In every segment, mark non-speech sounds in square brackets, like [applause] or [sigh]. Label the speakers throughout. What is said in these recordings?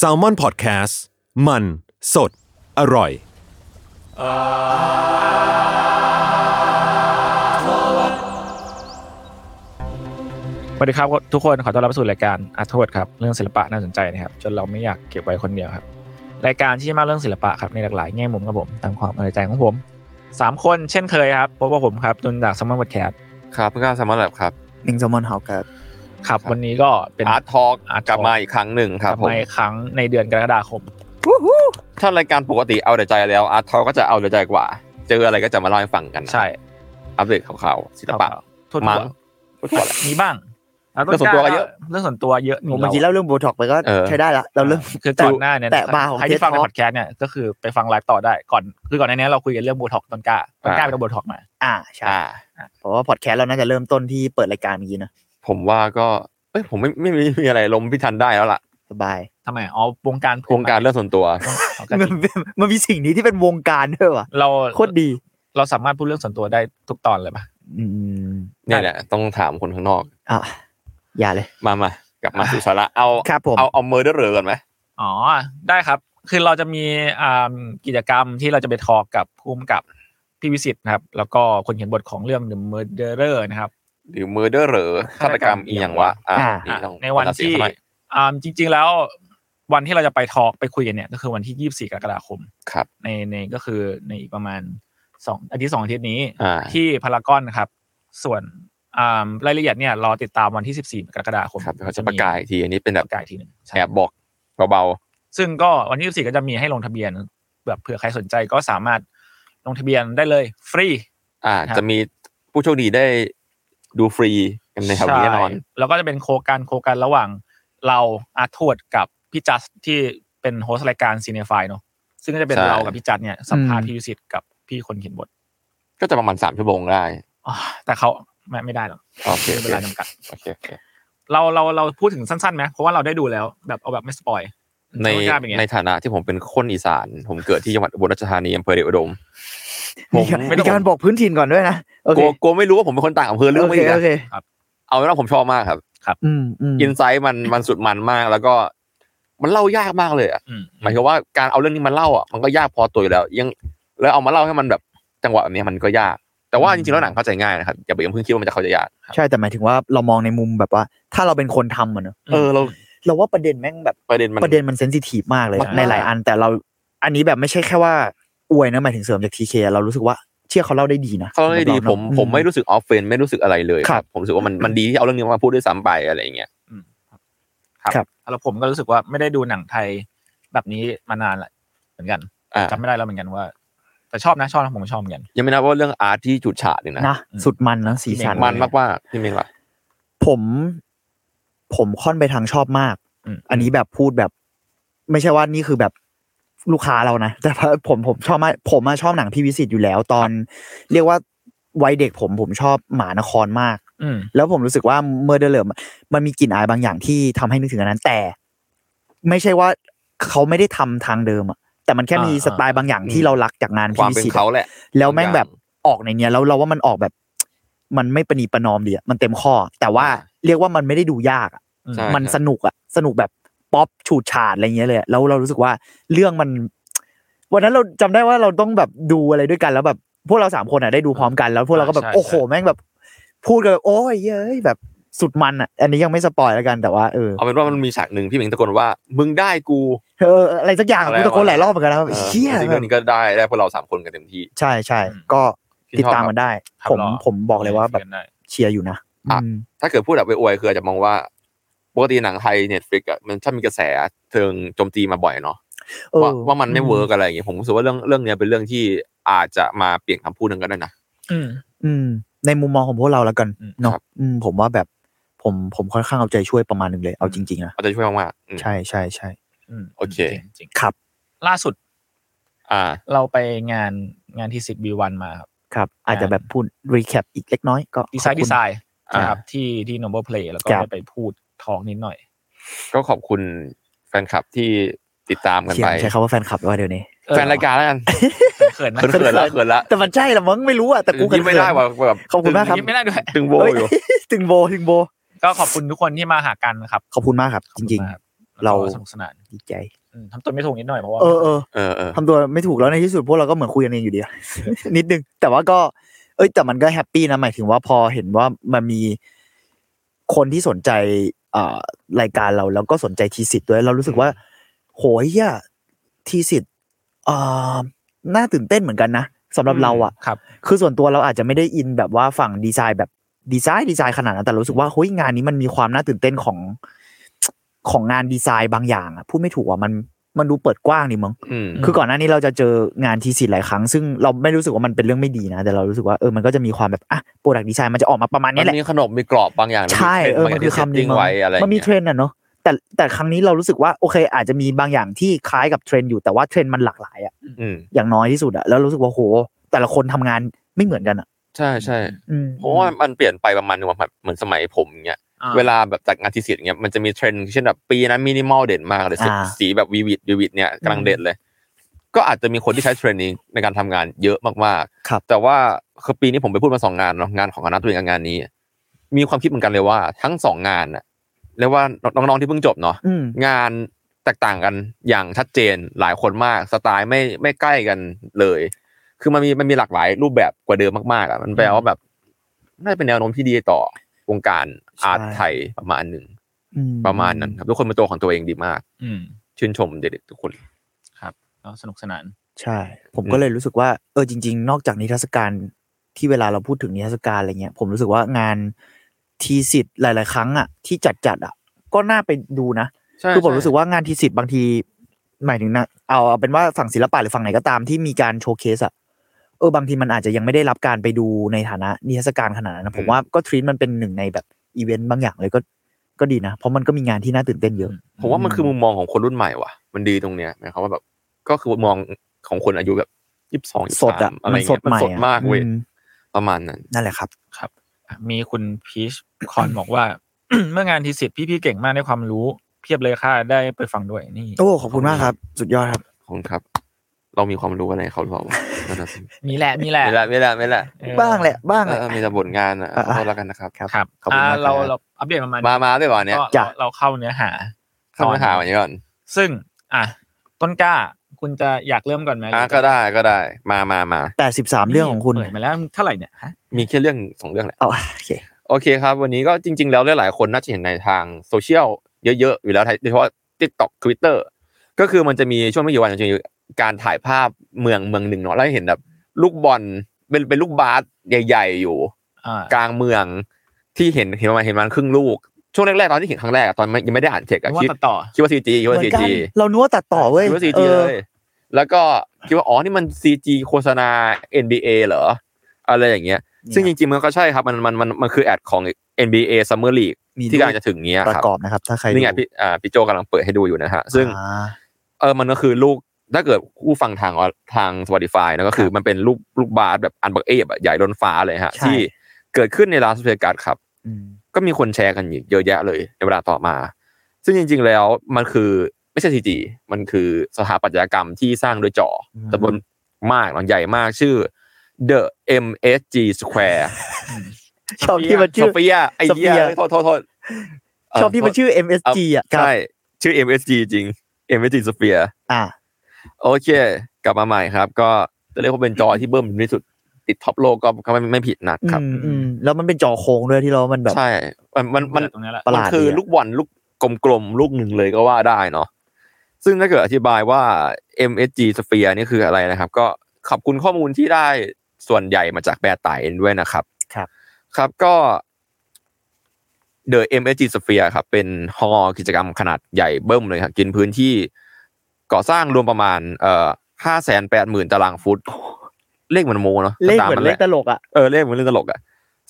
Speaker 1: s a l m o n PODCAST มันสดอร่อย
Speaker 2: สวัสดีครับทุกคนขอต้อนรับสู่รายการอาร์ทวดครับเรื่องศิลปะน่าสนใจนะครับจนเราไม่อยากเก็บไว้คนเดียวครับ รายการที่จะมาเรื่องศิลปะครับในหลากหลายแง่มุมครับผมตามความเอาใจของผมสามคนเช่นเคยครับพบกับผมครับตุนจากสมมติแคท
Speaker 3: ครับเพื่อนก็สามารถแบบครับ
Speaker 4: หนึ่งแซลมอนเฮาครับ
Speaker 2: ครับวันนี้ก็เป็น
Speaker 3: อาร์ตทอล์ก
Speaker 2: Art Talk
Speaker 3: กลับมาอีกครั้งหนึ่งค
Speaker 2: ก
Speaker 3: รับ
Speaker 2: ลับ
Speaker 3: ผม
Speaker 2: มาอีกครั้งในเดือนกรกฎาคม
Speaker 3: ถ้ารายการปกติเอาแต่ใจแล้วอาร์ตทอล์กก็จะเอาแต่ใจกว่า เจออะไรก็จะมาเล่าให้ฟังกัน
Speaker 2: ใช่
Speaker 3: อัปเดตข่าวๆศิลปะ
Speaker 2: ทั่ว
Speaker 3: มา
Speaker 2: ทั่วมีบ้าง
Speaker 3: เรื่องส่วนตัวก็เยอะ
Speaker 2: เรื่องส่วนตัวเยอะ
Speaker 4: ผมเมื่อกี้เล่าเรื่องโบท็อกไปก็
Speaker 3: เออ
Speaker 4: ใช้ได้ละเราเริ่ม
Speaker 2: คือก่อนหน้าเนี่ย
Speaker 4: แตะบาร์ของ
Speaker 2: ใคร
Speaker 4: เทส
Speaker 2: ที่ฟังใน
Speaker 4: ท็อ
Speaker 2: พอดแคสต์เนี่ยก็คือไปฟังไลฟ์ต่อได้ก่อนคือก่อนหน้านี้เราคุยกันเรื่องโบท็อกต้นกล้าต้นกล้าเป็นโบท็อกมา
Speaker 4: อ่าใช่
Speaker 3: อ่า
Speaker 4: เพราะว่าพอดแคสต์เราน่าจะเริ่มต้นที่เปิดรายการเมื่อกี้นะ
Speaker 3: ผมว่าก็เอ้ยผมไม่ไม่มีมีอะไรลมพิทันได้แล้วล่ะ
Speaker 4: สบาย
Speaker 2: ทำไมอ๋อวงการ
Speaker 3: โครงการเรื่องส่วนตัว
Speaker 2: เอา
Speaker 4: มั
Speaker 2: ก็
Speaker 4: น
Speaker 2: จริง
Speaker 4: มันมันมีสิ่งนี้ที่เป็นวงการด้วยว่ะ
Speaker 2: เรา
Speaker 4: โคตรดี
Speaker 2: เราสามารถพูดเรื่องส่วนตัวได้ทุกตอนเลยปะ
Speaker 4: อืม
Speaker 3: เนี่ยแหละต้องถามคนข้างนอก
Speaker 4: อ่ะอย่าเลย
Speaker 3: มามา กลับมาสู่สาระเอา
Speaker 4: ครับผม
Speaker 3: เอาเอาเมอร์เดอร์ก่อนไหม
Speaker 2: อ๋อ ได้ครับ คือเราจะมีอ่ากิจกรรมที่เราจะไปทอล์กกับภูมิกับพี่วิสิตนะครับ แล้วก็คนเขียนบทของเรื่อง The Murderer นะครับ
Speaker 3: หรือเมอร์เดอร์ฆาตกรรมอีหยังวะอ่า
Speaker 4: อ่า
Speaker 3: นี่ต้อง
Speaker 2: ในวัน
Speaker 3: ตัดสิ
Speaker 2: ที่
Speaker 3: เข้าไป
Speaker 2: อ่าจริง ๆ แล้ววันที่เราจะไปทอล์กไปคุยกันเนี่ย ก็คือวันที่ 24 กรกฎาคม
Speaker 3: ครับ
Speaker 2: ในในก็คือในอีกประมาณสองอาทิตย์สองอาทิตย์นี้
Speaker 3: อ่า
Speaker 2: ที่พารากอนนะครับ ส่วนอ่ารายละเอียดเนี่ยรอติดตามวันที่ 14 กรกฎาคม
Speaker 3: ครับเดี๋ยวเขาจะประกาศอีกทีอันนี้เป็นแบ
Speaker 2: ป
Speaker 3: บ
Speaker 2: ระกาศอีกทีหนึ่งใช่
Speaker 3: แอบบอกเบา
Speaker 2: ซึ่งก็วันที่ 14 ก็จะมีให้ลงทะเบียน แบบเผื่อใครสนใจก็สามารถลงทะเบียนได้เลยฟรี
Speaker 3: ๆอ่า
Speaker 2: ครับ
Speaker 3: จะมีผู้โชคดีได้ดูฟรีกันในแถวนี้แน่นอน
Speaker 2: ใช่แล้วก็จะเป็นโครงการโครงการระหว่างเราอาร์ทวดกับพี่จัสที่เป็นโฮสต์รายการซีเนฟายเนาะซึ่งก็จะเป็น
Speaker 3: ใช่
Speaker 2: เรากับพี่จัสเนี่ยสัมภาษณ์
Speaker 4: อืม
Speaker 2: พี่วิสิตกับพี่คนเขียนบท
Speaker 3: ก็จะประมาณสามชั่วโมงได้
Speaker 2: อ๋อแต่เขาไม่ไม่ได้หรอก
Speaker 3: โอเค
Speaker 2: มี
Speaker 3: โอ
Speaker 2: เว
Speaker 3: เค
Speaker 2: ลาจำกัด
Speaker 3: โอเคโอเค
Speaker 2: เราเราเราพูดถึงสั้นๆไหมเพราะว่าเราได้ดูแล้วแบบเอาแบบไม่สปอย
Speaker 3: ใน
Speaker 2: รสชาติเป็นไง
Speaker 3: ในฐานะที่ผมเป็นคนอีสาน ผมเกิดที่จังหวัดอุบลราชธานีอำเภอเดชอุดมผ
Speaker 4: มี
Speaker 3: ม
Speaker 4: การ
Speaker 3: ไม่ต้อก
Speaker 4: มีาง รบอกพื้นถิ่นก่อนด้วยนะโอก เค
Speaker 3: ลัวกลัวไม่รู้ว่าผมเป็นคนต่างอำเภอเรื่อง
Speaker 4: โอ
Speaker 3: ไม่
Speaker 4: เค
Speaker 3: ดีนะ
Speaker 4: โอเค
Speaker 3: เอาเป็นว่าผมชอบมากครับ
Speaker 4: อืมอืม
Speaker 3: อินไซต์มันมันสุดมันมาก แล้วก็ มันเล่ายากมากเลยอ่ะ
Speaker 2: อืม
Speaker 3: หมายความว่าการเอาเรื่องนี้มาเล่าอ่ะมันก็ยากพอตัวอยู่แล้ว ยังแล้วเอามาเล่าให้มันแบบจังหวะแบบนี้มันก็ยาก แต่ว่าจริงๆแล้วหนังเข้าใจง่ายนะครับอย่าไปเพิ่งคิดว่ามันจะเข้าใจยาก
Speaker 4: ใช่แต่หมายถึงว่าเรามองในมุมแบบว่า ถ้าเราเป็นคนทำอะเนอะ
Speaker 3: เออเรา
Speaker 4: เราว่าประเด็นแม่งแบบ
Speaker 3: ประเด็นมัน
Speaker 4: ประเด็นมันเซนซิทีฟมากเลยอะ
Speaker 3: มากๆ
Speaker 4: ในหลายอันแต่เราอันนี้แบบไม่ใช่แค่ว่าอวยนะหมายถึงเสริมจากทีเคเรารู้สึกว่าเชื่อเขาเล่าได้ดีนะ
Speaker 3: เขาได้ดี
Speaker 4: สำห
Speaker 3: ผ
Speaker 4: รับเรา
Speaker 3: ม
Speaker 4: นะ
Speaker 3: ผมไม่รู้สึกออฟเฟนไม่รู้สึกอะไรเลย
Speaker 4: ครับ
Speaker 3: ผมรู้สึกว่ามันมันดีที่เอาเรื่องนี้มาพูดด้วยซ้ำไปอะไรอย่างเงี้ย
Speaker 2: ครับ
Speaker 4: ครับ
Speaker 2: แล้วผมก็รู้สึกว่าไม่ได้ดูหนังไทยแบบนี้มานานละเหมือนกัน
Speaker 3: อ่า
Speaker 2: จำไม่ได้แล้วเหมือนกันว่า แต่ชอบนะชอบนะผมชอบเหมือนกัน
Speaker 3: ยังไม่นับว่าเรื่องอาร์ตที่จุดฉาดหนึ่งนะ
Speaker 4: นะสุดมันนะสีสัน
Speaker 3: มันมากมากๆพี่เมงล่ะ
Speaker 4: ผม ผมค่อนไปทางชอบมาก
Speaker 2: อืม
Speaker 4: อันนี้แบบพูดแบบ ไม่ใช่ว่านี่คือแบบลูกค้าเรานะ [laughs] แต่ว่าผมผมชอบมากผมมาชอบหนังพี่วิสิตอยู่แล้ว ตอน เรียกว่าวัยเด็กผมผมชอบหมานครมาก
Speaker 2: อืม
Speaker 4: แล้วผมรู้สึกว่าเมอร์เดอร์มันมีกลิ่นอายบางอย่างที่ทำให้นึกถึงอันนั้น แต่ ไม่ใช่ว่าเขาไม่ได้ทำทางเดิมอะแต่มันแค่มี
Speaker 2: อ่า
Speaker 4: สไตล์บางอย่างที่
Speaker 3: อืม
Speaker 4: เรารักจากงาน
Speaker 3: ความ
Speaker 4: พี่
Speaker 3: เป็น
Speaker 4: สิทธิ์
Speaker 3: เขาแหละ
Speaker 4: แล้วแม่งแบบ
Speaker 3: บาง
Speaker 4: ออกในเนี้ยแล้วเราว่ามันออกแบบ มันไม่ประนีประนอมดีอะมันเต็มข้อ แต่ว่า
Speaker 3: อ่า
Speaker 4: เรียกว่ามันไม่ได้ดูยากอะ
Speaker 3: ใช่
Speaker 4: มัน
Speaker 3: ครับ
Speaker 4: สนุกอะสนุกแบบป๊อปฉูดฉาดอะไรเงี้ยเลยอะแล้วเรารู้สึกว่าเรื่องมัน วันนั้นเราจำได้ว่าเราต้องแบบดูอะไรด้วยกันแล้วแบบ พวกเราสามคนอะได้ดูพร้อมกันแล้วพวกเราก็แบบ
Speaker 2: ใช่ใช่
Speaker 4: โอ้โหแม่งแบบ พูดกันแบบโอ้ยเย้ยแบบสุดมันอ่ะ อันนี้ยังไม่สปอยแล้วกันแต่ว่าเออ
Speaker 3: เอาเป็นว่ามันมีฉากหนึ่งพี่เมงตะโกนว่า มึงได้กู
Speaker 4: เอออะไรสักอย่าง
Speaker 3: อะไร
Speaker 4: กูตะโกน
Speaker 3: วะ
Speaker 4: หลายรอบเหมือนกันแล้ว
Speaker 3: ออ
Speaker 4: เชี่ย
Speaker 3: จริงๆ
Speaker 4: แบ
Speaker 3: เรื่อบงนี้ก็ได้ได้พวกเราสามคนกันเต็มที่
Speaker 4: ใช่ใช่
Speaker 2: อืม
Speaker 4: ก็
Speaker 3: ที่
Speaker 4: ติด
Speaker 3: ชอบ
Speaker 4: ตาม
Speaker 3: ครับ
Speaker 4: มันได้
Speaker 2: ครับ
Speaker 4: ผม
Speaker 2: รอ
Speaker 4: ผมบอกเลยว่าแบบเชียร์อยู่นะ
Speaker 3: อ่ะ
Speaker 4: อืม
Speaker 3: ถ้าเกิดพูดแบบไปอวยๆคืออาจจะมองว่าปกติหนังไทยเน็ตฟลิกอะมันชอบมีกระแสเทิงโจมตีมาบ่อยเนาะ
Speaker 4: เออ
Speaker 3: ว่าว่ามันไม่เวิร์กอะไรอย่างเงี้ยผมรู้สึกว่าเรื่องเรื่องเนี้ยเป็นเรื่องที่อาจจะมาเปลี่ยนคำพูดหนึ่งก็ได้นะ
Speaker 2: อืม
Speaker 4: อืม ในมุมมองของพวกเราแล้วกัน
Speaker 2: อืม
Speaker 4: เนาะ
Speaker 3: ครับ
Speaker 4: อืมผมว่าแบบ ผมผมค่อนข้างเอาใจช่วยประมาณหนึ่งเลยเอาจริงๆนะ
Speaker 3: เอาใจช่วยมากๆอืม
Speaker 4: ใช่ใช่ใช่
Speaker 2: อืม
Speaker 3: โอเค
Speaker 2: จริง
Speaker 4: ครับ
Speaker 2: ๆล่าสุด
Speaker 3: อ่า
Speaker 2: เราไปงานงานที่สิบวีวันมาครับ
Speaker 4: ครับ อาจจะแบบพูดรีแคปอีกเล็กน้อยก็
Speaker 2: ดีไซ
Speaker 4: ขอบ
Speaker 2: น์
Speaker 4: คุ
Speaker 2: ดี
Speaker 4: ณ
Speaker 2: ไซน์
Speaker 3: อ่าน
Speaker 2: นะครับที่ที่ Noble Play แล้วก็
Speaker 4: ครับ
Speaker 2: ได้ไปพูดทองนิดหน่อย
Speaker 3: ก็ขอบคุณแฟนคลับที่ติดตามกัน
Speaker 4: เขีย
Speaker 3: ไป
Speaker 4: นใช้คำว่าแฟนคลับว่าเดี๋ยวนี้
Speaker 3: [laughs]
Speaker 2: เออ
Speaker 3: แฟนรายการแล้วกัน
Speaker 2: เขินๆนะ
Speaker 3: เขินๆละเขินๆละ
Speaker 4: แต่มันใช่เหรอมั้งไม่รู้อ่ะแต่กู
Speaker 3: ยิ้มไม่ได้
Speaker 4: เขินๆ
Speaker 3: ว่ะแบบ
Speaker 4: ขอบคุณมากครับ
Speaker 2: ยิ้มไม่ได้ด้วย
Speaker 3: ตึงโบ
Speaker 4: เฮ้ย
Speaker 3: อยู่
Speaker 4: ถึงโบถึงโบ
Speaker 2: ก็ขอบคุณทุกคนที่มาหากันนะครับ
Speaker 4: ขอบคุณมากครับ จริ
Speaker 2: ขอบคุณ
Speaker 4: ง
Speaker 2: มาก
Speaker 4: เรา
Speaker 2: แล้วก็สนุกสนาน
Speaker 4: ๆดีใจ
Speaker 2: อืมทำตัวไม่ถูกนิดหน่อยเพราะว่า
Speaker 4: เออเออ
Speaker 3: เออเออ
Speaker 4: ทำตัวไม่ถูกแล้วในที่สุดพวกเราก็เหมือนคุยกันเองอยู่ดีอะ [laughs] นิดนึง แต่ว่าก็ เอ้ย แต่มันก็แฮปปี้นะหมายถึงว่าพอเห็นว่ามันมีคนที่สนใจเอ่อรายการเราแล้วก็สนใจทีสิทธ์ด้วย เรารู้สึกว่า โหยเหี้ยทีสิทธ์เอ่อน่าตื่นเต้นเหมือนกันนะสำหรับเราอะ
Speaker 2: ครับ
Speaker 4: คือส่วนตัวเราอาจจะไม่ได้อินแบบว่าฝั่งดีไซน์แบบดีไซน์ดีไซน์ขนาดนั้นแต่รู้สึกว่าเฮ้ยงานนี้มันมีความน่าตื่นเต้นของของงานดีไซน์บางอย่างอะพูดไม่ถูกว่ามันมันดูเปิดกว้างนี่มั้ง
Speaker 3: อืม
Speaker 4: คือก่อนหน้านี้เราจะเจองานทีสิทธ์หลายครั้ง ซึ่งเราไม่รู้สึกว่ามันเป็นเรื่องไม่ดีนะ แต่เรารู้สึกว่าเออมันก็จะมีความแบบอ่ะโปรดักต์ดีไซน์มันจะออกมาประมาณ
Speaker 3: มั
Speaker 4: นี้แหละ
Speaker 3: นมีขนมมีกรอบบางอย่าง
Speaker 4: ใช่เออมันคือคำนี้
Speaker 3: งไว้อะไร
Speaker 4: มันมีเทรนด์อ่ะเนาะแต่แต่ครั้งนี้เรารู้สึกว่าโอเค อาจจะมีบางอย่างที่คล้ายกับเทรนด์อยู่แต่ว่าเทรนด์มันหลากหลายอะ
Speaker 3: อืม
Speaker 4: อย่างน้อยที่สุดอะแล้วรู้สึกว่าโห แต่ละคนทำงานไม่เหมือนกันอะ
Speaker 3: ใช่ใช่
Speaker 4: อืม
Speaker 3: เพราะว่ามันเปลี่ยนไปประมาณนึงว่ะแบบเหมือนสมัยผมอย่างเงี้ย
Speaker 2: อ่
Speaker 3: เวลาแบบจัดงานทีสิทธิ์อย่างเงี้ยมันจะมีเทรนด์เช่นแบบปีนั้นมินิมอลเด่นมากเลยสี
Speaker 4: อ่า
Speaker 3: สีแบบวีวิดวีวิดเนี่ยกำลังเด่นเลย ก็อาจจะมีคนที่ใช้เทรนด์นี้ในการทำงานเยอะมาก
Speaker 4: ครับ
Speaker 3: ๆ แต่ว่าคือปีนี้ผมไปพูดมาสองงานเนาะงานของคณะตัวเองกับงานนี้ มีความคิดเหมือนกันเลยว่าทั้งสองงานน่ะเรียกว่าน้องๆที่เพิ่งจบเนาะ
Speaker 4: อืม
Speaker 3: งานแตกต่างกันอย่างชัดเจนหลายคนมากสไตล์ไม่ไม่ใกล้กันเลย คือมันมีมันมีหลากหลายรูปแบบกว่าเดิมมากๆอ่ะมันแปลว่าแบบน่าจะเป็นแนวโน้มที่ดีต่อวงการอาร์ต
Speaker 4: ใช่
Speaker 3: ไทยประมาณหนึ่ง
Speaker 4: อื
Speaker 3: ประมาณนั้นครับทุกคนเป็นตัวของตัวเองดีมาก
Speaker 2: อืม
Speaker 3: ชื่นชมเด็กๆทุกคน
Speaker 2: ครับก็สนุกสนาน
Speaker 4: ใช่ ผมก็เลยรู้สึกว่าเออจริง ๆ นอกจากนิทรรศการที่เวลาเราพูดถึงนิทรรศการอะไรเงี้ยผมรู้สึกว่างานทีสิทธ์หลาย ๆ ครั้งอ่ะที่จัดจัดๆอ่ะก็น่าไปดูนะ
Speaker 3: ใช่
Speaker 4: คือผมรู้สึกว่างานทีสิทธ์บางที หมายถึงนะเอาเอาเป็นว่าฝั่งศิลปะหรือฝั่งไหนก็ตามที่มีการโชว์เคสอ่ะเออบางทีมันอาจจะยังไม่ได้รับการไปดูในฐานะนิทรรศการขนาดนั้นนะผมว่าก็ทรีตมันเป็นหนึ่งในแบบอีเวนต์บางอย่างเลยก็ก็ดีนะ เพราะมันก็มีงานที่น่าตื่นเต้นเยอะ
Speaker 3: ผมว่ามันคือมุมมองของคนรุ่นใหม่ว่ะ มันดีตรงเนี้ยหมายความว่าแบบ ก็คือมุมมองของคนอายุแบบยี่สิบสองยี่
Speaker 4: สด
Speaker 3: สา
Speaker 4: อ่ะ
Speaker 3: มอะไร
Speaker 4: มั
Speaker 3: เงี้
Speaker 4: สด
Speaker 3: ยมัน
Speaker 4: ใหม่
Speaker 3: สด
Speaker 4: อะ
Speaker 3: มากเว้ย
Speaker 4: อืม
Speaker 3: ประมาณนั้น
Speaker 4: นั่นแหละครับ
Speaker 2: อ่ะมีคุณพีชคอนบอกว่า [coughs] เมื่องานทีสิทธิ์พี่ๆเก่งมากได้ความรู้เพียบเลยค่ะได้ไปฟังด้วยนี่
Speaker 4: โอ้ขอบคุณมากครับ สุดยอดครับ
Speaker 3: ขอบคุณครับ เรามีความรู้อะไรเขาหรือเปล่าวะนั่นน่ะสิ
Speaker 2: มีแหละมีแหละ
Speaker 3: ไม่ละไม่ละไม่ละ
Speaker 2: เออ
Speaker 4: บ้างแหละ บ้างแหละ
Speaker 3: เออมีแต่บทงานอ่ะ
Speaker 4: อ่ะ
Speaker 3: ขอโทษแล้วกันนะครับ
Speaker 2: ครับ
Speaker 4: ขอบคุ
Speaker 2: อ่า
Speaker 4: ณมาก
Speaker 2: เรา
Speaker 4: ครับ
Speaker 2: เราอัปเดตประมาณ
Speaker 3: มามาด้วยวะเนี่ย
Speaker 2: ก็
Speaker 4: จ้ะ
Speaker 2: เราเข้าเนื้อหา
Speaker 3: เข้ามาหาวันนี้ก่อน
Speaker 2: ซึ่ง อ่ะต้นกล้า คุณจะอยากเริ่มก่อนไหม
Speaker 3: อ่ะก็ได้ก็ได้ มามามา
Speaker 4: แต่สิบสามเรื่องของคุณ
Speaker 2: เปิดมาแล้วเท่าไหร่เนี่ยฮะ
Speaker 3: มีแค่เรื่องสองเรื่องแหละ
Speaker 4: เอาโอเค
Speaker 3: โอเคครับ วันนี้ก็จริง ๆ แล้วหลายๆคนน่าจะเห็นในทางโซเชียลเยอะๆ อยู่แล้วโดยเฉพาะ TikTok Twitter ก็คือมันจะมีช่วงไม่กี่วันมันจะมีการถ่ายภาพเมืองเมืองหนึ่งเนาะแล้วเห็นแบบลูกบอลเป็นเป็นลูกบาสใหญ่ ๆ อยู่
Speaker 2: อ่าก
Speaker 3: ลางเมืองที่เห็นเห็นประมาณเห็นประมันครึ่งลูก ช่วงแรกๆ ตอนที่เห็นครั้งแรกอะตอนไม่ยังไม่ได้อ่านเทคอะ
Speaker 2: ว่า
Speaker 3: คิด
Speaker 2: ตัดต่อ
Speaker 3: คิดว่าซีจีคิด
Speaker 4: เห
Speaker 3: ว่า
Speaker 4: มือ
Speaker 3: ซี
Speaker 4: นกัน
Speaker 3: จี
Speaker 4: เรานัวาตัดต่อเว้ย
Speaker 3: คิดว่าซี
Speaker 4: เอ
Speaker 3: จี
Speaker 4: อ
Speaker 3: เลย แล้วก็คิดว่าอ๋อนี่มันซีจีโฆษณา NBA เหรอ อะไรอย่างเงี้ย ซึ่งจริงๆ มันก็ใช่ครับมันมันมันมันคือแอดของ NBA Summer League
Speaker 4: มีด้วย
Speaker 3: ที่กำลังจะถึงเนี้ย
Speaker 4: ประ
Speaker 3: ครับ
Speaker 4: กอบนะครับ ถ้าใคร
Speaker 3: นี่ไง
Speaker 4: ดู
Speaker 3: พี่อ่าพี่โจกำลังเปิดให้ดูอยู่นะฮะ ซึ่ง
Speaker 4: อ่า
Speaker 3: เออมันก็คือลูกถ้าเกิดผู้ฟังทางออนทาง Spotify นะก็คือมันเป็นลูกลูกบาสแบบอันบักเอฟอะใหญ่ล้นฟ้าเลยฮะ
Speaker 4: ใช่
Speaker 3: ที่เกิดขึ้นในลาสเวกัสครับ
Speaker 4: อืม
Speaker 3: ก็มีคนแชร์กันอีกเยอะแยะเลยในเวลาต่อมา ซึ่งจริง ๆ แล้วมันคือไม่ใช่ทีจีมันคือสถาปัตยกรรมที่สร้างโดยจอตำบลมากหลังใหญ่มากชื่อ The MSG
Speaker 4: [laughs]
Speaker 3: Square
Speaker 4: ชอบที่มันชื่อ
Speaker 3: โซเฟียไอเดีย
Speaker 4: Sophia
Speaker 3: โทษโทษโทษเ
Speaker 4: ชอบที่มันชื่อ MSG อ่ะครับ
Speaker 3: ใช่ ชื่อ MSG จริง MSG Square
Speaker 4: อ่า
Speaker 3: โอเค กลับมาใหม่ครับ ก็จะเรียกว่าเป็นจอที่เบิ้มที่สุดติดท็อปโลกก็ก็ไม่ไม่ผิดนัก
Speaker 4: อื
Speaker 3: ครับ
Speaker 4: มอืมแล้วมันเป็นจอโค้งด้วยที่เรามันแบบ
Speaker 3: ใช่มันมันมัน
Speaker 2: ตรงนี้แหละ
Speaker 4: ประห
Speaker 3: มั
Speaker 4: ลาน ด
Speaker 3: คือ
Speaker 4: ดีอะ
Speaker 3: ลูกบอลลูกกลมๆ ลูกหนึ่งเลยก็ว่าได้เนาะซึ่งถ้าเกิดอธิบายว่า MSG Sphere นี่คืออะไรนะครับ ก็ขอบคุณข้อมูลที่ได้ส่วนใหญ่มาจากแบรนด์ไตด้วยนะครับ
Speaker 4: ครับ
Speaker 3: ครับก็ The MSG Sphere ครับ เป็นฮอลกิจกรรมขนาดใหญ่เบิ้มเลยครับ กินพื้นที่ก่อสร้างรวมประมาณ เอ่อห้าแสนแปดหมื่นตารางฟุต เลขเหมือนโมเนาะ
Speaker 4: เลข
Speaker 3: ตาม
Speaker 4: เหมือน
Speaker 3: แห
Speaker 4: เล
Speaker 3: ละ
Speaker 4: ขตลกอ่ะ
Speaker 3: เออเล่นเหมือนเรื่องตลกอะ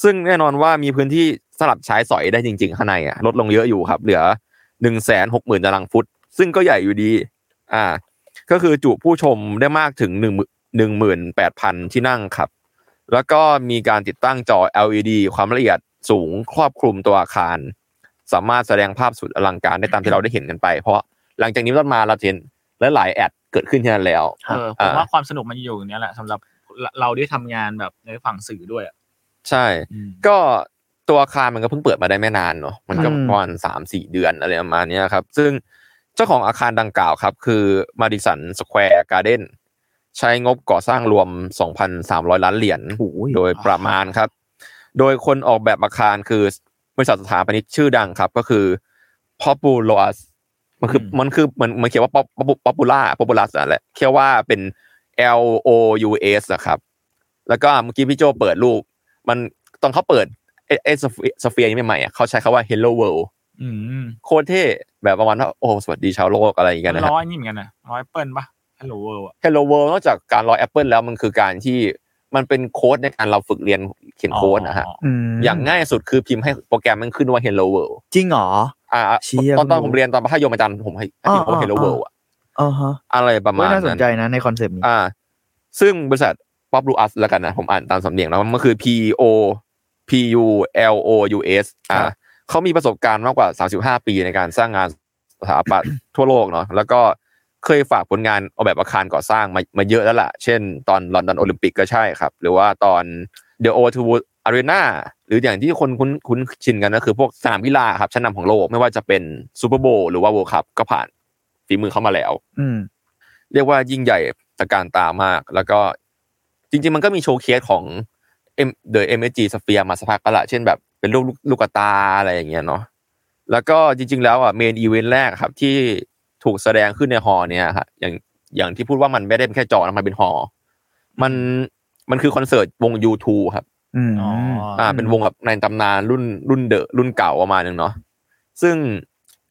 Speaker 3: ซึ่งแน่นอนว่ามีพื้นที่ สลับใช้สอยได้จริง ๆ ข้างในอ่ะลดลงเยอะอยู่ครับ เหลือหนึ่งแสนหกหมื่นตารางฟุต ซึ่งก็ใหญ่อยู่ดี อ่า ก็คือจุผู้ชมได้มากถึงหนึ่งหนึ่งหมื่นแปดพันที่นั่งครับ แล้วก็มีการติดตั้งจอ LED ความละเอียดสูงครอบคลุมตัวอาคาร สามารถแสดงภาพสุดอลังการได้ตามที่เราได้เห็นกันไป เพราะหลังจากนี้เป็นต้นมาเราจะเห็นและหลายๆแอดเกิดขึ้นที่นั่นแล้ว
Speaker 2: เออผมว่าความสนุกมันอยู่อย่างเนี้ยแหละสำหรับเราได้ทำงานแบบในฝั่งสื่อด้วยอะ
Speaker 3: ใช่
Speaker 2: อืม
Speaker 3: ก็ตัวอาคารมันก็เพิ่งเปิดมาได้ไม่นานเนอะมันก็
Speaker 4: อืม
Speaker 3: ประมาณสามสี่เดือนอะไรประมาณเนี้ยครับ ซึ่งเจ้าของอาคารดังกล่าวครับ คือมาดิสันสแควร์การ์เด้นใช้งบก่อสร้างรวม 2,300 ล้านเหรียญ
Speaker 4: โอ้ย
Speaker 3: โดยประมาณครับ โดยคนออกแบบอาคารคือบริษัทสถาปนิกชื่อดังครับ ก็คือพอปูล a สมันคือ
Speaker 2: อืม
Speaker 3: มันคือมันมันเขียนว่าป๊อปป๊อปปูล่าป๊อปปูลัสนั่นแหละเขียนว่าเป็น L O U S นะครับ แล้วก็เมื่อกี้พี่โจเปิดรูป มันตอนเขาเปิดไอ้ไอ้สเฟียนี้ใหม่ๆอ่ะเขาใช้คาว่า Hello World
Speaker 2: อืม
Speaker 3: โคตรเท่แบบประมาณว่าโอ้สวัสดีชาวโลกอะไรอย่างเงี้ยนะฮะ
Speaker 2: ร้อยนี่เหมือนกันนะร้อยเปิ้ลปะฮัลโหลเวิร์
Speaker 3: Hello World นอกจากการรอ Apple แล้วมันคือการที่มันเป็นโค้ดในการเราฝึกเรียนเขียนโค้ดนะฮะ
Speaker 4: ม
Speaker 3: อย่างง่ายสุดคือพิมพ์ให้โปรแกรมมันขึ้นว่า Hello World
Speaker 4: จริงเหรอ
Speaker 3: อ่า
Speaker 4: เชี่ย
Speaker 3: ตอนตอน
Speaker 4: ไม่รู้
Speaker 3: ผมเรียนตอนมัธยมอาจารย์ผมให้ให้พิมพ์ว่า
Speaker 4: อ่า
Speaker 3: Hello World อะ
Speaker 4: อ่าฮะ
Speaker 3: อะไรประมาณ
Speaker 4: เฮ้ยน่าสน
Speaker 3: นั้น
Speaker 4: ใจนะในคอนเซปต์นี้
Speaker 3: อ่า ซึ่งบริษัท Pop Blue Us แล้วกันนะ ผมอ่านตามสำเนียงแล้วมันคือ P O P U L O U S อ่าเขามีประสบการณ์มากกว่า 35 ปีในการสร้างงานสถาปัตย์ ทั่วโลกเนาะแล้วก็เคยฝากผลงานออกแบบอาคารก่อสร้างมามาเยอะแล้วล่ะ เช่น ตอนลอนดอนโอลิมปิกก็ใช่ครับ หรือว่าตอน เดอะโอทูอารีนาหรืออย่างที่คนคุ้นคุ้นชินกันก็คือพวกสนามกีฬาครับชั้นนำของโลกไม่ว่าจะเป็นซูเปอร์โบว์หรือว่าเวิลด์คัพก็ผ่านฝีมือเข้ามาแล้ว
Speaker 4: อืม
Speaker 3: เรียกว่ายิ่งใหญ่ตระการตามาก แล้วก็จริง ๆ มันก็มีโชว์เคสของเอ็มเดอะเอ็มเอจีสเฟียมาสักพักแล้วละเช่นแบบเป็นรูปลูกลูกตาอะไรอย่างเงี้ยเนาะแล้วก็จริง ๆ แล้วอ่ะเมนอีเวนต์แรกครับที่ถูกแสดงขึ้นในฮอลล์เนี่ยครับอย่างอย่างที่พูดว่ามันไม่ได้เป็นแค่จอนะมันเป็นฮอลล์มันมันคือคอนเสิร์ตวง U2 ครับ
Speaker 4: อืม
Speaker 2: อ๋ออ่
Speaker 3: อ่าเป็นวงแบบในตำนานรุ่นรุ่นเดอะรุ่นเก่าประมาณนึงเนาะซึ่ง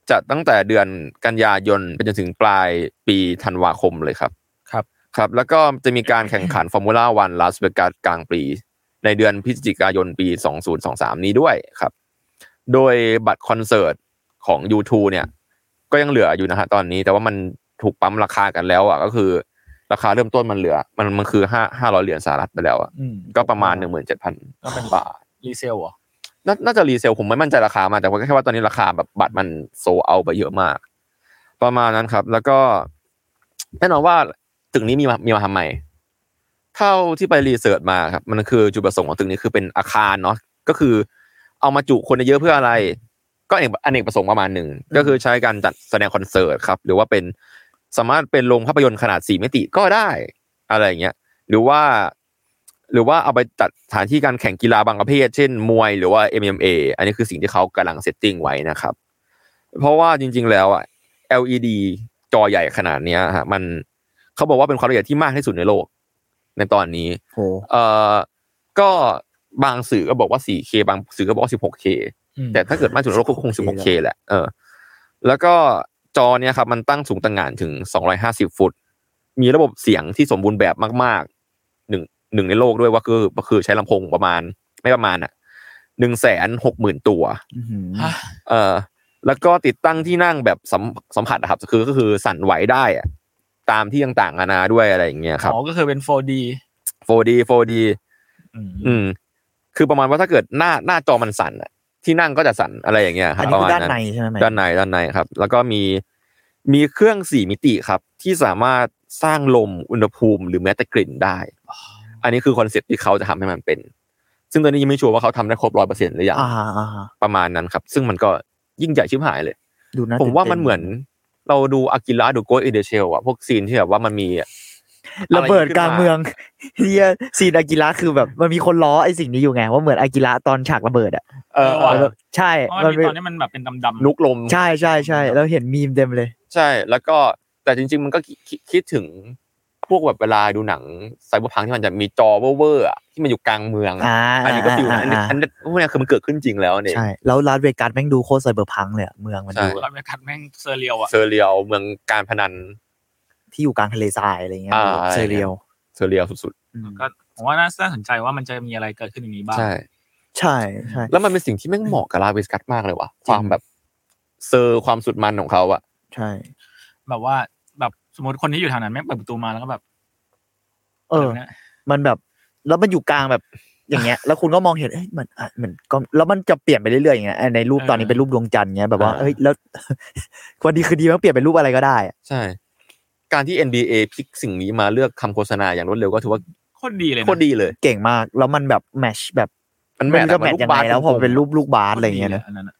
Speaker 3: จะตั้งแต่เดือนกันยายนไปจนถึงปลายปีธันวาคมเลยครับ
Speaker 2: ครับ
Speaker 3: ครับ แล้วก็จะมีการแข่งขันฟอร์มูล่าวันลาสเวกัสกลางปี ในเดือนพฤศจิกายนปี 2023 นี้ด้วยครับ โดยบัตรคอนเสิร์ตของ U2 เนี่ย ก็ยังเหลืออยู่นะฮะตอนนี้ แต่ว่ามันถูกปั๊มราคากันแล้วอ่ะก็คือ ราคาเริ่มต้นมันเหลือ มันมันคือห้าห้าร้อยเหรียญสหรัฐไปแล้วอ่ะ
Speaker 2: อืม
Speaker 3: ก็ประมาณหนึ่งหมื่นเจ็ดพัน
Speaker 2: ก็เป็น
Speaker 3: บาท
Speaker 2: รีเซลเหรอ
Speaker 3: นาน่าจะรีเซลผมไม่มั่นใจราคามาแต่ว่าแค่ว่าตอนนี้ราคาแบบบัตรมันโซเอาไปเยอะมาก ประมาณนั้นครับ แล้วก็แน่นอนว่าตึกนี้มีมามีมาทำไมเท่าที่ไปรีเสิร์ชมาครับ มันคือจุดประสงค์ของตึกนี้คือเป็นอาคารเนาะก็คือ เอามาจุคนเยอะเพื่ออะไร ก็เอกอเนกประสงค์ประมาณหนึ่งก็คือใช้การจัดแสดงคอนเสิร์ตครับ หรือว่าเป็นสามารถเป็นโรงภาพยนตร์ขนาดสี่มิติก็ได้อะไรอย่างเงี้ย หรือว่า หรือว่าเอาไปจัดสถานที่การแข่งกีฬาบางประเภท เช่น มวยหรือว่า MMA อันนี้คือสิ่งที่เขากำลังเซตติ้งไว้นะครับ เพราะว่าจริง ๆ แล้วอ่ะ LED จอใหญ่ขนาดเนี้ยฮะมันเขาบอกว่าเป็นความละเอียดที่มากที่สุดในโลก ในตอนนี้
Speaker 4: โห
Speaker 3: เอ่อก็บางสื่อก็บอกว่า 4K บางสื่อก็บอกว่า 16K
Speaker 2: อืม
Speaker 3: แต่ถ้าเกิดมากสุดในโลกก็คง 16K แหละ เออ แล้วก็จอเนี่ยครับ มันตั้งสูงต่างงานถึง 250 ฟุต มีระบบเสียงที่สมบูรณ์แบบมากๆหนึ่งหนึ่งในโลกด้วยว่าคือก็คือใช้ลำโพงประมาณไม่ประมาณอ่ะหนึ่งแสนหกหมื่นตัว
Speaker 4: อื้อหือ
Speaker 2: ฮะ
Speaker 3: เออแล้วก็ติดตั้งที่นั่งแบบสัมสัมผัสอะครับ คือก็คือสั่นไหวได้อะตามที่ต่างๆนานาด้วยอะไรอย่างเงี้ยครับ
Speaker 2: อ๋อก็คือเป็น 4D
Speaker 3: 4D 4D
Speaker 2: อืม
Speaker 3: อืม คือประมาณว่าถ้าเกิดหน้าหน้าจอมันสั่นอะที่นั่งก็จะสั่นอะไรอย่างเงี้ยค
Speaker 4: อั
Speaker 3: รั
Speaker 4: น
Speaker 3: บป
Speaker 4: นี้
Speaker 3: ระมา
Speaker 4: คื
Speaker 3: ณ
Speaker 4: อด้าน
Speaker 3: นั้น
Speaker 4: ในใช่ไหม
Speaker 3: ด้านในด้านในครับ แล้วก็มีมีเครื่องสี่มิติครับ ที่สามารถสร้างลมอุณหภูมิหรือแม้แต่กลิ่นได้ อันนี้คือคอนเซ็ปต์ที่เขาจะทำให้มันเป็น ซึ่งตอนนี้ยังไม่ชัวร์ว่าเขาทำได้ครบร้อยเปอร์เซ็นต์หรือยัง
Speaker 4: อ่าอ่า
Speaker 3: ประมาณนั้นครับ ซึ่งมันก็ยิ่งใหญ่ชิบหายเลย
Speaker 4: ดูนะ
Speaker 3: ผมว่ามันเหมือน เราดูอากิระดูโกเอเดเชลอะพวกซีนที่แบบว่ามันมีอไ
Speaker 4: ระเบิดกลางเมือง [laughs] เฮียซีนอากิระคือแบบมันมีคนล้อไอ้สิ่งนี้อยู่ไง ว่าเหมือนอากิระตอนฉากระเบิดอ่ะ
Speaker 3: เออเออ
Speaker 4: ใช่
Speaker 2: เพราะมัน น
Speaker 4: มั
Speaker 2: มี
Speaker 4: เป็น
Speaker 2: ตอนนี้มันแบบเป็นดำๆ
Speaker 3: ลุกลม
Speaker 4: ใช่ใช่ใช่เราเห็นมีมเต็มเลย
Speaker 3: ใช่แล้วก็แต่จริง ๆ มันก็คิคิคิดถึงพวกแบบเวลาดูหนังไซเบอร์พังที่มันจะมีจอเวอร์ๆอะที่มันอยู่กลางเมืองอะ
Speaker 4: อ่า
Speaker 3: อันนี้ก็ฟิล
Speaker 4: อ่า
Speaker 3: นะอันนี้
Speaker 4: อ่า
Speaker 3: อันนี้พวกเนี้ยคือมันเกิดขึ้นจริงแล้วเนี่ย
Speaker 4: ใช่ แล้วลาสเวกัสแม่งดูโคตรไซเบอร์พังเลยอะเมืองมัน
Speaker 3: ใช่
Speaker 4: ดู
Speaker 2: เราเป็นการแม่งเซอร์เรียลอ่ะ
Speaker 3: เซอร์เรียลเมืองการพนัน
Speaker 4: ที่อยู่กลางทะเลทรายอะไรเงี้ย
Speaker 3: อ่า
Speaker 4: เซเรียล
Speaker 3: เซอร์เรียลสุด
Speaker 4: อืม
Speaker 2: ก็ผมว่าน่าสนใจว่ามันจะมีอะไรเกิดขึ้นอย่างนี้
Speaker 3: ๆ
Speaker 2: บ้าง
Speaker 3: ใช่
Speaker 4: ใช่ใช่
Speaker 3: แล้วมันเป็นสิ่งที่แม่งเหมาะกับลาวิสกัตมากเลยว่ะความแบบเซอร์ความสุดมันของเขาอะ
Speaker 4: ใช่
Speaker 2: แบบว่าแบบสมมติคนที่อยู่แถวนั้นแม่งเปิดประตูมาแล้วก็แบบ
Speaker 4: เออ
Speaker 2: แบบนี้ย
Speaker 4: มันแบบแล้วมันอยู่กลางแบบอย่างเงี้ย แล้วคุณก็มองเห็นเอ้ยมันอ่ะเหมือนก็แล้วมันจะเปลี่ยนไปเรื่อยๆอย่างเงี้ยอ่ะในรูปตอนนี้เป็นรูปดวงจันทร์เงี้ยแบบว่าเอ้ยแล้ว [laughs] วันดีคือดีมันเปลี่ยนเป็นรูปอะไรก็ได้อะ
Speaker 3: ใช่ การที่ NBA พลิกสิ่งนี้มาเลือกคำโฆษณาอย่างรวดเร็วก็ถือว่า
Speaker 2: โคตรดีเลยนะ
Speaker 3: โคตรดีเลย
Speaker 4: เก่งมากแล้วมันแบบแมชแบบ
Speaker 3: มัน
Speaker 4: ไรู้
Speaker 3: แมทอะ
Speaker 4: จะแม
Speaker 3: มั
Speaker 4: ท
Speaker 3: นรูป
Speaker 4: ยังไง
Speaker 3: บาส
Speaker 4: แล้วพอ
Speaker 3: ตรงๆ
Speaker 4: เป็นรูปลูกบาสอะไรเงี้ยนะ
Speaker 2: อันนั้นอะ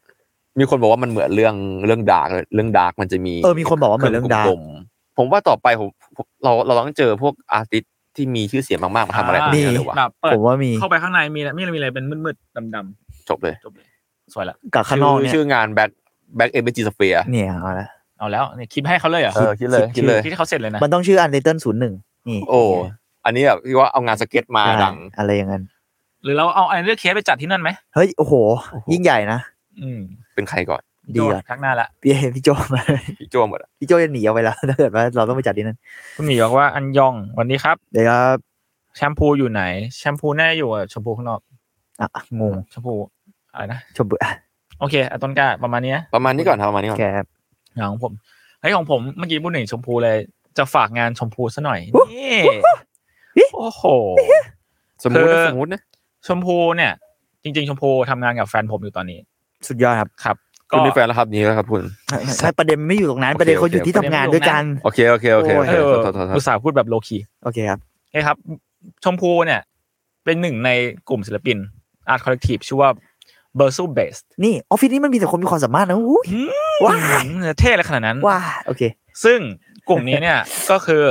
Speaker 3: มีคนบอกว่ามันเหมือนเรื่องเรื่องดาร์กเรื่องดาร์กมันจะมี
Speaker 4: เออมีคนบอกว่าเหมือนเรื่อง Dark
Speaker 3: กลมๆผมว่าต่อไปผมผมเราเราต้องเจอพวกอาร์ติสที่มีชื่อเสียงมากๆมาทำอะไรพวกนี้เลยวะ
Speaker 2: แบบเปิด
Speaker 4: ผมว่ามี
Speaker 2: เข้าไปข้างในมีอะไรมีอะไรมีอะไรเป็นมืดๆดำ
Speaker 3: จบเลย
Speaker 2: ๆจบเลยสวยละ
Speaker 4: กับข้างนอก
Speaker 3: ชื่
Speaker 4: เนี่ย
Speaker 3: ชื่องานแบ็คแบ็คเอเบจีสเฟีย
Speaker 4: เนี่ยเอาละ
Speaker 2: เอาแล้วเนี่ยคลิปให้เขาเลยเหรอ
Speaker 3: เออคิดเลยคิดเลย
Speaker 2: คลิปที่เขาเสร็จเลยนะ
Speaker 4: มันต้องชื่ออันเดอร์ศูนย์หนึ่งนี่
Speaker 3: โอ้ อันนี้แบบที่ว่าเอางานสเก็ตมา
Speaker 4: ใช่
Speaker 3: ดัง
Speaker 4: อะไรอย่างนั้น
Speaker 2: หรือเราเอาไอ้เรื่องเคสไปจัดที่นั่นไหม
Speaker 4: เฮ้ย โอ้โห ยิ่งใหญ่นะ
Speaker 2: อืม
Speaker 3: เป็นใครก่อน
Speaker 4: ดีอะ
Speaker 2: โนทักหน้าละ
Speaker 4: พี่เห็นพี่โจมา [laughs]
Speaker 3: พี่โจหมดอะ
Speaker 4: พี่โจจะหนีเอาไปแล้ว ถ้าเกิดว่าเราต้องไปจัดที่นั่น
Speaker 2: คุณหมีบอกว่าอันยองวันนี้ครับ
Speaker 4: เดี๋ยวก็
Speaker 2: แชมพูอยู่ไหน แชมพูแน่าจะอยู่กับแชมพูข้างนอก
Speaker 4: อ่ะงง
Speaker 2: แชมพูอะไรนะ
Speaker 4: ชมบุอ่ะ
Speaker 2: โอเคอะต้นกล้าประมาณเนี้ย
Speaker 3: ประมาณนี้ก่อนครับประมาณนี้ก่อน
Speaker 4: แก
Speaker 2: อย่างของผมเฮ้ยของผมเมื่อกี้พูดถึงชมพูเลย จะฝากงานชมพูซะหน่อย
Speaker 4: วู้
Speaker 2: นี่
Speaker 4: วู้
Speaker 2: โอ้โห
Speaker 3: สมมติ
Speaker 2: คื
Speaker 3: นะ
Speaker 2: อ
Speaker 3: สมมตินะ
Speaker 2: ชมพูเนี่ย จริง ๆ ชมพูทำงานกับแฟนผมอยู่ตอนนี้
Speaker 4: สุดยอดครับ
Speaker 2: ครับ
Speaker 3: คุณมีแฟนแล้วครับนี่แล้วครับคุณ
Speaker 4: ใช่ประเด็นมันไม่อยู่ตรงนั้น
Speaker 3: โอเค
Speaker 4: ประเด็นเขาอยู่
Speaker 3: โอเค
Speaker 4: ที่ทำงาน
Speaker 2: ประเด็น
Speaker 4: ด้วยกัน
Speaker 3: โอเคโอเคโอเคโอเค
Speaker 2: เออ
Speaker 3: โทษโทษโทษโท
Speaker 2: อุ
Speaker 3: ษ
Speaker 2: ตส่าห์พูดแบบโลคี
Speaker 4: โอเคครับ
Speaker 2: เอ้ยครับ ชมพูเนี่ย เป็นหนึ่งในกลุ่มศิลปินอาร์ตคอลเลกทีฟชื่อว่า b e r s u b a s e
Speaker 4: นี่ออฟฟิศนี้มันมีแต่คนมีความสามารถนะอุ้ยว้า
Speaker 2: เท่เลยขนาดนั้น
Speaker 4: ว้าโอเค
Speaker 2: ซึ่งกลุ่มนี้เนี่ย ก็คือ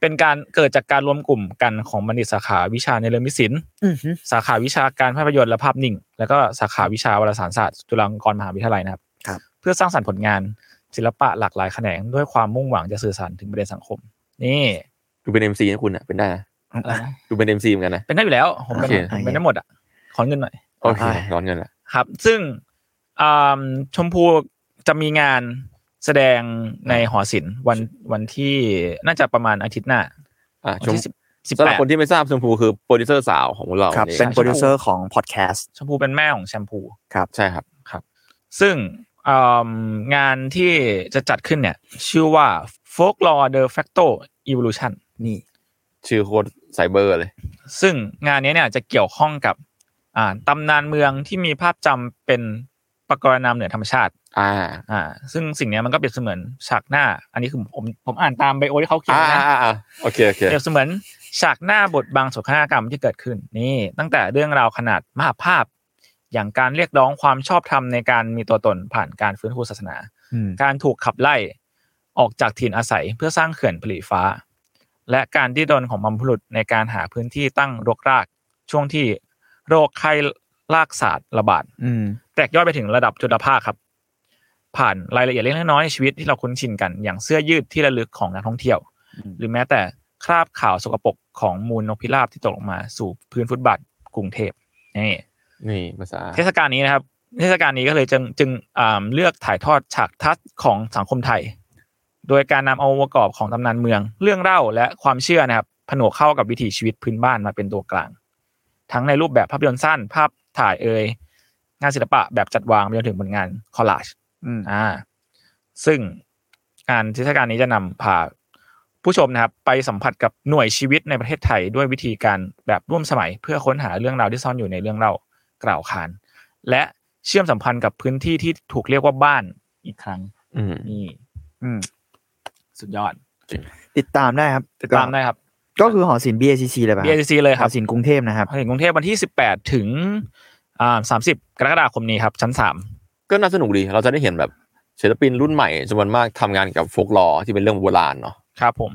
Speaker 2: เป็นการเกิดจากการรวมกลุ่มกันของบัณฑิตสาขาวิชาในเรมิตศิลป์
Speaker 4: อือหือ
Speaker 2: สาขาวิชาการภาพยนตร์และภาพนิ่ง แล้วก็สาขาวิชาวารสารศาสตร์จุฬาลงกรณ์มหาวิทยาลัยนะครับ
Speaker 4: ครับ
Speaker 2: เพื่อสร้างสรรค์ผลงานศิลปะหลากหลายแขนงด้วยความมุ่งหวังจะสื่อสารถึงประเด็นสังคม นี่
Speaker 3: ดูเป็นเอ็มซีนะคุณอ่ะเป็นได้นะ
Speaker 2: อะไรนะ
Speaker 3: ดูเป็นเอ็มซีเหมือนกันนะ
Speaker 2: เป็นได้อยู่แล้ว ผมเป็น
Speaker 3: โอเค
Speaker 2: ผมเป็นได้หมดอ่ะ ขอเงินหน่อย
Speaker 3: โอเค
Speaker 4: อ่า
Speaker 3: ร้อนเงินละ
Speaker 2: ครับ ซึ่งอ่าชมพูจะมีงานแสดงในหอศิลป์วันวันที่น่าจะประมาณอาทิตย์หน้า
Speaker 3: อ่ะ
Speaker 2: วัน
Speaker 3: ชม
Speaker 2: ที่สิบสิบ
Speaker 3: สำห
Speaker 2: แป
Speaker 3: รับ
Speaker 2: ด
Speaker 3: คนที่ไม่ทราบชมพูคือโปรดิวเซอร์สาวของเรา
Speaker 4: ครับ
Speaker 3: ย
Speaker 4: เป็นโปรดิวเซอร์ของพอดแคสต์
Speaker 2: ชมพูเป็นแม่ของแชมพู
Speaker 3: ใช่ครับ
Speaker 2: ซึ่งอืมงานที่จะจัดขึ้นเนี่ย ชื่อว่า Folklore de facto evolution
Speaker 4: นี่
Speaker 3: ชื่อโคตรไซเบอร์เลย
Speaker 2: ซึ่งงานนี้เนี่ยจะเกี่ยวข้องกับอ่าตำนานเมืองที่มีภาพจำเป็นประกรณามเหนือธรรมชาติ
Speaker 3: อ่า
Speaker 2: อ่าซึ่งสิ่งเนี้ยมันก็เปรียบเสมือนฉากหน้า อันนี้คือผมผมอ่านตามไบโอที่เขาเขียน
Speaker 3: อ่า
Speaker 2: นะ
Speaker 3: อ่าอ่าโอเคโอเค
Speaker 2: เปรียบเสมือนฉากหน้าบทบางโศกนาฏกรรมที่เกิดขึ้นนี่ ตั้งแต่เรื่องราวขนาดมหาภาพ อย่างการเรียกร้องความชอบธรรมในการมีตัวตนผ่านการฟื้นฟูศาสนา
Speaker 4: อืม
Speaker 2: การถูกขับไล่ออกจากถิ่นอาศัยเพื่อสร้างเขื่อนผลิตฟ้า และการดิ้นรนของบรรพบุรุษในการหาพื้นที่ตั้งรกราก ช่วงที่โรคไข้ลากศาสตร์ระบาด
Speaker 4: อืม
Speaker 2: แตกย่อยไปถึงระดับจุลภาคครับ ผ่านรายละเอียดเล็กๆน้อยๆในชีวิตที่เราคุ้นชินกัน อย่างเสื้อยืดที่ระลึกของนักท่องเที่ยว หรือแม้แต่คราบข่าวสกปรกของมูลนกพิราบที่ตกลงมาสู่พื้นฟุตบาทกรุงเทพนี่
Speaker 3: นี่ภาษา
Speaker 2: เทศกาลนี้นะครับ เทศกาลนี้ก็เลยจึงจึงอ่าเลือกถ่ายทอดฉากทัศน์ของสังคมไทย โดยการนำเอาองค์ประกอบของตำนานเมือง เรื่องเล่าและความเชื่อนะครับผนวกเข้ากับวิถีชีวิตพื้นบ้านมาเป็นตัวกลาง ทั้งในรูปแบบภาพยนตร์สั้น ภาพถ่ายเอ่ยงานศิลปะแบบจัดวางไปจนถึงผลงานคอลลาจ
Speaker 4: อืม
Speaker 2: อ่าซึ่งงานเทศกาลนี้จะนำพาผู้ชมนะครับ ไปสัมผัสกับหน่วยชีวิตในประเทศไทยด้วยวิธีการแบบร่วมสมัย เพื่อค้นหาเรื่องราวที่ซ่อนอยู่ในเรื่องเล่ากล่าวขาน และเชื่อมสัมพันธ์กับพื้นที่ที่ถูกเรียกว่าบ้านอีกครั้ง
Speaker 3: อืม
Speaker 2: นี่
Speaker 4: อืม
Speaker 2: สุดยอด
Speaker 4: ติดตามได้ครับ
Speaker 2: ติดตามได้ครับ
Speaker 4: ก็คือหอศิลป์ BACC เลยป่ะครับ
Speaker 2: BICC เลยค
Speaker 4: ห
Speaker 2: รั
Speaker 4: อบ ศิลป์กรุงเทพนะครับ
Speaker 2: ถึงกรุงเทพวันที่ 18 ถึงอ่า30 กรกฎาคมนี้ครับ ชั้น
Speaker 3: ก็น่าสนุกดี เราจะได้เห็นแบบศิลปินรุ่นใหม่จำนวนมากทำงานกับโฟกลอที่เป็นเรื่องโบราณเนาะ
Speaker 2: 3 ครับผม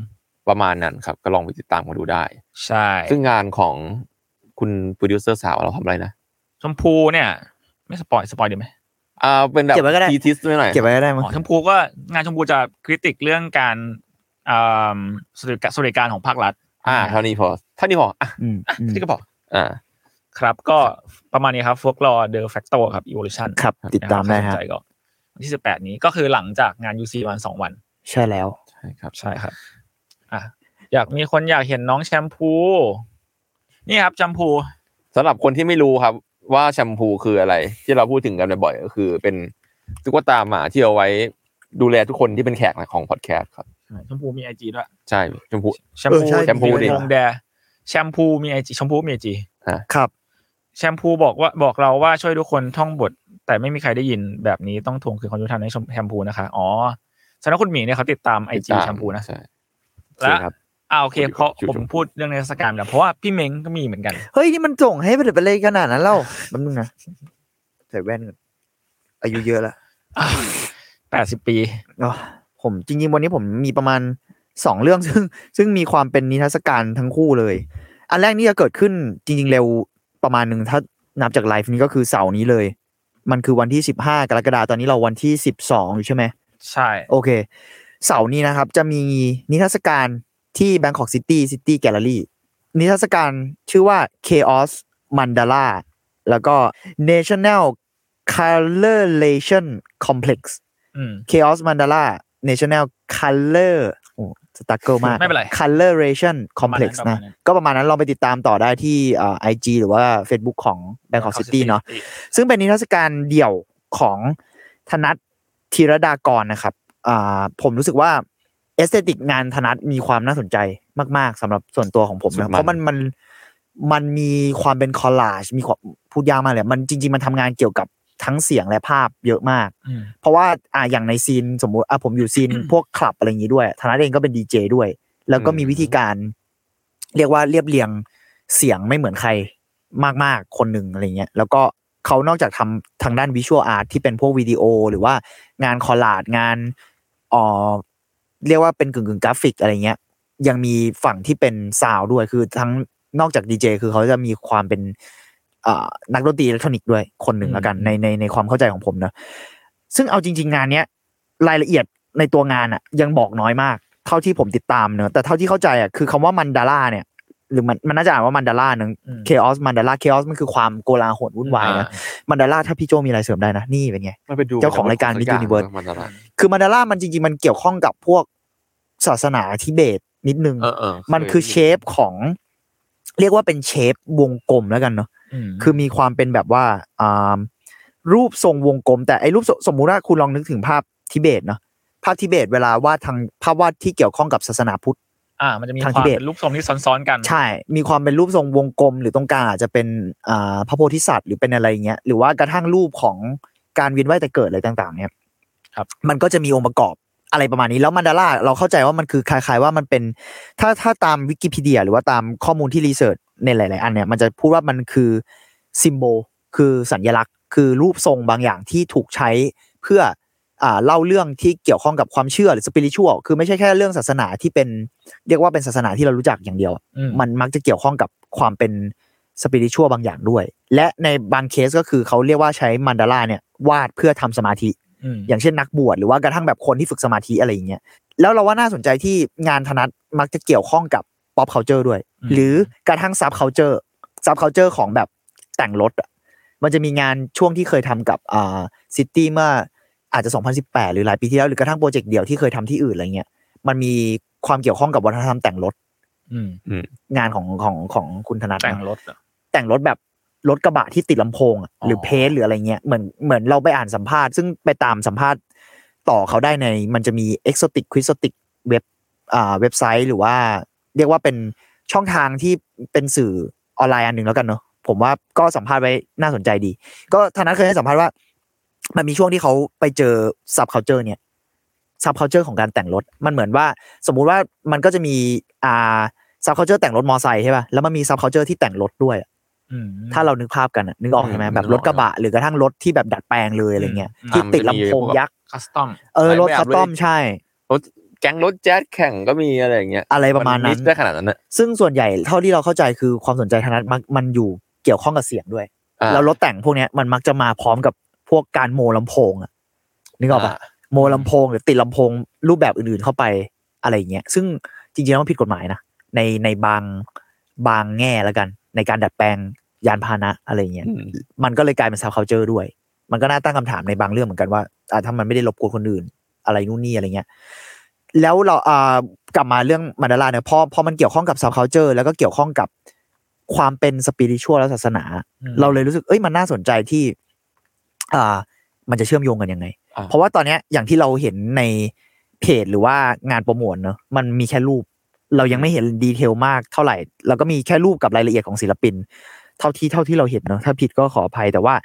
Speaker 3: ประมาณนั้นครับ ก็ลองไปติดตามกันดูได้
Speaker 2: ใช่
Speaker 3: ซึ่งงานของคุณโปรดิวเซอร์สาวเราทำอะไรนะ
Speaker 2: ชมพูเนี่ย ไม่สปอยสปอยดีไหม
Speaker 3: อ่าเป็นแบบ
Speaker 4: เก็บไว้ก็ได้
Speaker 3: ทีทิสหน่อย
Speaker 4: เก็บไว้ก็ได้มั้ง
Speaker 2: อ๋อชมพูก็งานชมพูจะคริติกเรื่องการอ่าสวัสดิการสวัสดิการของภาครัฐ
Speaker 3: อ่าเท่านี้พอเท่านี้พออ่ะ
Speaker 4: อืมอืม
Speaker 3: ที่ก็พออ่า
Speaker 2: ครับ ก็ประมาณนี้ครับฟกรอเดอ f แฟ t o ครับ evolution
Speaker 4: ครับติดตามได้
Speaker 2: นะ
Speaker 4: ค
Speaker 2: ค
Speaker 4: รั
Speaker 2: รับบ สนใจก็วันที่ 18 นี้ก็คือหลังจากงาน UC วันสองวัน
Speaker 4: ใช่แล้ว
Speaker 3: ใช่ครับ
Speaker 2: ใช่ครับอ่ะอยากมีคนอยากเห็นน้องแชมพู นี่ครับแชมพู
Speaker 3: สำหรับคนที่ไม่รู้ครับ ว่าแชมพูคืออะไร ที่เราพูดถึงกันบ่อยๆก็คือ เป็นตุ๊กตาหมาที่เอาไว้ดูแลทุกคนที่เป็นแขกของพอดแคสต์ครับ
Speaker 2: ชมพูมีไอจีด้วย
Speaker 3: ใช่ชมพู
Speaker 2: แชม
Speaker 4: เออ
Speaker 2: พู
Speaker 4: ใช่
Speaker 3: แชมพูดิ
Speaker 2: วงแดแชมพูมีไอจีแชมพูมีไอจี
Speaker 4: ครับ
Speaker 2: แชมพูบอกว่าบอกเราว่าช่วยทุกคนท่องบท แต่ไม่มีใครได้ยินแบบนี้ต้องทวงคืนความยุติธรรมให้แชมพูนะคะอ๋อสำนักคุณหมีเนี่ยเขาติดตามไอจี
Speaker 3: ติดตา
Speaker 2: แชมพูนะ
Speaker 3: ใช่
Speaker 2: แล้
Speaker 3: ใช่
Speaker 2: ว
Speaker 3: ครับ
Speaker 2: อ่าโอเคเพราะ
Speaker 3: ชื่อ
Speaker 2: ผม
Speaker 3: ชมพู
Speaker 2: พูดเรื่องในเทรรศกาลนะเพราะว่าพี่เม้งก็มีเหมือนกัน
Speaker 4: เฮ้ย นี่มันส่งให้เป็นเลยขนาดนั้นเล่าแป๊บนึงนะใส่แว่นก่อนอายุเยอะละ
Speaker 2: แปดสิบปี
Speaker 4: อ๋อผมจริงๆ วันนี้ผมมีประมาณสองเรื่อง [laughs] ซึ่ง ซึ่งมีความเป็นนิทรรศการทั้งคู่เลย อันแรกนี่จะเกิดขึ้นจริง ๆ เร็วประมาณหนึ่งถ้านับจากไลฟ์นี้ก็คือเสาร์นี้เลย มันคือวันที่สิบห้ากรกฎาคมตอนนี้เราวันที่สิบสองอยู่ใช่ไหม
Speaker 2: ใช่
Speaker 4: โอเค เสาร์นี้นะครับ จะมีนิทรรศการที่ Bangkok City City Gallery นิทรรศการชื่อว่า Chaos Mandala แล้วก็ National Coloration Complex
Speaker 2: อืม
Speaker 4: Chaos Mandala National Color โอ้สตั๊กเกิลมาก
Speaker 2: ไม่เป็นไร
Speaker 4: Coloration
Speaker 2: ประมาณนั้
Speaker 4: Complex
Speaker 2: น
Speaker 4: นะ ก็ประมาณนั้นลองไปติดตามต่อได้ที่ไอจีหรือว่า Facebook ของ Bangkok City เนาะ ซึ่งเป็นนิทรรศการเดี่ยวของธนัทธีรดากรนะครับอ่าผมรู้สึกว่าเอสเตติกงานธนัทมีความน่าสนใจมาก ๆสำหรับส่วนตัวของผม
Speaker 3: สุดมั
Speaker 4: นะ
Speaker 3: น
Speaker 4: เพราะมันมันมันมีความเป็นคอลลาจมีความพูดยากมากเลยมันจริง ๆ มันทำงานเกี่ยวกับทั้งเสียงและภาพเยอะมาก
Speaker 2: อืม
Speaker 4: เพราะว่าอ่าอย่างในซีนสมมุติอ่ะผมอยู่
Speaker 3: [coughs]
Speaker 4: ซีน พวกคลับอะไรอย่างนี้ด้วยธนัทเองก็เป็นดีเจด้วย แล้วก็มี
Speaker 3: อืม
Speaker 4: วิธีการ เรียกว่าเรียบเรียงเสียงไม่เหมือนใครมาก ๆ คนหนึ่งอะไรเงี้ยแล้วก็เขานอกจากทำทางด้านวิชวลอาร์ตที่เป็นพวกวิดีโอ หรือว่างานคอลลาดงานเอ่อเรียกว่าเป็นกึ่งกึ่งๆกราฟิกอะไรเงี้ย ยังมีฝั่งที่เป็นซาวด์ด้วยคือทั้งนอกจากดีเจคือเขาจะมีความเป็นเอ่อนักดนตรีอิเล็กทรอนิกส์ด้วยคนหนึ่งแล้วกันในในในความเข้าใจของผมนะ ซึ่งเอาจริง ๆ งานเนี้ยรายละเอียดในตัวงานอะยังบอกน้อยมาก เท่าที่ผมติดตามเนอะแต่เท่าที่เข้าใจอะคือคำว่ามันดาร่าเนี่ย หรือมันมันน่าจะอ่านว่ามันดาร่าเนอะ
Speaker 2: อืม
Speaker 4: chaos มันดาร่า chaos มันคือความโกลาหลวุ่นวายนะมันดาร่าถ้าพี่โจมีอะไรเสริมได้นะนี่เป็นไง
Speaker 3: ไม่ไปดู
Speaker 4: เจ้าของรายการ Miss
Speaker 3: สัง
Speaker 4: Universe
Speaker 3: มันอะไร
Speaker 4: คือมันดาร่ามันจริง ๆ มันเกี่ยวข้องกับพวกศาสนาทิเบตนิดนึง
Speaker 3: เออเออ
Speaker 4: มันคือเชฟของ เรียกว่าเป็นเชฟวงกลมแล้วกันเนอะ
Speaker 2: ม
Speaker 4: คือมีความเป็นแบบว่าอ่ารูปทรงวงกลม แต่ไอ้รูปทรงสมมุติว่าคุณลองนึกถึงภาพทิเบตเนาะภาพทิเบตเวลาวาดทางภาพวาดที่เกี่ยวข้องกับศาสนาพุทธ
Speaker 2: อ่า มันจะมีค
Speaker 4: ทาง
Speaker 2: วาม
Speaker 4: ทิเบต
Speaker 2: เป็นรูปทรงที่ซ้อนๆกัน
Speaker 4: ใช่ มีความเป็นรูปทรงวงกลม หรือตรงกลางอาจจะเป็นอ่าพระโพธิสัตว์หรือเป็นอะไรอย่างเงี้ยหรือว่ากระทั่งรูปของการเวียนว่ายแต่เกิดอะไรต่าง ๆ เนี่ย
Speaker 2: ครับ
Speaker 4: มันก็จะมีองค์ประกอบอะไรประมาณนี้แล้วมันดาร่าเราเข้าใจว่ามันคือคล้ายๆว่ามันเป็นถ้าถ้าตามวิกิพีเดีย หรือว่าตามข้อมูลที่รีเสิร์ชในหลาย ๆ อันเนี่ยมันจะพูดว่ามันคือซิมโบลคือสัญลักษณ์ คือรูปทรงบางอย่างที่ถูกใช้เพื่อ อ่าเล่าเรื่องที่เกี่ยวข้องกับความเชื่อหรือสปิริชวลคือไม่ใช่แค่เรื่องศาสนาที่เป็นเรียกว่าเป็นศาสนาที่เรารู้จักอย่างเดียว
Speaker 2: อืม
Speaker 4: มันมักจะเกี่ยวข้องกับความเป็นสปิริชวลบางอย่างด้วย และในบางเคสก็คือเขาเรียกว่าใช้มันดาราเนี่ยวาดเพื่อทำสมาธิ
Speaker 2: อืม
Speaker 4: อย่างเช่นนักบวชหรือว่ากระทั่งแบบคนที่ฝึกสมาธิอะไรอย่างเงี้ยแล้วเราว่าน่าสนใจที่งานธนัตมักจะเกี่ยวข้องกับ pop culture ด้วย หรือกระทั่ง sub culture sub culture ของแบบแต่งรถอะมันจะมีงานช่วงที่เคยทำกับอ่าซิตี้เมื่ออาจจะ 2018 หรือหลายปีที่แล้ว หรือกระทั่งโปรเจกต์เดียวที่เคยทำที่อื่นอะไรเงี้ยมันมีความเกี่ยวข้องกับวัฒนธรรมแต่งรถ
Speaker 2: อืม
Speaker 4: งานของของของคุณธนัท
Speaker 2: แต่ง
Speaker 4: นะ
Speaker 2: รถเหรอ
Speaker 4: แต่งรถแบบรถกระบะที่ติดลำโพงอะ
Speaker 2: อ๋อ
Speaker 4: หรือเพจหรืออะไรเงี้ยเหมือนเหมือนเราไปอ่านสัมภาษณ์ซึ่งไปตามสัมภาษณ์ต่อเขาได้ในมันจะมี exotic q u i z o t i c เว็บอ่าเว็บไซต์หรือว่า เรียกว่าเป็นช่องทางที่เป็นสื่อออนไลน์อันหนึ่งแล้วกันเนอะผมว่าก็สัมภาษณ์ไว้น่าสนใจดี ก็ธนัทเคยให้สัมภาษณ์ว่า มันมีช่วงที่เขาไปเจอ sub culture เนี่ย sub culture ของการแต่งรถ มันเหมือนว่า สมมุติว่ามันก็จะมีอ่า sub culture แต่งรถมอไซค์ใช่ป่ะแล้วมันมี sub culture ที่แต่งรถด้วย
Speaker 2: อืม
Speaker 4: ถ้าเรานึกภาพกันอะนึกออกใช่ไหม
Speaker 3: อืม
Speaker 4: แบบ
Speaker 3: นึ
Speaker 4: ร
Speaker 3: กออ
Speaker 4: ถ
Speaker 3: ก
Speaker 4: กระบะ หรือกระทั่งรถที่แบบดัดแปลงเลยอะไรเงี้ย
Speaker 2: อืม
Speaker 4: ที่
Speaker 3: อ่า
Speaker 4: ติด
Speaker 3: มันจะมี
Speaker 4: ลำโพง
Speaker 3: พวก
Speaker 4: ยักษ์
Speaker 2: คัสตอม
Speaker 4: เอ
Speaker 3: ห
Speaker 4: อ
Speaker 3: ลาย
Speaker 4: รถ
Speaker 3: แบบ
Speaker 4: คัสตอม
Speaker 3: ด้วย
Speaker 4: ใช่
Speaker 3: แก๊งรถแจ๊สแข่งก็มีอะไรอย่างเงี้ย
Speaker 4: อะไรประมาณ
Speaker 3: มั
Speaker 4: นั้น
Speaker 3: มิกซ์ได้ขนาดนั้นนะ
Speaker 4: ซึ่งส่วนใหญ่เท่าที่เราเข้าใจคือความสนใจทางนั้นมันมันอยู่เกี่ยวข้องกับเสียงด้วย
Speaker 3: อ่า
Speaker 4: แล้วรถแต่งพวกเนี้ยมันมักจะมาพร้อมกับพวกการโมลำโพงอะนึกออกปะ
Speaker 3: อ่า
Speaker 4: โมลำโพงหรือติดลำโพงรูปแบบอื่นๆเข้าไปอะไรอย่างเงี้ยซึ่งจริงๆแล้วมันผิดกฎหมายนะในในบางบางแง่แล้วกัน ในการดัดแปลงยานพาหนะอะไรอย่างเงี้ย
Speaker 3: อืม
Speaker 4: มันก็เลยกลายเป็นซาวเคาเจอร์ด้วย มันก็น่าตั้งคำถามในบางเรื่องเหมือนกันว่าอ่ะถ้ามันไม่ได้รบกวนคนอื่น อะไรนู่นนี่อะไรเงี้ย แล้วเราอ่ากลับมาเรื่องมันดาราเนี่ยพอพอมันเกี่ยวข้องกับซาวเคาเจอร์แล้วก็เกี่ยวข้องกับ ความเป็นสปิริชวลและศาสนา
Speaker 2: อืม
Speaker 4: เราเลยรู้สึก เอ้ย มันน่าสนใจที่ อ่า มันจะเชื่อมโยงกันยังไง
Speaker 3: อ่า
Speaker 4: เพราะว่าตอนเนี้ยอย่างที่เราเห็นในเพจหรือว่างานโปรโมทเนอะมันมีแค่รูป เรายังไม่เห็นดีเทลมากเท่าไหร่ เราก็มีแค่รูปกับรายละเอียดของศิลปิน เท่าที่เท่าที่เราเห็นเนอะถ้าผิดก็ขออภัยแต่ว่า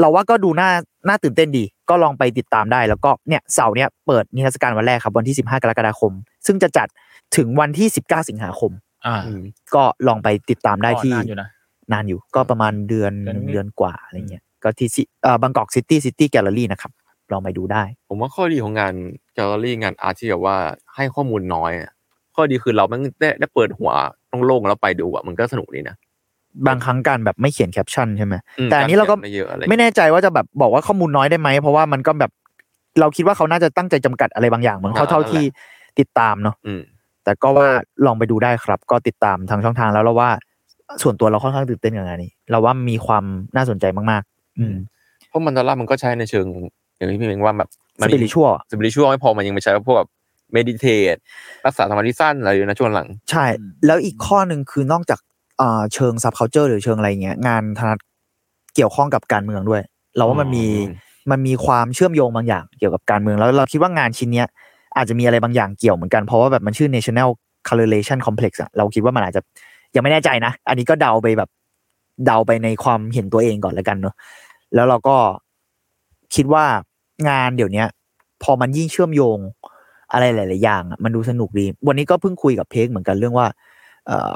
Speaker 4: เราว่าก็ดูน่าน่าตื่นเต้นดี ก็ลองไปติดตามได้ แล้วก็เนี่ยเสาร์เนี่ยเปิดนิทรรศการวันแรกครับวันที่ 15 กรกฎาคม ซึ่งจะจัดถึงวันที่ 19 สิงหาคม
Speaker 2: อ่า
Speaker 3: อืม
Speaker 4: ก็ลองไปติดตามได้ที่
Speaker 2: ก็นานอยู่นะ
Speaker 4: นานอยู่ก็ประมาณเดือน
Speaker 2: เดือน
Speaker 4: หนึ่ง
Speaker 2: นิด
Speaker 4: เดือนกว่าอะไรเงี้ยก็ที่ซิเอ่อบางกอกซิตี้ซิตี้แกลเลอรี่นะครับ ลองไปดูได้
Speaker 3: ผมว่าข้อดีของงานแกลเลอรี่งานอาร์ตที่แบบว่าให้ข้อมูลน้อยอะข้อดีคือเราแม่งได้ได้เปิดหัวโล่งๆแล้วไปดูอ่ะมันก็สนุกดีนะ
Speaker 4: บางครั้งการแบบไม่เขียนแคปชั่นใช่ไหม
Speaker 3: ม
Speaker 4: แต่อันนี้เราก็
Speaker 3: ไม่เยอะอะไร
Speaker 4: ไม่แน่ใจว่าจะแบบบอกว่าข้อมูลน้อยได้ไหม เพราะว่ามันก็แบบเราคิดว่าเขาน่าจะตั้งใจจำกัดอะไรบางอย่างเหมือนเขาเท่าที่ติดตามเนาะ
Speaker 3: อืม
Speaker 4: แต่ก็ว่าลองไปดูได้ครับ ก็ติดตามทางช่องทางแล้วเราว่าส่วนตัวเราค่อนข้างตื่นเต้นกับงานนี้ เราว่ามีความน่าสนใจมากๆ อืม
Speaker 3: เพราะมันดอลลาร์มันก็ใช้ในเชิง อย่างที่พี่เมงว่าแบบ
Speaker 4: สปิริชั่ว
Speaker 3: สปิริชั่วไม่พอมันยังไปใช้พวกแบบเมดิเทตรักษาสมาธิสั้นอะไรอยู่นะช่วงหลัง
Speaker 4: ใช่ แล้วอีกข้อหนึ่งคือนอกจากอ่าเชิง subculture หรือเชิงอะไรเงี้ย งานธนัดเกี่ยวข้องกับการเมืองด้วย เราว่ามันมี
Speaker 3: อืม
Speaker 4: มันมีความเชื่อมโยงบางอย่างเกี่ยวกับการเมือง แล้วเราคิดว่างานชิ้นเนี้ยอาจจะมีอะไรบางอย่างเกี่ยวเหมือนกัน เพราะว่าแบบมันชื่อ national correlation complex อะเราคิดว่ามันอาจจะยังไม่แน่ใจนะ อันนี้ก็เดาไปแบบเดาไปในความเห็นตัวเองก่อนแล้วกันเนอะแล้วเราก็คิดว่างานเดี๋ยวเนี้ย พอมันยิ่งเชื่อมโยงอะไรหลาย ๆ อย่างอะมันดูสนุกดี วันนี้ก็เพิ่งคุยกับเพกเหมือนกันเรื่องว่า เออ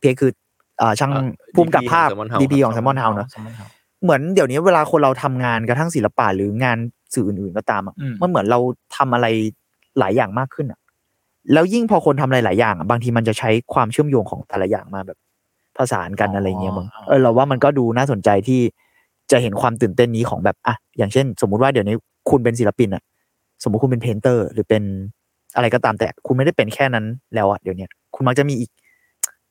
Speaker 4: เพกคือเอ่อช่าง
Speaker 3: เอ่อ
Speaker 4: ภูมิกับ
Speaker 3: DP
Speaker 4: ภาพ
Speaker 3: ของ Salmon House
Speaker 4: ดีพี
Speaker 3: ครับ
Speaker 4: ของแซมมอนเฮาเนอะ
Speaker 2: แซลมอนเฮาส์
Speaker 4: เหมือนเดี๋ยวนี้เวลาคนเราทำงานกระทั่งศิลปะหรืองานสื่ออื่น ๆ ก็ตามอ่ะ
Speaker 2: อืม
Speaker 4: มันเหมือนเราทำอะไรหลายอย่างมากขึ้นอ่ะ แล้วยิ่งพอคนทำอะไรหลายอย่างอะบางทีมันจะใช้ความเชื่อมโยงของแต่ละอย่างมาแบบผสานกันอะไรเงี้ยมึงเออเราว่ามันก็ดูน่าสนใจที่จะเห็นความตื่นเต้นนี้ของแบบอ่ะอย่างเช่น สมมุติว่าเดี๋ยวนี้คุณเป็นศิลปินอ่ะ สมมุติคุณเป็นเพนเตอร์ หรือเป็นอะไรก็ตามแต่คุณไม่ได้เป็นแค่นั้นแล้วอ่ะเดี๋ยวเนี้ยคุณมักจะมีอีก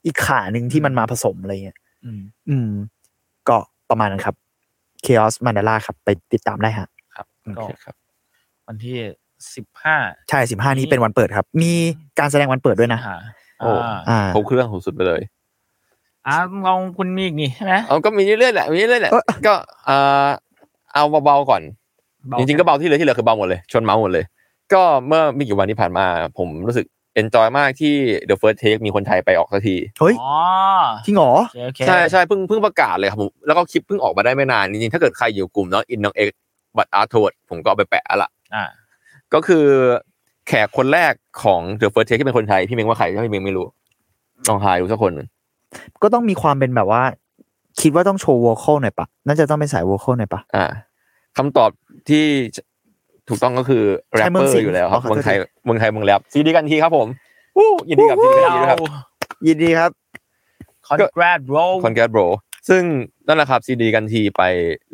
Speaker 4: อีกขาหนึ่งที่มันมาผสมอะไรเงี้ย
Speaker 2: อืม
Speaker 4: อืม ก็ประมาณนั้นครับ Chaos Mandala ครับ ไปติดตามได้ฮะ
Speaker 2: ครับ
Speaker 4: โอเค
Speaker 2: ก็วันที่สิบห้า
Speaker 4: ใช่สิบห้านี้
Speaker 2: นี่
Speaker 4: เป็นวันเปิดครับ มีการแสดงวันเปิดด้วยนะ
Speaker 3: โอ้
Speaker 2: อ่า
Speaker 4: อ่า
Speaker 3: ครบเครื่องสุดๆไปเลย
Speaker 2: อ่าลองคุณมีอีกนี่ใช่ไหม
Speaker 3: เอาก็มีเรื่อยๆแหละมีเรื่อยๆแหละก็เอ่อเอาเบาๆก่อน จริงๆก็เบาที่เหลือที่เหลือคือเบาหมดเลย ชวนเมาหมดเลย ก็เมื่อไม่กี่วันที่ผ่านมา ผมรู้สึกเอนจอยมากที่ The First Take มีคนไทยไปออกสักที
Speaker 4: เฮ้ย
Speaker 2: อ๋อ
Speaker 4: จริงเหรอ
Speaker 2: โอเคโอเค
Speaker 3: ใช่ใช่เพิ่งเพิ่งประกาศเลยครับผมแล้วก็คลิปเพิ่งออกมาได้ไม่นานจริงๆถ้าเกิดใครอยู่กลุ่มน้องอินน้องเอ็กบัตอาร์ทวดผมก็เอาไปแปะอะละ
Speaker 2: อ่า
Speaker 3: ก็คือแขกคนแรกของ The First Take ที่เป็นคนไทย พี่เมงว่าใครถ้าพี่เมงไม่รู้ลองหายดูสักคนหนึ่ง
Speaker 4: ก็ต้องมีความเป็นแบบว่า คิดว่าต้องโชว์วอลคอลหน่อยปะน่าจะต้องเป็นสายวอลคอลหน่อยปะ
Speaker 3: อ่าคำตอบที่ถูกต้องก็คือแรป
Speaker 4: ใช่เมื
Speaker 3: เปอ
Speaker 4: องสิ
Speaker 3: ร์
Speaker 4: งห์
Speaker 3: อยู่แล้วครับ
Speaker 4: อ๋อขอ
Speaker 3: เมื
Speaker 4: โทษ
Speaker 3: องไทยเมืองไทยเมืองแรปซีดีกันทีครับผมวู้ยินดีกับซีดีกันทีด้วยครับ
Speaker 4: ยินดีครับ
Speaker 2: คอนแกรดโร
Speaker 3: คอนแกรสโบรซึ่งนั่นแหละครับซีดีกันทีไป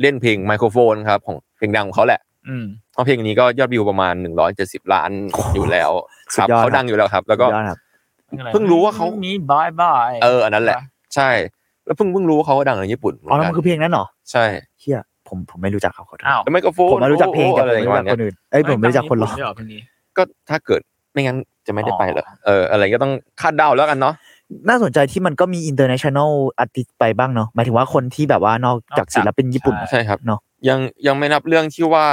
Speaker 3: เล่นเพลงไมโครโฟนครับของเพลงดังของเขาแหละ
Speaker 2: อืม
Speaker 3: เพราะเพลงนี้ก็ยอดวิวประมาณ 170 ล้านอยู่แล้ว
Speaker 4: สุ
Speaker 3: ค
Speaker 4: ด
Speaker 3: รับ
Speaker 4: ยอด
Speaker 3: เขาดังอยู่แล้วครับ แล้วก็
Speaker 4: สุดยอดครับ
Speaker 3: เพิ่งรู้ว่าเขา
Speaker 2: มีบายบาย
Speaker 3: เอออันนั้นแหละ ใช่ แล้วเพิ่งเพิ่งรู้ว่าเขาดังในญี่ปุ่นเหมื
Speaker 4: อ๋อ
Speaker 3: อน
Speaker 4: แล้ว
Speaker 3: กั
Speaker 4: มัน นคือเพลงนั้นเหรอ
Speaker 3: ใช่
Speaker 4: เฮียผมผมไม่รู้จักเขาขอโทษ
Speaker 2: อ้าว
Speaker 3: แล้วไมโครโฟน
Speaker 4: ผมมารู้จักเพลงแต่
Speaker 3: โอ้อะ
Speaker 4: ผ
Speaker 3: ไร
Speaker 4: ม
Speaker 3: อ
Speaker 4: ไม่
Speaker 3: ย่าง
Speaker 4: รู้จั
Speaker 3: เงี้ย
Speaker 4: กคนอื่นเอ้ยผมไม่รู้จักคนหรอก
Speaker 2: ไม่ตั้งญี่ปุ่นด้วยเคนนี้
Speaker 3: ก็ถ้าเกิดไม่งั้นจะไม่ได้ไปเหรอ
Speaker 2: อ๋อ
Speaker 3: เอออะไรก็ต้องคาดเดาแล้วกันเนาะ
Speaker 4: น่าสนใจที่มันก็มี international artist ไปบ้างเนาะหมายถึงว่าคนที่แบบว่านอกจากศิลปินญี่ปุ่น
Speaker 3: ใช่ครับ
Speaker 4: เนอะ
Speaker 3: ยังยังไม่นับเรื่องที่ว่า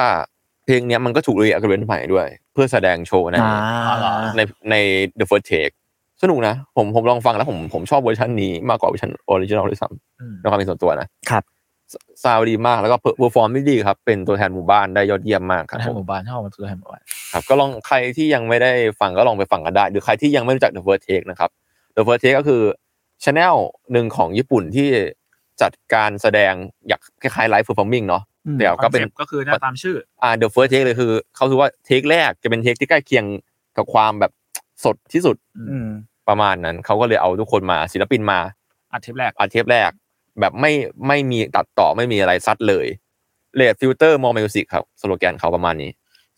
Speaker 3: เพลงเนี้ยมันก็ถูกรีอักเรนใหม่ด้วย เพื่อแสดงโชว์ใน
Speaker 4: อ่า
Speaker 3: ในใน The First Take สนุกนะ ผมผมลองฟังแล้วผมผมชอบเวอร์ชันนี้มากกว่าเวอร์ชันออริจินอลด้วยซ้
Speaker 2: อืม
Speaker 3: ำในความเป็นส่วนตัวนะครับ ซาวดีมากแล้วก็เพอร์ฟอร์มได้ดีครับ เป็นตัวแทนหมู่บ้านได้ยอดเยี่ยมมากครับ
Speaker 2: ทา
Speaker 3: ผ
Speaker 2: งห
Speaker 3: ม
Speaker 2: มู่บ้านชอบมาซื้อให้หมู่บ้าน
Speaker 3: ครับก็ลองใครที่ยังไม่ได้ฟังก็ลองไปฟังกันได้ หรือใครที่ยังไม่รู้จัก The First Take นะครับ The First Take ก็คือช n e l หนึ่งของญี่ปุ่นที่จัดการแสดงอยากคล้ายๆไลฟ์เพอร์ฟอร์มิงเนาะ
Speaker 4: อืม
Speaker 3: แต่ก็เป็น
Speaker 2: คอซต์ก็คือหน้าตามชื่อ
Speaker 3: อ่า The First Take เลยคือเขาคือว่าเทคแรกจะเป็นเทคที่ใกล้เคียงกับความแบบสดที่สุด
Speaker 4: อืม
Speaker 3: ประมาณนั้นเขาก็เลยเอาทุกคนมาศิลปินมา
Speaker 2: อัดเทปแรก
Speaker 3: อัดเทปแรก แบบไม่ไม่มีตัดต่อไม่มีอะไรซัดเลยเลดฟิลเตอร์มอมิวสิกครับสโลแกนเขาประมาณนี้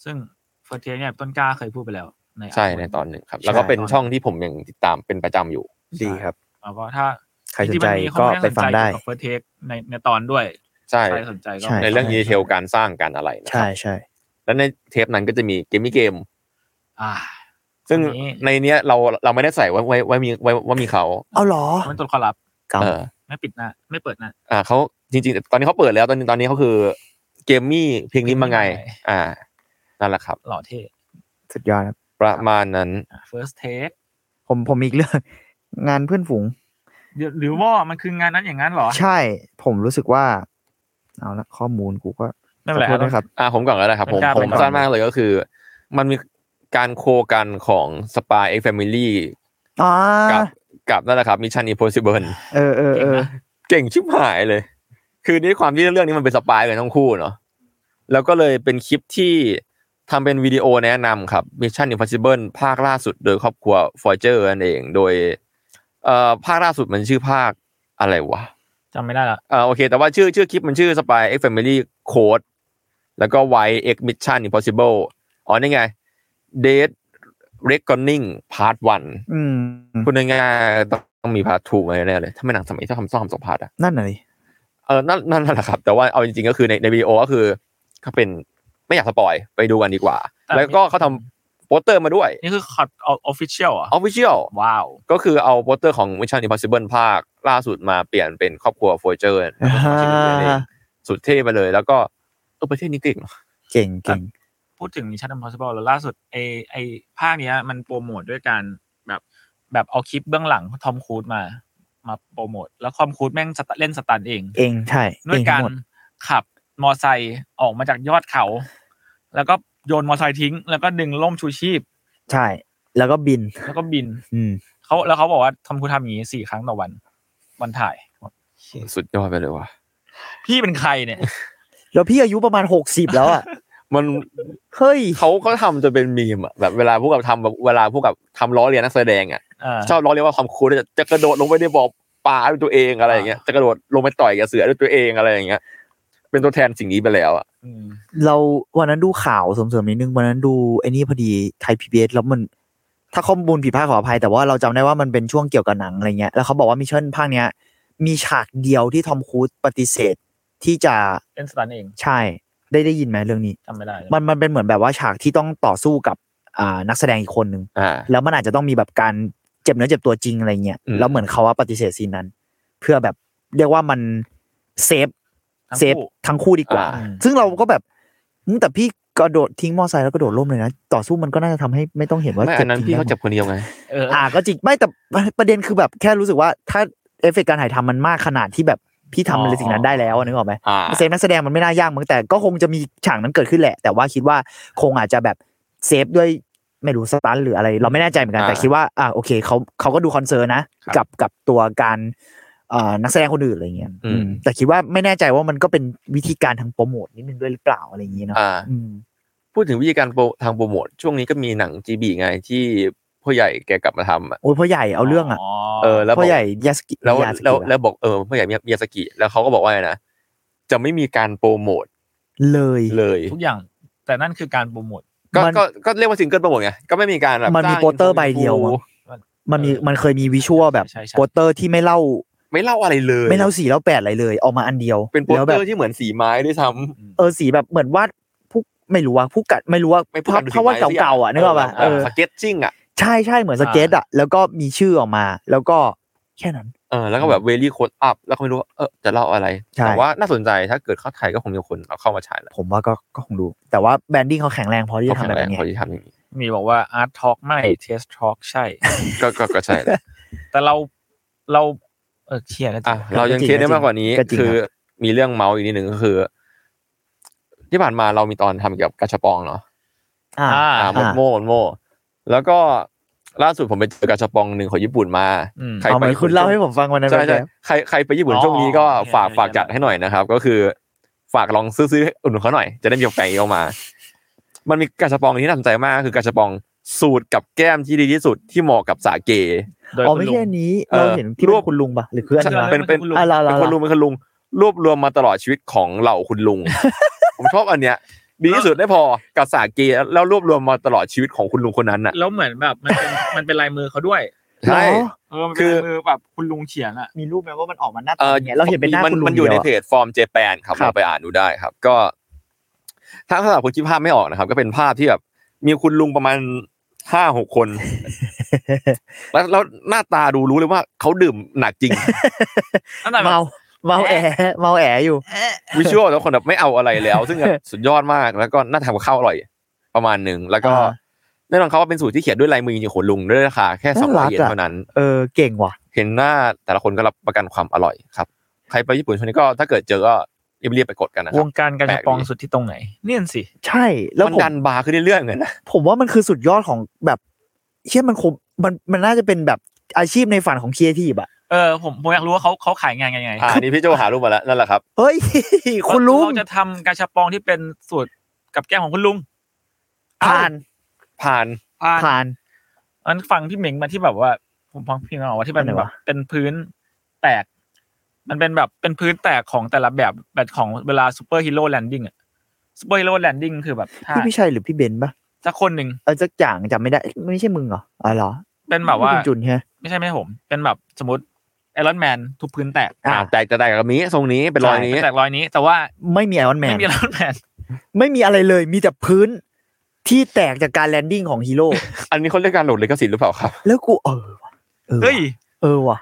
Speaker 2: ซึ่งเฟอร์เทียเนี่ยต้นกล้าเคยพูดไปแล้วใน
Speaker 3: ใช่
Speaker 2: าร์
Speaker 3: ใน
Speaker 2: ต
Speaker 3: ตอนหนึ่งครับ แล้วก็เป็นช่องที่ผมยังติดตามเป็นประจำอยู่
Speaker 4: ดีครับ
Speaker 2: แล้วก็ถ้า
Speaker 4: ใครสนใจก็ไปฟังได้
Speaker 2: เฟอร์เทคในในตอนด้วย
Speaker 3: ใช่
Speaker 2: ใครสนใจก็
Speaker 4: ใช่
Speaker 3: ในเรื่อง
Speaker 4: ใช่
Speaker 3: ดีเทลการสร้างการอะไรนะค
Speaker 4: ใช่
Speaker 3: รับ
Speaker 4: ใช่
Speaker 3: แล้วในเทปนั้นก็จะมีเกมมี่เกม
Speaker 2: อ่า
Speaker 3: ซึ่ง
Speaker 2: อันนี้
Speaker 3: ในเนี้ยเราเราไม่ได้ใส่ไว้ไว้ไว้มีไว้ว่ามีเขา
Speaker 4: เอาเหรอ
Speaker 2: มันตัวละครลับ
Speaker 4: กรรม
Speaker 3: เออ
Speaker 2: ไม่ปิดหน้าไม่เปิดหน้า
Speaker 3: อ่าเขาจริงๆ ตอนนี้เขาเปิดแล้วตอนนี้ตอนนี้เขาคือเกมมี่เพลงนี้มาไง อ่านั่นแหละครับ
Speaker 2: หล่อเท่
Speaker 4: สุดยอดครับ
Speaker 3: ประมาณนั้น
Speaker 2: อ่ะ first take
Speaker 4: ผมผมอีกเรื่อง [laughs] งานเพื่อนฝูง
Speaker 2: เดี๋ยวหรือว่ามันคืองานนั้นอย่างนั้นเหรอ
Speaker 4: ใช่ ผมรู้สึกว่า เอาละข้อมูลกูก็
Speaker 2: ไม่เป็นไร
Speaker 4: ขอโทษด้วยครับ
Speaker 3: อ่าผมก่อนก็ได้ครับ ผม
Speaker 2: กล้า
Speaker 3: ผ
Speaker 2: ไป
Speaker 3: ม
Speaker 2: ก่อ
Speaker 3: สั้นมากเลยก็คือ มันมีการโคกันของสปาเอ็กแฟมิลี่
Speaker 4: อ่า
Speaker 3: กับกับนั่นแหละครับมิชชันอิมพอสิเบิล
Speaker 4: เออเออเออ
Speaker 3: เก่งชิบหายเลย คือด้วยความที่เรื่องนี้มันเป็นสปายกันทั้งคู่เนาะ แล้วก็เลยเป็นคลิปที่ทำเป็นวิดีโอแนะนำครับ Mission Impossible ภาคล่าสุดโดยครอบครัว f o r g e r นั่นเอง โดยเอ่อภาคล่าสุดมันชื่อภาคอะไรวะ
Speaker 2: จำไม่ได้ละ
Speaker 3: อ่าโอเค แต่ว่าชื่อชื่อคลิปมันชื่อ Spy X Family Code แล้วก็ Y X Mission Impossible อ๋อนี่ไง Date Reckoning Part 1
Speaker 4: อืม
Speaker 3: คุณง่ายๆต้องมี Part 2มาแน่ๆเลย ถ้าไม่หนังสมัยถ้าทำซ่อมสองพาร์ทอะ
Speaker 4: นั่นน่ะดิ
Speaker 3: เออนั่นนั่นแหละครับ แต่ว่าเอาจริงๆก็คือในในวิดีโอก็คือก็เป็นไม่อยากสปอยไปดูกันดีกว่า แล้วก็เขาทำโปสเตอร์มาด้วย
Speaker 2: นี่คือคอร์ดออฟฟิเชียลอ่ะ
Speaker 3: ออฟฟิเชียล
Speaker 2: ว้าว
Speaker 3: ก็คือเอาโปสเตอร์ของ Mission Impossible ภาคล่าสุดมาเปลี่ยนเป็นครอบครัวโฟเจอร์สุดเท่ไปเลย แล้วก็เออประเทศนี้เก่งเนอะ
Speaker 4: เก่งเก่ง
Speaker 2: พูดถึง Mission Impossible แล้วล่าสุดไอไอภาคเนี้ย มันโปรโมทด้วยการแบบแบบเอาคลิปเบื้องหลังทอมครูซมา มาโปรโมท แล้วทอมครูซแม่งสตเล่นสตันเอง
Speaker 4: เองใช่
Speaker 2: ด้ว
Speaker 4: เอย ง
Speaker 2: การง
Speaker 4: ทั้หมด
Speaker 2: ขับมอไซค์ออกมาจากยอดเขา แล้วก็โยนมอไซค์ทิ้ง แล้วก็ดึงล่มชูชีพ
Speaker 4: ใช่ แล้วก็บิน
Speaker 2: แล้วก็บิน
Speaker 4: อืม
Speaker 2: เขาแล้วเขาบอกว่าทำคุณทำอย่างนี้สี่ครั้งต่อวัน วันถ่าย
Speaker 3: สุดยอดไปเลยว่ะ
Speaker 2: พี่เป็นใครเนี่ย
Speaker 4: [laughs] แล้วพี่อายุประมาณหกสิบแล้วอ่ะ
Speaker 3: มัน
Speaker 4: เฮ้ย
Speaker 3: เขาเขาทำจนเป็นมีมอะแบบเวลาพวกกับทำแบบเวลาพวกกับทำล้อเลียนนักแสดงอะ
Speaker 2: อ่า
Speaker 3: ชอบล้อเรียกว่าความคูลจะจะกระโดดลงไปในบ่อปลาด้วยตัวเองอะไรอย่างเงี้ยจะกระโดดลงไปต่อยกับเสือด้วยตัวเองอะไรอย่างเงี้ย เป็นตัวแทนสิ่งนี้ไปแล้วอ่ะ
Speaker 2: อืม
Speaker 4: เราวันนั้นดูข่าวเสริมๆนิดนึงวันนั้นดูไอ้นี่พอดีไทยพีบีเอสแล้วมัน ถ้าข้อมูลผิดพลาดขออภัย แต่ว่าเราจำได้ว่ามันเป็นช่วงเกี่ยวกับหนังอะไรเงี้ยแล้วเขาบอกว่ามิชชั่นภาคเนี้ย มีฉากเดียวที่ทอมครูซปฏิเสธที่จะ
Speaker 2: เล่นสตันเอง
Speaker 4: ใช่ได้ได้ยินไหมเรื่องนี้
Speaker 2: จำไม่ได้
Speaker 4: มันมันเป็นเหมือนแบบว่าฉากที่ต้องต่อสู้กับอ่านักแสดงอีกคนนึง
Speaker 3: อ่า
Speaker 4: แล้วมันอาจจะต้องมีแบบการเจ็บเนื้อเจ็บตัวจริงอะไรเงี้ย
Speaker 3: อืม
Speaker 4: แล้วเหมือนเขาว่าปฏิเสธซีนนั้น เพื่อแบบเรียกว่ามันเซฟ
Speaker 2: ทั้ง
Speaker 4: เซฟ
Speaker 2: คู่
Speaker 4: ทั้งคู่ดีกว่า
Speaker 3: อ่า
Speaker 4: ซึ่งเราก็แบบอืมแต่พี่กระโดดทิ้งมอไซค์แล้วกระโดดร่มเลยนะต่อสู้มันก็น่าจะทำให้ไม่ต้องเห็นว่า
Speaker 3: ไม่อั
Speaker 4: เจ็บ
Speaker 3: นนั้น
Speaker 4: จริ
Speaker 3: พี่
Speaker 4: ง
Speaker 3: เขา
Speaker 4: นะ
Speaker 3: จับคนเดียวไง
Speaker 2: เออ
Speaker 4: อ่าก็จริงไม่แต่ประเด็นคือแบบแค่รู้สึกว่าถ้าเอฟเฟกต์การถ่ายทำมันมากขนาดที่แบบพี่ทำอะไรสิ่งนั้นได้แล้วอะนึกออกไหม
Speaker 3: อ่า
Speaker 4: เซฟนักแสดงมันไม่น่ายากมั้งแต่ก็คงจะมีฉากนั้นเกิดขึ้นแหละ แต่ว่าคิดว่าคงอาจจะแบบเซฟด้วยไม่รู้สตันหรืออะไร เราไม่แน่ใจเหมือนกัน
Speaker 3: อ่า
Speaker 4: แต่คิดว่าอ่าโอเคเขาเขาก็ดูคอนเซิร์นนะกับกับตัวการเอ่อนักแสดงคนอื่นอะไรเงี้ยอืมแต่คิดว่าไม่แน่ใจว่ามันก็เป็นวิธีการทางโปรโมทนิดนึงด้วยหรือเปล่าอะไรอย่างเงี้ยเนาะ
Speaker 3: อ่า
Speaker 4: อืม
Speaker 3: พูดถึงวิธีการโปรทางโปรโมทช่วงนี้ก็มีหนังจีบีไงที่พ่อใหญ่แกกลับมาทำอ่ะ
Speaker 4: โอ้ยพ่อใหญ่เอาเรื่องอ่ะ
Speaker 3: เออแล้วบ
Speaker 4: พ่
Speaker 3: อ
Speaker 4: อก ใหญ่ยาสกิ
Speaker 3: แล้ว
Speaker 4: ยาสกิ
Speaker 3: แล้ว
Speaker 4: อะ
Speaker 3: แล้วบอกเออพ่อใหญ่มิยาสกิแล้วเขาก็บอกว่าไงนะจะไม่มีการโปรโมท
Speaker 4: เลย
Speaker 3: เลย
Speaker 2: ทุกอย่าง แต่นั่นคือการโปรโมท
Speaker 3: ก็
Speaker 4: มัน
Speaker 3: ก็ก็เรียกว่าซิงเกิลโปรโมทไงก็ไม่มีการแบบ
Speaker 4: มันมี
Speaker 3: จ้าง
Speaker 4: โปสเตอร์ใบเดียว
Speaker 3: influencer
Speaker 4: มันมี
Speaker 2: เออ
Speaker 4: มันเคยมีวิชวลแบบ
Speaker 2: ใช่ใช่
Speaker 4: โปสเตอร์ที่ไม่เล่า
Speaker 3: ไม่เล่าอะไรเลย
Speaker 4: ไม่เล่าสีเล่าแปดอะไรเลยออกมาอันเดียว
Speaker 3: เป็นโปส
Speaker 4: แล้ว
Speaker 3: เต
Speaker 4: แบ
Speaker 3: อบ ร์ที่เหมือนสีไม้ด้วยซ้ำ
Speaker 4: เออสีแบบเหมือนวาดผู้ไม่รู้ว่าผู้กัดไม่รู้ว่า
Speaker 3: ไม่พูด
Speaker 4: ภาพ
Speaker 3: ถึง
Speaker 4: ภาพวาดเก่าๆอ่ะนึกออกป่ะ
Speaker 3: เอ
Speaker 4: เอ
Speaker 3: อ
Speaker 4: อ
Speaker 3: สเก็ตชิ่งอ่ะ
Speaker 4: ใช่ใช่เหมือนสเก็ตอ่ะแล้วก็มีชื่อออกมา แล้วก็แค่นั้น
Speaker 3: เออแล้วก็แบบเวลี่โคดอัพแล้วก็ไม่รู้ว่าเออจะเล่าอะไร
Speaker 4: ใช่
Speaker 3: แต่ว่าน่าสนใจถ้าเกิดเข้าไทยก็คงมีคนเอาเข้ามาฉายแหละ
Speaker 4: ผมว่าก็ก็คงดู แต่ว่าแบรนดิ้งเขาแข็งแรงพอที่
Speaker 3: เขา
Speaker 4: จะ
Speaker 3: แข็ง
Speaker 4: ทำแบบ
Speaker 3: แรง
Speaker 4: นี้
Speaker 3: พอที่ทำอย่างนี้
Speaker 2: มีบอกว่าอาร์ตทอล์กไม่เทสทอล์กใช่
Speaker 3: ก็ก็ก็ใช่แหละ
Speaker 4: [laughs]
Speaker 2: แต่เราเราเออเชียร์นะ
Speaker 3: อ่ะ
Speaker 2: จ๊ะ
Speaker 3: เรายังเคสได้มากกว่านี้
Speaker 4: ก็จริง
Speaker 3: คือ
Speaker 4: ครับ
Speaker 3: มีเรื่องเมาส์อีกนิดหนึ่งก็คือ ที่ผ่านมาเรามีตอนทำเกี่ยวกับกระชบปองเนาะ
Speaker 4: อ่า
Speaker 2: อ่า
Speaker 3: อ่าหมดโม่หมดโม่แล้วก็ล่าสุดผมไปเจอกระชบปองหนึ่งของญี่ปุ่นมา
Speaker 2: อืม
Speaker 3: ใคร
Speaker 4: เอาเหมือนคุณเล่าให้ผมฟังวันนั้น
Speaker 3: ใช่ใช่
Speaker 4: แบบ
Speaker 3: ใครใครไปญี่ปุ่น
Speaker 2: อ๋อ
Speaker 3: ช่วงนี้ก็
Speaker 2: โอเค
Speaker 3: ฝาก
Speaker 2: โอเค
Speaker 3: ฝากจัดให้หน่อยนะครับ ก็คือฝากลองซื้อซื้ออุดหนุนเขาหน่อย จะได้มีโอกาสเอามา มันมีกาชาปองที่น่าสนใจมากคือกาชาปองสูตรกับแก้มที่ดีที่สุดที่เหมาะกับสาเก
Speaker 2: โดย
Speaker 4: อ๋อ
Speaker 2: คุณ
Speaker 4: ไม่
Speaker 2: ลุง
Speaker 4: ใช่อันนี้
Speaker 3: เออ
Speaker 4: เราเห็นที่เป็
Speaker 3: รวบ
Speaker 4: นคุณลุงป่ะหรือคืออัน
Speaker 2: ใช่
Speaker 4: นี้วะ
Speaker 3: เป็นเป็น
Speaker 2: คุณลุง
Speaker 3: เป็น
Speaker 4: อ่าๆๆ
Speaker 3: คนลุงเป็นคนลุงรวบรวมมาตลอดชีวิตของเหล่าคุณลุง [laughs] ผมชอบอันเนี้ย ดีที่สุดได้พอกับสาเกแล้วรวบรวมมาตลอดชีวิตของคุณลุงคนนั้นน่ะ
Speaker 2: แล้วเหมือนแบบมัน [laughs] เป็นมันเป็นลายมือเขาด้วย
Speaker 3: ใช่
Speaker 4: เหรอ
Speaker 2: เออมันเป็น
Speaker 3: คือ
Speaker 2: ลายมือแบบคุณลุงเฉียงอ่ะ
Speaker 4: มีรูปไหมว่ามันออกมาหน้า
Speaker 3: เอ
Speaker 4: ตา
Speaker 3: อ
Speaker 4: เนี่ยเราเห็นเป็นหน้า
Speaker 3: มั
Speaker 4: คุณลุง
Speaker 3: มันอยู่ใน
Speaker 4: เดีวะ
Speaker 3: เพจฟอร์มเจแปนครับ
Speaker 4: ครับ
Speaker 3: เราไปอ่านดูได้ครับ ก็ ถ้าสำหรับคนคิดภาพไม่ออกนะครับ ก็เป็นภาพที่แบบมีคุณลุงประมาณ ห้าหกคน
Speaker 4: [laughs]
Speaker 3: แล้วแล้วหน้าตาดูรู้เลยว่าเขาดื่มหนักจ
Speaker 4: [laughs]
Speaker 3: ริง
Speaker 2: ตั้งแต่แบบ
Speaker 4: เมาเมาแอเมาแออยู่
Speaker 3: วิชวลแล้วคนแบบไม่เอาอะไรแล้ว ซึ่งแบบ [laughs] สุดยอดมากแล้วก็น่าทำกับข้าวอร่อย ประมาณหนึ่งแล้วก็
Speaker 4: อ่า
Speaker 3: แน่นอนเขาว่าเป็นสูตรที่เขียนด้วยลายมือจริงๆของลุงด้วยราคาแค่สองร้อย
Speaker 4: น่ารัก
Speaker 3: เยน
Speaker 4: อะ
Speaker 3: เท่านั้น
Speaker 4: เออเก่งว่ะ
Speaker 3: เห็นหน้าแต่ละคนก็รับประกันความอร่อยครับใครไปญี่ปุ่นช่วงนี้ก็ถ้าเกิดเจอก็รีบๆไปกดกันนะคว รับ
Speaker 2: งการการ
Speaker 3: แปล
Speaker 2: ชาก
Speaker 3: ดี
Speaker 2: ปองสุดที่ตรงไหนเนี่ยสิ
Speaker 4: ใช่แล้ว
Speaker 3: มัน
Speaker 4: ผม
Speaker 3: ดันบาร์ขึ้นเรื่อยๆเหมือนนะ
Speaker 4: ผมว่ามันคือสุดยอดของแบบเชื่อมันคงมันมันน่าจะเป็นแบบอาชีพในฝันของเคียทีบอะ
Speaker 2: เออผมผมอยากรู้ว่าเขาเขาขายงานกันยังไง
Speaker 3: อ่านี่พี่โจหารูปมาแล้วนั่นแหละครับ
Speaker 4: เฮ้ย [laughs] คุณลุง
Speaker 2: เราจะทำการชาปองที่เป็นสูตรกับแก้มของคุณลุง
Speaker 4: ผ่าน
Speaker 3: ผ่าน
Speaker 2: ผ่าน
Speaker 4: ผ่าน
Speaker 2: อันฟังพี่เหม่งมาที่แบบว่า ผมฟังพี่เหม่งมาว่าที่มัน
Speaker 4: อันไหน
Speaker 2: แบบ
Speaker 4: วะ
Speaker 2: เป็นพื้นแตก มันเป็นแบบเป็นพื้นแตกของแต่ละแบบแบบของเวลาซูเปอร์ฮีโร่แลนดิ้งอะซูเปอร์ฮีโร่แลนดิ้งคือแบบถ้า
Speaker 4: พี่พิชัยหรือพี่เบนซ์ปะ
Speaker 2: สักคนหนึ่ง
Speaker 4: เออจักอย่างจำไม่ได้ไม่ใช่มึงเหรออ๋อเหรอ
Speaker 2: เป็นแบบว่า
Speaker 4: คุณจุนใช่ไหม
Speaker 2: ไม่ใช่ไม่ใช่ผม เป็นแบบสมมติไอรอนแมนทุบพื้นแตก
Speaker 4: อ่ะ
Speaker 3: อ่าแตกจะแตกกับนี้ทรงนี้เป็นรอยนี้
Speaker 2: ใช่แตกรอยนี้ แต่ว่า
Speaker 4: ไม่มีไอออนแม
Speaker 2: ไม่
Speaker 4: น
Speaker 2: มีไอรอนแมน
Speaker 4: ไม่มีอะไรเลยมีแต่พื้นที่แตกจากการแลนดิ้งของฮีโร่
Speaker 3: อันนี้เขาเรียกการโหลดลิขสิทธิ์หรือเปล่าครับ
Speaker 4: แล้วกูเออว่ะเออว่ะ
Speaker 2: เฮ้ย
Speaker 4: เออว่ะ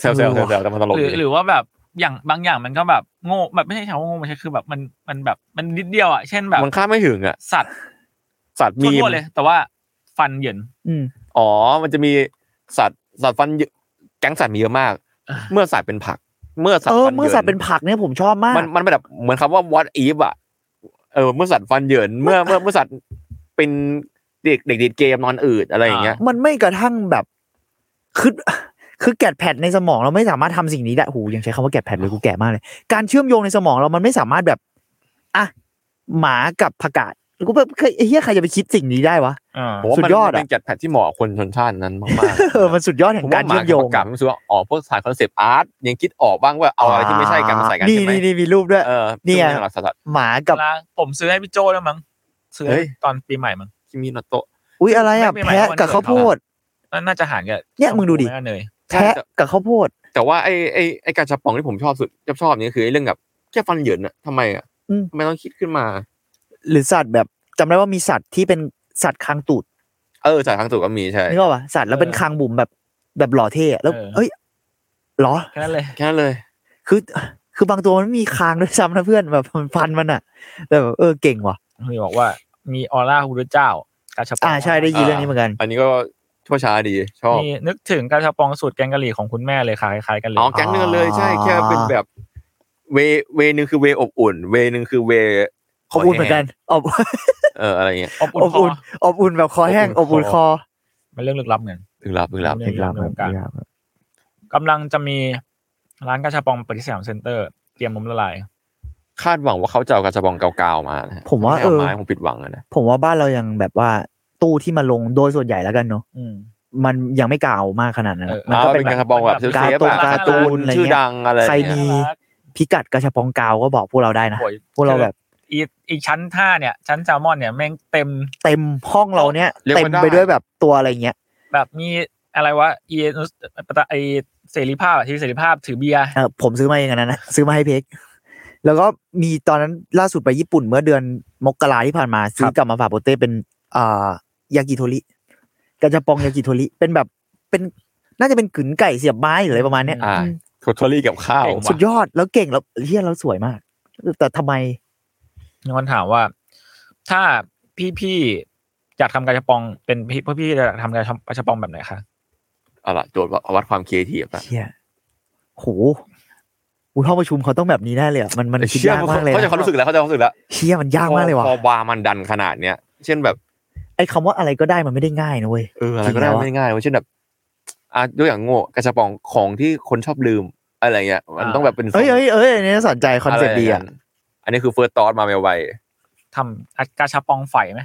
Speaker 3: เซลเซลเซลแต่มันตลก
Speaker 2: หรือ
Speaker 3: ดี
Speaker 2: หรือว่าแบบอย่างบางอย่างมันก็แบบโง่แบบไม่ใช่ชาวาโง่มันใช่คือแบบมันมันแบบมันนิดเดียวอ่ะเช่นแบบ
Speaker 3: มันคาดไม่ถึงอ่ะ
Speaker 2: สัตว์
Speaker 3: สัตว์มี
Speaker 2: ทั่ว
Speaker 3: ม
Speaker 2: ๆเลย แต่ว่าฟันเหยิน
Speaker 4: อืม
Speaker 3: อ๋อ มันจะมีสัตว์สัตว์ฟันเยอะแก๊งสัตว์มีเยอะมาก
Speaker 2: อ่ะ
Speaker 3: เมื่อสัตว์เป็นผัก เมื่อสัต
Speaker 4: เอ
Speaker 3: ว์
Speaker 4: อ
Speaker 3: ฟัน
Speaker 4: เมื่อสัตว์เป็นผักเนี่ยผมชอบมาก
Speaker 3: มันมันแบบเหมือนคำว่า what if อ่ะเออเมื่อสัตว์ฟันเหยินเมื่อเมื่อเมื่อสัตว์เป็นเด็กเด็กติดเกมนอนอืดอะไรอย่างเงี้ย
Speaker 4: มันไม่กระทั่งแบบคือคือแกดแพดในสมองเราไม่สามารถทำสิ่งนี้ได้โอ้โหยังใช้คำว่าแกดแพดเลยกูแก่มากเลย การเชื่อมโยงในสมองเรามันไม่สามารถแบบอ่ะหมากับผักกาดกูแบบเคยเฮียใครจะไปคิดสิ่งนี้ได้วะ
Speaker 2: อ่า
Speaker 3: ผมว่า
Speaker 4: สุ
Speaker 3: มัน
Speaker 4: ดยอด
Speaker 3: มันเป็น
Speaker 4: อะ
Speaker 3: จัดแพทที่เหมาะกับคนชนชาตินั้นมาก
Speaker 4: เออมันสุดยอด
Speaker 3: ๆ
Speaker 4: แห่
Speaker 3: ผ
Speaker 4: ง
Speaker 3: ม
Speaker 4: กา
Speaker 3: ว่าร หมา
Speaker 4: เชื่อม
Speaker 3: กั
Speaker 4: โย
Speaker 3: บ
Speaker 4: ง
Speaker 3: ปากกาดมันรู้สึกว่าอ๋อพวกสายคอนเซปต์อาร์ตยังคิดออกบ้างว่าเอาอะไรที่ไม่ใช่กันมาใส่กัน
Speaker 4: นี่
Speaker 3: ใช่ไหม
Speaker 4: นี่นี่มีรูปด้วย
Speaker 3: เออ
Speaker 4: เนี่ย
Speaker 3: ซึ่งไม่ใช่หลักสัตว์
Speaker 4: หมากับ
Speaker 2: แล้วผมซื้อให้พี่โจ้แล้วยมั้งซื้อ
Speaker 3: เฮ้ย
Speaker 2: ตอนปีใหม่มั้ง
Speaker 3: ที่มีโนโตะ
Speaker 4: อุ้ยอะไรอ่ะ
Speaker 2: ไม่ไม่
Speaker 4: แพะกับข้าวโพด
Speaker 2: น่าจะหารกัน
Speaker 4: เนี่ยมึงดูดิ
Speaker 2: ไม่าเนย
Speaker 3: ไม่ไม่
Speaker 4: แพะกับข้าวโพด แต่
Speaker 3: แต่ว่าไอ้ไอ้ไอ้การชับปองที่ผมชอบสุดชอบชอบนี่คือไอ้เรื่องแบบแค่ฟันเหยินอะทำไมอะ
Speaker 4: อืม
Speaker 3: ทำไมต้องคิดขึ้นมา
Speaker 4: หรือสัตว์แบบจำได้ว่ามีสัตว์ที่เป็นสัตว์คางตูด
Speaker 3: เออสายทางสูกก็มีใช่
Speaker 4: นี่ก็ว่ะสัตว์แล้วเป็นคางบุ๋มแบบแบบหล่อเท่อะแล้วเอ้ยเหรอ
Speaker 2: แค่นั้นเลย
Speaker 3: แค่นั้นเลย
Speaker 4: คือคือบางตัวมันไม่มีคางด้วยซ้ำนะเพื่อนแบบมันฟันมันอ่ะแต่แบบเออเก่งว่ะ
Speaker 2: มีบอกว่ามีออร่าของพระพุทธเจ้า การชาปอง
Speaker 4: อ่าใช่ได้ยินเรื่องนี้เหมือนกัน
Speaker 3: อันนี้ก็ชั่วช้าดีชอบ
Speaker 2: มีนึกถึงการชาปองสูตรแกงกะหรี่ของคุณแม่เลยค่ะคล้ายๆกันเลย
Speaker 3: อ๋อแก๊งเนื้อเลยใช่แค่เป็นแบบ เวเวนึงคือเวอบอุ่น เวนึงคือเว
Speaker 4: อบอุ่นเหมือนกันอบ
Speaker 3: เอออะไรเงี้ย
Speaker 2: อบอุ่
Speaker 4: อ
Speaker 2: นพอ
Speaker 4: บอุ่นอบอุ่นแบบคอแห้ง
Speaker 3: อ
Speaker 4: อ
Speaker 3: บบ อุ่
Speaker 4: อุ่
Speaker 3: น
Speaker 4: น
Speaker 3: ค
Speaker 4: ค
Speaker 3: อ
Speaker 4: อ
Speaker 2: มันเรื่องลึกลับเหมือนกัน
Speaker 3: ถึงรับถึงรับ
Speaker 2: เรื่องเรื่องของการ กำลังจะมีร้านกาชาปองเปิดที่สยามเซ็นเตอร์ เตรียมมุมละลาย
Speaker 3: คาดหวังว่าเขาจะเอากระชับองกาวๆมานะฮะ
Speaker 4: ผมว่า
Speaker 3: ไม่
Speaker 4: เอ
Speaker 3: เอา
Speaker 4: อ
Speaker 3: ไม้คงผิดหวังอะนะ
Speaker 4: ผมว่าบ้านเรายังแบบว่าตู้ที่มาลงโดยส่วนใหญ่แล้วกันเนาะ
Speaker 2: อืม
Speaker 4: มันยังไม่กาวมากขนาดนั้นอะ
Speaker 2: เออ
Speaker 4: มัน
Speaker 3: อ่า
Speaker 4: ก็
Speaker 3: เป็
Speaker 4: เป็น น
Speaker 3: การก
Speaker 4: แบบ
Speaker 3: ระบองแบบเซฟๆอะ
Speaker 2: กา
Speaker 3: การ์
Speaker 2: ร์ตู
Speaker 3: ตู
Speaker 2: น
Speaker 3: น
Speaker 4: อะไรเงี้ย
Speaker 3: ชื่อดังอะไร
Speaker 4: ใคร
Speaker 3: อย่าง
Speaker 4: มี
Speaker 3: เงี้ย
Speaker 4: พิกัดกระชับปองกาวก็บอกพวกเราได้นะ
Speaker 2: โอ้ย
Speaker 4: พวกเราแบบ
Speaker 2: อีอีชั้นท่าเนี่ย ชั้นแซลมอนเนี่ยแม่งเต็ม
Speaker 4: เต็มห้องเราเนี่ยเต็มไปด้วยแบบตัวอะไรเงี้ย
Speaker 2: แบบมีอะไรวะอีนุสไอเสรีภาพอะที่เสรีภาพถือเบียร์
Speaker 4: เออผมซื้อมาเองอันนั้นนะ [laughs] ซื้อมาให้เพกแล้วก็มีตอนนั้นล่าสุดไปญี่ปุ่นเมื่อเดือนมกราที่ผ่านมาซื้อกลับมาฝากโปเต้เป็นอ่ายากิโทริกระชับปองยากิโทริเป็นแบบเป็นน่าจะเป็นกึ๋นไก่เสียบไม้หรืออะไรประมาณเนี้ย
Speaker 3: อ่าทอรี่กับข้าว
Speaker 4: สุดยอดแล้วเก่งแล้วเฮียแล้วสวยมาก แต่ทำไม
Speaker 2: มีคนถามว่า ถ้าพี่ๆอยากทำกาชาปองเป็นพี่พวกพี่จะทำกาชากาชาปองแบบไหนคะ
Speaker 3: เอาล่ะโจทย์ว่าวัดความครีเอทีฟอะ
Speaker 4: เฮียโหอุ้ยห้องประชุมเขาต้องแบบนี้แน่เลยอะมันมันคิดยากมากเลย
Speaker 3: เขาใจความรู้สึกแล้วเขาใจความรู้สึกแล้ว
Speaker 4: เฮียมันยากมากเลยว่ะ
Speaker 3: พอบาร์มันดันขนาดเนี้ย เช่นแบบ
Speaker 4: ไอ้คำว่าอะไรก็ได้มันไม่ได้ง่ายนะเว้ย
Speaker 3: เอออะไรก็ได้
Speaker 4: จริงแล้วอะ
Speaker 3: ไม่ง่ายเว้ยเช่นแบบอ่ะยกอย่างโง่กระชับปองของที่คนชอบลืมอะไรเงี้ยมันต้องแบบเป็น
Speaker 4: เอ้ยเอ้ยเอ้ยอันนี้น่าสนใจคอนเซ็ปต์ดี
Speaker 3: ย่า
Speaker 4: อ่ะ
Speaker 3: งนั้นอันนี้คือเฟิร์สตอสมาเมลไว
Speaker 2: ทำกาชาปองไฟ
Speaker 4: [laughs]
Speaker 2: ไหม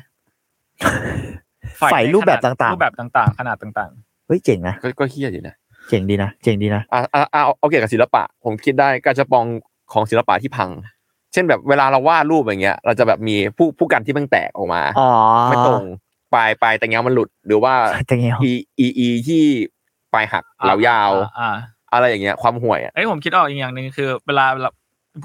Speaker 4: ฝ่ายรูปแบบต่าง
Speaker 2: รูปแบบต่างๆ ขนาดต่าง
Speaker 4: ๆ เฮ้ยเจ๋งนะ
Speaker 3: ก็ก็เครียดอยู่นะ
Speaker 4: เจ๋งดีนะเจ๋งดีนะ
Speaker 3: อ่ะอ่ะอ่ะเอาเอาเกี่ยวกับศิลปะ ผมคิดได้กระชับปองของศิลปะที่พัง เช่นแบบเวลาเราวาดรูปอย่างเงี้ย เราจะแบบมีผู้ผู้กันที่มันแตกออกมา
Speaker 4: อ๋อ
Speaker 3: ไม่ตรงปลายปลายแต่เงี้ยมันหลุดหรือว่า
Speaker 4: แต่เงี้ย
Speaker 3: อีอีอีที่ปลายหัก
Speaker 2: ๆ
Speaker 3: เหลายาว
Speaker 2: อ่อ่า
Speaker 3: อะไรอย่างเงี้ยความห่วยอะ
Speaker 2: เอ้ยผมคิดออกอีกอย่างหนึ่งคือ เวลา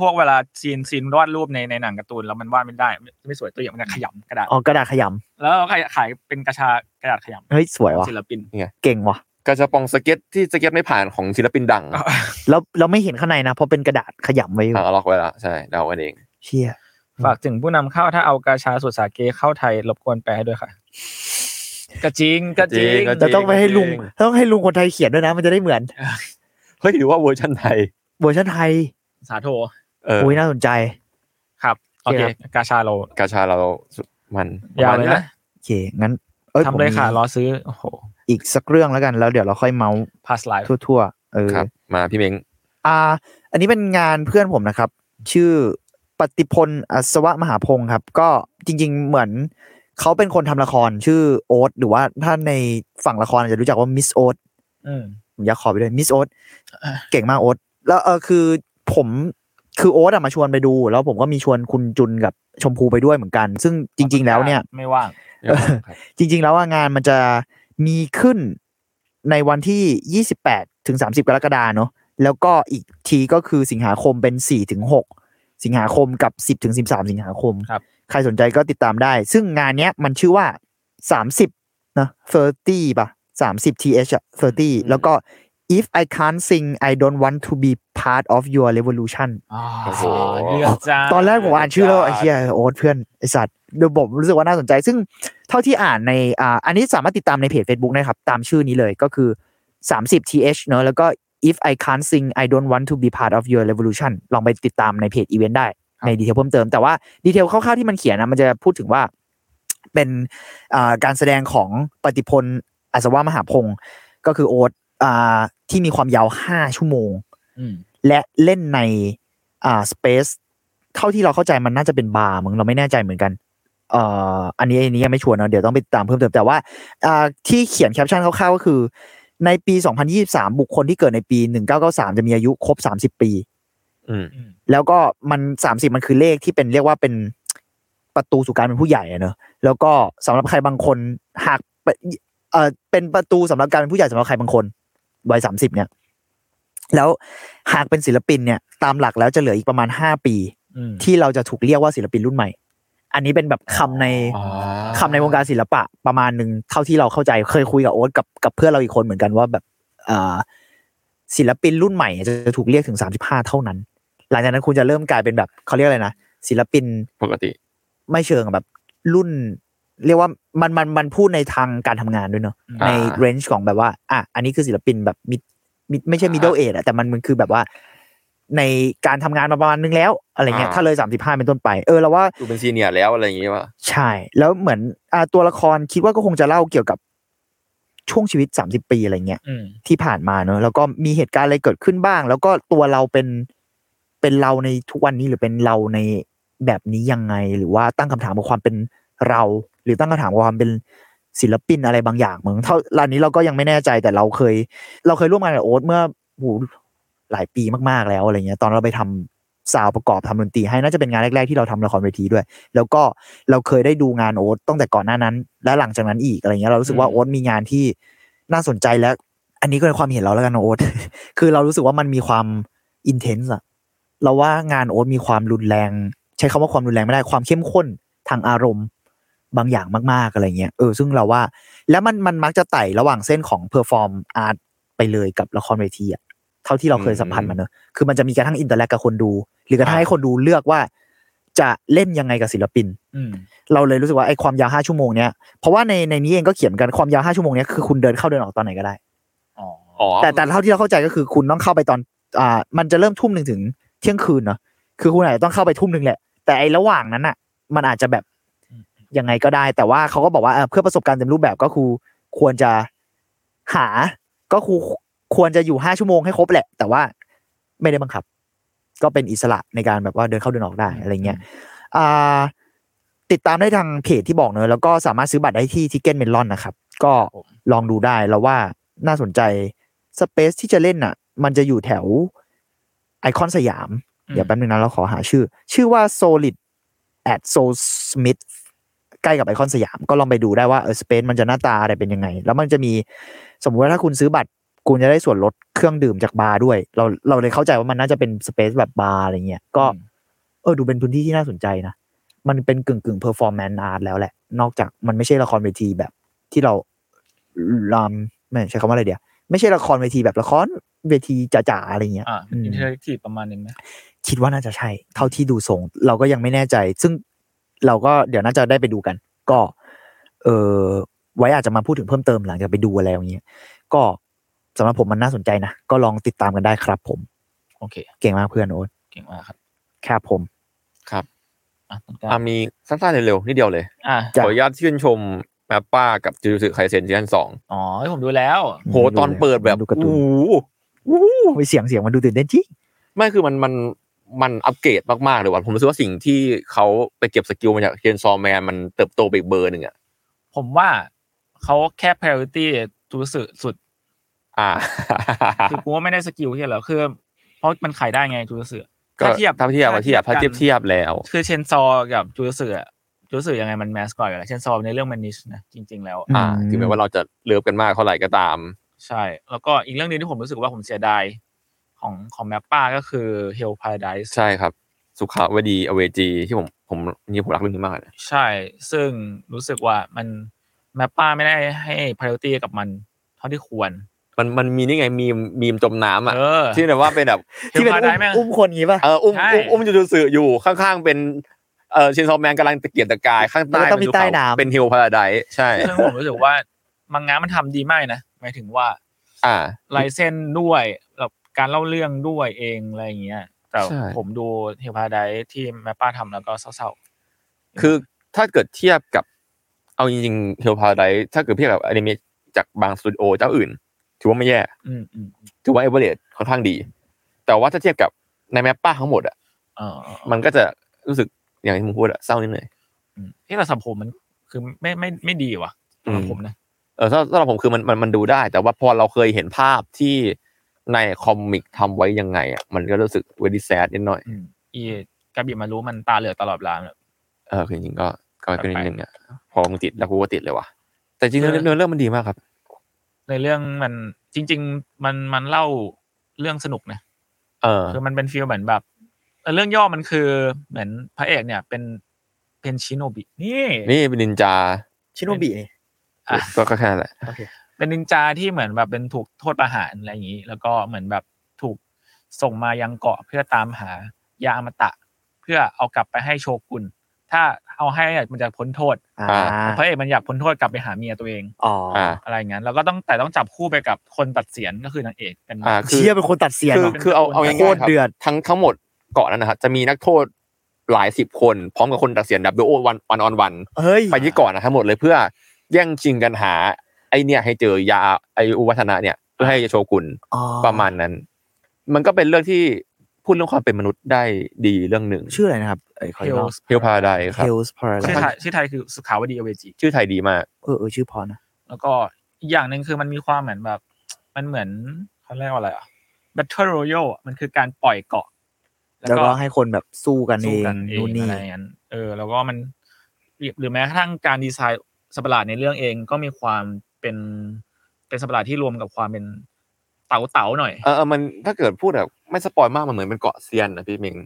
Speaker 2: พวกเวลาซีนซีนวาดรูปในในหนังการ์ตูนแล้วมันวาดไม่ได้ไม่ไม่สวยตัวอย่างมันจะขยำกระดาษ
Speaker 4: อ๋อกระดาษขย
Speaker 2: แล้วเราขายขายเป็นกระชากระดาษขย
Speaker 4: ำเฮ้ยสวยว่ะ
Speaker 2: ำศิลปิน
Speaker 4: เก่งว่ะ
Speaker 3: กระชบปองสเก็ตที่สเก็ตไม่ผ่านของศิลปินดังอ่ะ
Speaker 4: แล้วเราไม่เห็นข้างในนะเพราะเป็นกระดาษขยำไว้อยู่
Speaker 3: เอาล็อกไว้ละใช่เดากันเอง
Speaker 4: เชี่ย
Speaker 2: ฝากถึงผู้นำเข้าถ้าเอากาชาสุดสาเกเข้าไทยรบกวนแปลให้ด้วยค่ะก็จริงก็จริง
Speaker 3: ก็จริ
Speaker 4: เราต้องไปให้ลุงต้องให้ลุงคนไทยเขียนด้วยนะ มันจะได้เหมือน
Speaker 3: เฮ้ยหรือว่าเวอร์ชันไทย
Speaker 4: เวอร์ชันไทย
Speaker 2: สาโท
Speaker 3: เออ
Speaker 4: โอ้ยน่าสนใจ
Speaker 2: ครับโอเค
Speaker 4: โอเคครับ
Speaker 2: กาชาเรา
Speaker 3: กาชาเราสุดมัน
Speaker 2: ยาว
Speaker 3: ปรม
Speaker 2: เล
Speaker 3: ณ
Speaker 2: ยนะ
Speaker 4: โอเคงั้นอ้
Speaker 2: ทำเลยค่ะ
Speaker 4: ผมมี
Speaker 2: รอซื้อโอ้โห
Speaker 4: อีกสักเรื่องแล้วกันแล้วเดี๋ยวเราค่อยเมาส์
Speaker 2: พาสไลฟ์
Speaker 4: ทั่วๆเออ
Speaker 3: ครับ มาพี่เม้ง
Speaker 4: อ่าอันนี้เป็นงานเพื่อนผมนะครับ ชื่อปฏิพลอัศวะมหาพงศ์ครับ ก็จริง ๆ เหมือนเขาเป็นคนทำละครชื่อโอ๊ตหรือว่าถ้าในฝั่งละครอาจจะรู้จักว่ามิสโอ๊ต
Speaker 2: อืม
Speaker 4: ผมอยากขอไปด้วยมิสโอ๊ต
Speaker 2: อ่า
Speaker 4: เก่งมากโอ๊ตแล้วเออคือผมคือโอ๊ตอะมาชวนไปดู แล้วผมก็มีชวนคุณจุนกับชมพูไปด้วยเหมือนกัน ซึ่งจริง ๆ แล้วเนี่ย
Speaker 2: ไม่ว่าง
Speaker 4: เออ จริง ๆ แล้วว่างานมันจะมีขึ้นในวันที่ 28 ถึง 30 กรกฎาเนาะแล้วก็อีกทีก็คือสิงหาคมเป็น 4 ถึง 6 สิงหาคมกับ 10 ถึง 13 สิงหาคม
Speaker 2: ครับ
Speaker 4: ใครสนใจก็ติดตามได้ ซึ่งงานเนี้ยมันชื่อว่า 30นะ30ป่ะ30 th อะ30 แล้วก็ if I can't sing I don't want to be part of your revolution
Speaker 2: โอ้โหเลือดจ้า
Speaker 4: ตอนแรกผมอ่านชื่อแล้วไอ้เหี้ยโอ๊ตเพื่อนไอ้สัตว์เดี๋ยวผมรู้สึกว่าน่าสนใจ ซึ่งเท่าที่อ่านในอ่าอันนี้สามารถติดตามในเพจ Facebook นะครับ ตามชื่อนี้เลยก็คือ 30 th เนอะแล้วก็ if I can't sing I don't want to be part of your revolution ลองไปติดตามในเพจอีเวนต์ได้ ในดีเทลเพิ่มเติม แต่ว่าดีเทลคร่าวๆที่มันเขียนนะมันจะพูดถึงว่าเป็นอ่าการแสดงของปฏิพลอัศวมหาพงศ์ก็คือโอ๊ตอ่าที่มีความยาว 5 ชั่วโมง
Speaker 2: อืม
Speaker 4: และเล่นในอ่าสเปซเท่าที่เราเข้าใจมันน่าจะเป็นบาร์มึงเราไม่แน่ใจเหมือนกันเอ่ออันนี้อันนี้ยังไม่ชัวร์เนอะเดี๋ยวต้องไปตามเพิ่มเติมแต่ว่าอ่าที่เขียนแคปชั่นคร่าวๆก็คือ ในปี 2023 บุคคลที่เกิดในปี 1993 จะมีอายุครบ 30 ปี
Speaker 3: อืม
Speaker 2: อืม
Speaker 4: แล้วก็มัน 30 มันคือเลขที่เป็นเรียกว่าเป็นประตูสู่การเป็นผู้ใหญ่อะเนอะแล้วก็สำหรับใครบางคนหากเปเอ่อเป็นประตูสำหรับการเป็นผู้ใหญ่สำหรับใครบางคนวัยสามสิบเนี่ย แล้วหากเป็นศิลปินเนี่ย ตามหลักแล้วจะเหลืออีกประมาณห้าปี
Speaker 2: อืม
Speaker 4: ที่เราจะถูกเรียกว่าศิลปินรุ่นใหม่ อันนี้เป็นแบบคำใน
Speaker 3: อ๋อ
Speaker 4: คำในวงการศิลปะประมาณหนึ่งเท่าที่เราเข้าใจเคยคุยกับโอ๊ตกับกับเพื่อนเราอีกคนเหมือนกันว่าแบบอ่าศิลปินรุ่นใหม่จะถูกเรียกถึงสามสิบห้าเท่านั้น หลังจากนั้นคุณจะเริ่มกลายเป็นแบบเขาเรียกอะไรนะศิลปิน
Speaker 3: ปกติ
Speaker 4: ไม่เชิงอะแบบรุ่น เรียกว่ามันมันมันพูดในทางการทำงานด้วยเนาะ
Speaker 2: อ่า
Speaker 4: ในเรนจ์ของแบบว่าอ่ะอันนี้คือศิลปินแบบมิดมิดไม่ใช่มิดเดิลเอจอะแต่มันมันคือแบบว่า ในการทำงานมาประมาณนึงแล้วอะไรเงี้ย
Speaker 3: อ่า
Speaker 4: ถ้าเลยสามสิบห้าเป็นต้นไปเออเราว่า
Speaker 3: ดูเป็นซีเนียร์แล้วอะไรอย่างงี้ป่ะ
Speaker 4: ใช่ แล้วเหมือนอาตัวละครคิดว่าก็คงจะเล่าเกี่ยวกับช่วงชีวิต 30 ปีอะไรเงี้ย
Speaker 2: อืม
Speaker 4: ที่ผ่านมาเนอะแล้วก็มีเหตุการณ์อะไรเกิดขึ้นบ้าง แล้วก็ตัวเราเป็นเป็นเราในทุกวันนี้หรือเป็นเราในแบบนี้ยังไง หรือว่าตั้งคำถามกับความเป็นเรา หรือตั้งคำถามกับความเป็นศิลปินอะไรบางอย่างเหมือนเท่าร้านนี้เราก็ยังไม่แน่ใจแต่เราเคย เราเคยร่วมงานกับโอ๊ตเมื่อโหหลายปีมากๆแล้วอะไรเงี้ย ตอนเราไปทำซาวด์ประกอบทำดนตรีให้น่าจะเป็นงานแรกๆที่เราทำละครเวทีด้วย แล้วก็เราเคยได้ดูงานโอ๊ตตั้งแต่ก่อนหน้านั้น และหลังจากนั้นอีกอะไรเงี้ยเรารู้สึกว่าโอ๊ตมีงานที่น่าสนใจและอันนี้ก็ในความเห็นเราแล้วกันนะโอ๊ต คือเรารู้สึกว่ามันมีความอินเทนส์อะเราว่างานโอ๊ตมีความรุนแรง ใช้คำว่าความรุนแรงไม่ได้ความเข้มข้นทางอารมณ์บางอย่างมากๆอะไรเงี้ยเออซึ่งเราว่า แล้วมันมันมักจะไต่ระหว่างเส้นของเพอร์ฟอร์มอาร์ตไปเลยกับละครเวทีอะเท่าที่เราเคยสัมผัสมาเนอะคือมันจะมีกระทั่งอินเตอร์แลกกับคนดู หรือกระทั่งให้คนดูเลือกว่า จะเล่นยังไงกับศิลปิน
Speaker 2: อืม
Speaker 4: เราเลยรู้สึกว่าไอ้ความยาวห้าชั่วโมงเนี้ยเพราะว่าในในนี้เองก็เขียนเหมือนกันความยาวห้าชั่วโมงเนี้ยคือคุณเดินเข้าเดินออกตอนไหนก็ได้
Speaker 2: อ๋อ
Speaker 3: อ๋อ
Speaker 4: แต่แต่เท่าที่เราเข้าใจก็คือคุณต้องเข้าไปตอนอ่ามันจะเริ่มทุ่มหนึ่งถึงเที่ยงคืนเนาะคือคุณอาจจะต้องเข้าไปทุ่มหนึ่งแหละ แต่ไอ้ระหว่างนั้นอ่ะ มันอาจจะแบบยังไงก็ได้ แต่ว่าเขาก็บอกว่าเอ่อเพื่อประสบการณ์เต็มรูปแบบก็คือควรจะหาก็คือควรจะอยู่ห้าชั่วโมงให้ครบแหละ แต่ว่าไม่ได้บังคับ ก็เป็นอิสระในการแบบว่าเดินเข้าเดินออกได้อะไรเงี้ย อ่าติดตามได้ทางเพจที่บอกเนอะแล้วก็สามารถซื้อบัตรได้ที่ทิกเก็ตเมลอนนะครับ ก็ลองดูได้แล้วว่าน่าสนใจสเปซที่จะเล่นอ่ะ มันจะอยู่แถวไอคอนสยาม เดี๋ยวแป๊บนึงนะเราขอหาชื่อ ชื่อว่า Solid at Soul Smith ใกล้กับไอคอนสยาม ก็ลองไปดูได้ว่าเออสเปซมันจะหน้าตาอะไรเป็นยังไง แล้วมันจะมีสมมุติว่าถ้าคุณซื้อบัตร กูจะได้ส่วนลดเครื่องดื่มจากบาร์ด้วย เราเราเลยเข้าใจว่ามันน่าจะเป็นสเปซแบบบาร์อะไรเงี้ยก็
Speaker 2: อืม
Speaker 4: เออดูเป็นพื้นที่ที่น่าสนใจนะ มันเป็นกึ่งกึ่งเพอร์ฟอร์แมนซ์อาร์ตแล้วแหละ นอกจากมันไม่ใช่ละครเวทีแบบที่เราลำไม่ใช่คำว่าอะไรเดียว ไม่ใช่ละครเวทีแบบละครเวทีจ๋าๆอะไรเงี้ย
Speaker 2: อ่า
Speaker 4: อืม
Speaker 2: อินเทอร์แอคทีฟประมาณนึงไหม
Speaker 4: คิดว่าน่าจะใช่ เท่าที่ดูทรงเราก็ยังไม่แน่ใจ ซึ่งเราก็เดี๋ยวน่าจะได้ไปดูกัน ก็ เออไว้อาจจะมาพูดถึงเพิ่มเติมหลังจากไปดูอะไรอย่างเงี้ยก็สำหรับผมมันน่าสนใจนะ ก็ลองติดตามกันได้ครับผม
Speaker 2: โอเค
Speaker 4: เก่งมากเพื่อนโอ๊ต
Speaker 2: เก่งมากครับ
Speaker 4: ครับผม
Speaker 2: อ่ะต้นกล้า
Speaker 3: อ่ะมีสั้นๆเร็วๆนิดเดียวเลย
Speaker 2: อ่ะ
Speaker 4: จ้ะ
Speaker 3: ขออนุญาตชื่นชมแมปป้ากับจูจูสึไคเซนซีซั่นสอง
Speaker 2: อ๋อผมดูแล้ว
Speaker 3: โหตอนเปิดแบบ
Speaker 4: ดูการ์ตู
Speaker 3: โอ้
Speaker 4: น
Speaker 3: โห
Speaker 4: ไปเสียงเสียงมันดูตื่นเต้นจริง
Speaker 3: ไม่คือมันมันมันอัปเกรดมากๆเลยว่ะผมรู้สึกว่าสิ่งที่เขาไปเก็บสกิลมาจากเชนซอแมนมันเติบโตไปอีกเบอร์หนึ่งอ่ะ
Speaker 2: ผมว่าเขาแค่ priority ตัวสุดสุด
Speaker 3: อ่า
Speaker 2: คือกูว่าไม่ได้สกิลที่อะไรหรอกคือเพราะมันขายได้ไงจูเสือ
Speaker 3: ก็
Speaker 2: ถ้าเทียบ
Speaker 3: ถ้าเทียบถ้าเทียบ
Speaker 2: ถ้า
Speaker 3: ถ้า
Speaker 2: เที
Speaker 3: เที
Speaker 2: ย
Speaker 3: ย
Speaker 2: บบ กัน
Speaker 3: เทียบแล้ว
Speaker 2: คือเชนซอกับจูเสือจูเสือยังไงมันแมสก่อนอยู่แล้วเชนซอในเรื่องมันนิชนะจริง ๆ แล้ว
Speaker 3: อ่าถึงแม้ว่าเราจะเลิฟกันมากเท่าไหร่ก็ตาม
Speaker 2: ใช่ แล้วก็อีกเรื่องหนึงที่ผมรู้สึกว่าผมเสียดายของของแมปป้าก็คือ Hell Paradise
Speaker 3: ใช่ครับ สุขาวดีอเวจีที่ผมผมนี่ผมรักเรื่องนี้มากเลย
Speaker 2: ใช่ ซึ่งรู้สึกว่ามันแมปป้าไม่ได้ให้ priority กับมันเท่าที่ควร
Speaker 3: มันมันมีนี่ไงมีมมีมจมน้ำอ่ะ
Speaker 2: เออ
Speaker 3: ที่แบบว่าเป็นแบบ
Speaker 2: Hell
Speaker 4: ที่เป็น
Speaker 2: Paradise แม่ง
Speaker 4: อุ้มคนงี้ป่ะ
Speaker 3: เอออุ้ม
Speaker 2: ใช่
Speaker 3: อุ้มอุ้มจูจูสึอยู่ข้างๆเป็นเออเชนซอมแมนกำลังตะเกียกตะกายข้าง
Speaker 4: มัน
Speaker 3: ใต้
Speaker 4: ก็ต้องมี
Speaker 3: เป็
Speaker 4: ใต้
Speaker 3: ภูเข
Speaker 4: น้ำ
Speaker 3: เป็นฮิลพาราไดใช่
Speaker 2: ซึ่งผมรู้สึกว่ามังงะมันทำดีมากนะหมายถึงว่า
Speaker 3: อ่า
Speaker 2: ลายเส้นด้วยแบบการเล่าเรื่องด้วยเองอะไรอย่างเงี้ย แต่
Speaker 3: ใช่
Speaker 2: ผมดูเฮลพาไดที่แม่ป้าทำแล้วก็เศร้า
Speaker 3: คือถ้าเกิดเทียบกับเอาจริงๆฮิลพาราไดถ้าเกิดเทียบกับอนิเมะจากบางสตูดิโอเจ้าอื่น ถือว่าไม่แย่
Speaker 2: ๆ อืมอืม
Speaker 3: ถือว่าเอเวอเรสค่อนข้างดี แต่ว่าถ้าเทียบกับในแมปป้าทั้งหมดอ่ะ
Speaker 2: เออเออ
Speaker 3: มันก็จะรู้สึกอย่างที่มึงพูดอะเศร้านิดหน่อย
Speaker 2: อืมเอ๊ะแต่สับผมมันคือไม่ไม่ไม่ดีว่ะ
Speaker 3: อืม
Speaker 2: สำหรับผมนะ
Speaker 3: เออสำหรับสำหรับผมคือมันมันมันดูได้ แต่ว่าพอเราเคยเห็นภาพที่ในคอมิกทำไว้ยังไงอ่ะมันก็รู้สึกเวดีแซดนิดหน่อย
Speaker 2: อืมอีกาบิมารู้มันตาเหลือกตลอดเวลาเลย
Speaker 3: เออคือจริงๆก็ก็เป็น
Speaker 2: ไป
Speaker 3: นิ
Speaker 2: ๆ
Speaker 3: ดนึงอ่ะพอมึงติดแล้วกูก็ติดเลยว่ะแต่จริงๆ
Speaker 2: เออ
Speaker 3: เนื้อเนื้อเรื่องมันดีมากครับ
Speaker 2: ในเรื่องมันจริง ๆ มันมันเล่าเรื่องสนุกนะ
Speaker 3: เออ
Speaker 2: คือมันเป็นฟีลเหมือนแบบเอ่อเรื่องย่อมันคือเหมือนพระเอกเนี่ย เป็นเป็นชิโนบินี่
Speaker 3: นี่เป็นนินจา
Speaker 4: ชิโนบินี่
Speaker 2: อ่ะ
Speaker 3: ก็ก็แค่นั้นแหละ
Speaker 2: เป็นนินจาที่เหมือนแบบเป็นถูกโทษประหารอะไรอย่างนี้ แล้วก็เหมือนแบบถูกส่งมายังเกาะเพื่อตามหายาอมตะ เพื่อเอากลับไปให้โชกุนถ้าเอาให้เนี่ยมันจะพ้นโทษ
Speaker 4: อ่า
Speaker 2: พระเอกมันอยากพ้นโทษกลับไปหาเมียตัวเอง
Speaker 4: อ๋ออ
Speaker 3: อ่า
Speaker 2: อะไรอย่างนั้นแล้วก็ต้องแต่ต้องจับคู่ไปกับคนตัดเสียนก็คือนางเอกเป็น
Speaker 3: อ่า คือ
Speaker 4: เชี่ยเป็นคนตัดเสียง
Speaker 3: คือ
Speaker 4: เหรอ
Speaker 3: คือเอาเอา
Speaker 4: โค
Speaker 3: ง่าย
Speaker 4: ตร
Speaker 3: ๆครับ
Speaker 4: เดือด
Speaker 3: ทั้งทั้งหมดเกาะนั้นนะครับจะมีนักโทษหลายสิบคน พร้อมกับคนตัดเสียนดับเบิลโอวันวันออนวัน
Speaker 4: เฮ้ย
Speaker 3: ไปที่เก่อนนะทั้งหมดเลยเพื่อแย่งชิงกันหา ไอเนี่ยให้เจอยาไออุวัฒนะเนี่ยเพื่อให้โชกุน
Speaker 4: อ๋อ
Speaker 3: ประมาณนั้น มันก็เป็นเรื่องที่พูดเรื่องความเป็นมนุษย์ได้ดีเรื่องหนึ่ง
Speaker 4: ชื่ออะไรนะครับเอ้ยขออีกรอบ
Speaker 2: Hills
Speaker 3: เฮลพาไดครับ
Speaker 4: Hills
Speaker 2: ชื่อ
Speaker 4: Paradise
Speaker 2: ไทยชื่อไทยคือสุขาวดีอเวจี
Speaker 3: ชื่อไทยดีมาก
Speaker 4: เออเออชื่อพอนะ
Speaker 2: แล้วก็อีกอย่างหนึ่งคือมันมีความเหมือนแบบ มันเหมือนเขาเรียกว่าอะไรอ่ะ Battle Royale อะมันคือการปล่อยเกาะ
Speaker 4: แล้วก็ให้คนแบบสู้กันเอ
Speaker 2: สู้
Speaker 4: ง
Speaker 2: กันเอ
Speaker 4: นู่น
Speaker 2: ง
Speaker 4: นี่
Speaker 2: อะไรอย่างนั้นเออ แล้วก็มันหรือแม้กระทั่งการดีไซน์สัตว์ประหลาดในเรื่องเองก็มีความเป็นเป็นสัตว์ประหลาดที่รวมกับความเป็นเต๋าเต๋าๆหน่อย
Speaker 3: เออเออมันถ้าเกิดพูดแบบไม่สปอยมากมันเหมือนเป็นเกาะเซียนนะพี่มิง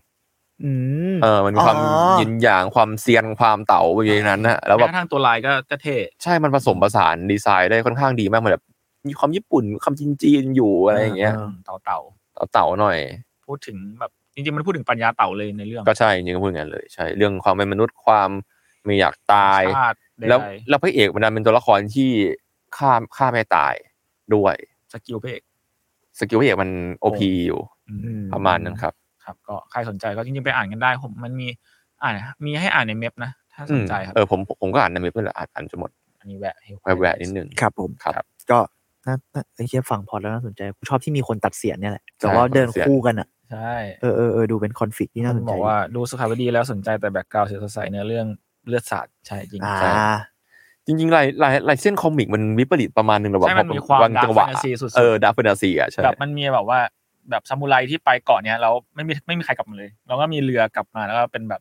Speaker 4: อืม
Speaker 3: เออมันมีความ
Speaker 4: อ๋อ
Speaker 3: ยินหยางความเซียนความเต๋าอยู่ในนั้นนะแล้วแบ
Speaker 2: แม้
Speaker 3: บ
Speaker 2: กระทั่งตัวลายก็ก็เท่
Speaker 3: ใช่มันผสมผสานดีไซน์ได้ค่อนข้างดีมากมันแบบมีความญี่ปุ่นความจีนๆอยู่อะไรอย่างเงี้ย
Speaker 2: เต๋าเต๋า
Speaker 3: เต๋าๆหน่อย
Speaker 2: ๆพูดถึงแบบจริงๆมันพูดถึงปัญญาเต๋าเลยในเรื่อง
Speaker 3: ก็ใช่จริงๆก็พูดอย่างนั้นเลยใช่เรื่องความเป็นมนุษย์ความไม่อยากตาย
Speaker 2: ชาติใดๆ
Speaker 3: แล้วแล้วพระเอกมันดันเป็นตัวละครที่ฆ่าฆ่าไม่ตายด้วย
Speaker 2: สกิลพระเอก
Speaker 3: สกิลพระเอกมันโอพีอยู่
Speaker 2: อืม
Speaker 4: อื
Speaker 3: ประมาณนั้นครับ
Speaker 2: ครับก็ใครสนใจก็จริงๆไปอ่านกันได้ผมมันมีอ่านมีให้อ่านในเมพนะ ถ้าสนใจครับ
Speaker 3: เออผมผมก็อ่านนะมีเพื่อนอ่านอ่านจนหมด
Speaker 2: อันนี้แวะให้
Speaker 3: แวะๆนิดนึง
Speaker 4: ครับผม
Speaker 3: ครับ
Speaker 4: ก็น่าน่าไอ้เชี่ยฟังพอดแล้วน่าสนใจกูชอบที่มีคนตัดเสียงเนี่ยแหละ
Speaker 3: ใช่
Speaker 4: แต่ว่าเดิน
Speaker 3: คนตัดเสียง
Speaker 4: คู่กันอ่ะ
Speaker 2: ใช่
Speaker 4: เออเออเออดูเป็นคอนฟ lict ที่น่าส
Speaker 2: คุ
Speaker 4: น
Speaker 2: ณ
Speaker 4: ใจ
Speaker 2: บอกว่าดูสุขาวดีแล้วสนใจแต่แบกกราวเสียสดใสเนื้อเรื่องเลือดสาดใช่จริง
Speaker 4: อ่า
Speaker 2: ใช่
Speaker 3: จริงๆลายลายลายเส้นคอมิกมันวิปริตประมาณนึงระหว่าง
Speaker 2: ใช่มันมีความ
Speaker 3: บาง
Speaker 2: ดา
Speaker 3: จั
Speaker 2: ร์
Speaker 3: ง
Speaker 2: ก
Speaker 3: ห
Speaker 2: แฟ
Speaker 3: วะ
Speaker 2: นตาซีสุด
Speaker 3: เออดาร์ฟนตาซีอ่ะ
Speaker 2: ๆ
Speaker 3: ใช่
Speaker 2: แบบมันมีแบบว่าแบบซามูไรที่ไปเกาะเนี้ยแล้วไม่มีไม่มีใครกลับมาเลย แล้วก็มีเรือกลับมาแล้วก็เป็นแบบ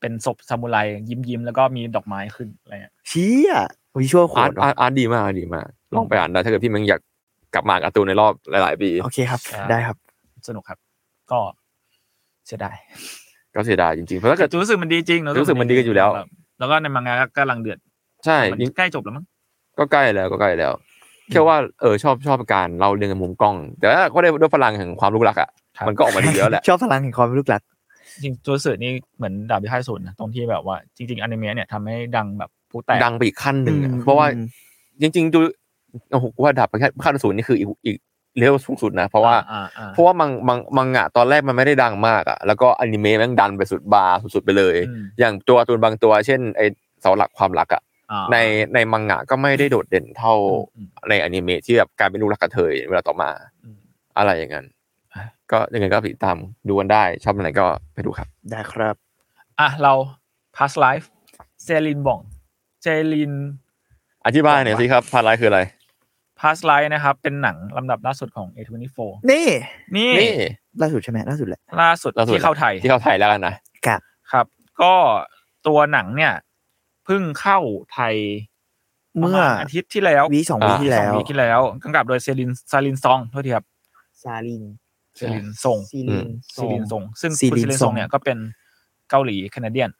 Speaker 2: เป็นศพซามูไรยิ้มยิ้มๆแล้วก็มีดอกไม้ขึ้นอะไรเงี้ย
Speaker 4: เชี่ยวิชวลโค
Speaker 3: อาร์
Speaker 4: ต
Speaker 3: ต
Speaker 4: ร
Speaker 3: อาร์ตอาร์ตดีมากอาร์ตดีมากลองไปอ่านได้ถ้าเกิดพี่มึงอยาก กลับมาการ์ตูนในรอบหลาย ๆ ปี
Speaker 4: โอเคครับ
Speaker 2: อ่า
Speaker 4: ได้ครับ
Speaker 2: สนุกครับ ก็เสียดาย
Speaker 3: ก็เสียดายจริงๆเพราะถ้าเกิด
Speaker 2: รู้สึกมันดีจริง
Speaker 3: รู้สึกมันดีกันอยู่แล้ว
Speaker 2: แล้วก็ในมังงะก็กำลังเดือด
Speaker 3: ใช่
Speaker 2: มัน
Speaker 3: ยิ่ง
Speaker 2: ใกล้จบแล้วมั้ง
Speaker 3: ก็ใกล้แล้วก็ใกล้แล้วแค่ว่าเออชอบชอบการเล่าเรื่องในมุมกล้อง แต่ว่าก็ได้ด้วยพลังแห่งความรู้หลักอ่ะ
Speaker 2: ครับ
Speaker 3: มันก็ออกมาดีแล้วแหละ
Speaker 4: ชอบพลังแห่งความลึกลัก
Speaker 2: จริงตัวสื่อนี่เหมือนดาบพิฆาตศูนย์นะตรงที่แบบว่าจริงๆอนิเมะเนี่ยทำให้ดังแบบผู้ [laughs] แตก
Speaker 3: ดังไปอีกขั้นหนึ่งอะ
Speaker 4: อืม
Speaker 3: เพราะว่า
Speaker 4: อืม
Speaker 3: จริงๆดูโอ้โหกูว่าดับไปแค่ขั้นศูนย์นี่คืออีกอีกเลเวลสูงสุดนะเพราะว่า
Speaker 2: อ่อ่
Speaker 3: เพราะว่ามังมังมังงะตอนแรกมันไม่ได้ดังมากอ่ะแล้วก็อนิเมะแม่งดันไปสุดบาร์สุดๆไปเลย
Speaker 2: อืม
Speaker 3: อย่างตัวการ์ตูนบางตัว เช่นไอเสาหลักความรักอ่ะ
Speaker 2: อ่า
Speaker 3: ในในมังงะก็ไม่ได้โดดเด่นเท่า
Speaker 2: อืม
Speaker 3: ในอนิเมะที่แบบกลารเป็นลูกรักกระเทยเวลาต่อมา
Speaker 2: อืม
Speaker 3: อะไรอย่างนั้นก็ยังไงก็ติดตามดูกันได้ชอบอันไหนก็ไปดูครับ
Speaker 4: ได้ครับ
Speaker 2: อ่ะเรา past life เซลินบองเซลิน
Speaker 3: อธิบายหน่อยสิครับพาร์ทไลน์คืออะไร
Speaker 2: past life นะครับ เป็นหนังลำดับล่าสุดของ A24
Speaker 4: นี่
Speaker 2: นี่
Speaker 3: นี่
Speaker 4: ล่าสุดใช่ไหมล่าสุดแหละ
Speaker 2: ล่าสุด
Speaker 3: ล่สุด
Speaker 2: ที่เข้าไทย
Speaker 3: ที่เข้าไทยแล้วกันนะครับ
Speaker 2: ครับ ก็ตัวหนังเนี่ยเพิ่งเข้าไทย
Speaker 4: เมื่
Speaker 2: ป
Speaker 4: อ
Speaker 2: ระาณอาทิตย์ที่แล้ว
Speaker 4: วีคสองวีคที่แล้ว
Speaker 2: สองวีคที่แล้วกำกับโดยเซรินซารินซองโทษทีครับ
Speaker 4: ซาลิน
Speaker 2: เซรินซง
Speaker 4: ซีลิน
Speaker 2: เซรินซงซึ่ง
Speaker 4: ซี
Speaker 2: คุณ
Speaker 4: ริ
Speaker 2: เซ
Speaker 4: นซง
Speaker 2: รินซงเนี่ยก็เป็นเกาหลีแคนาเดียน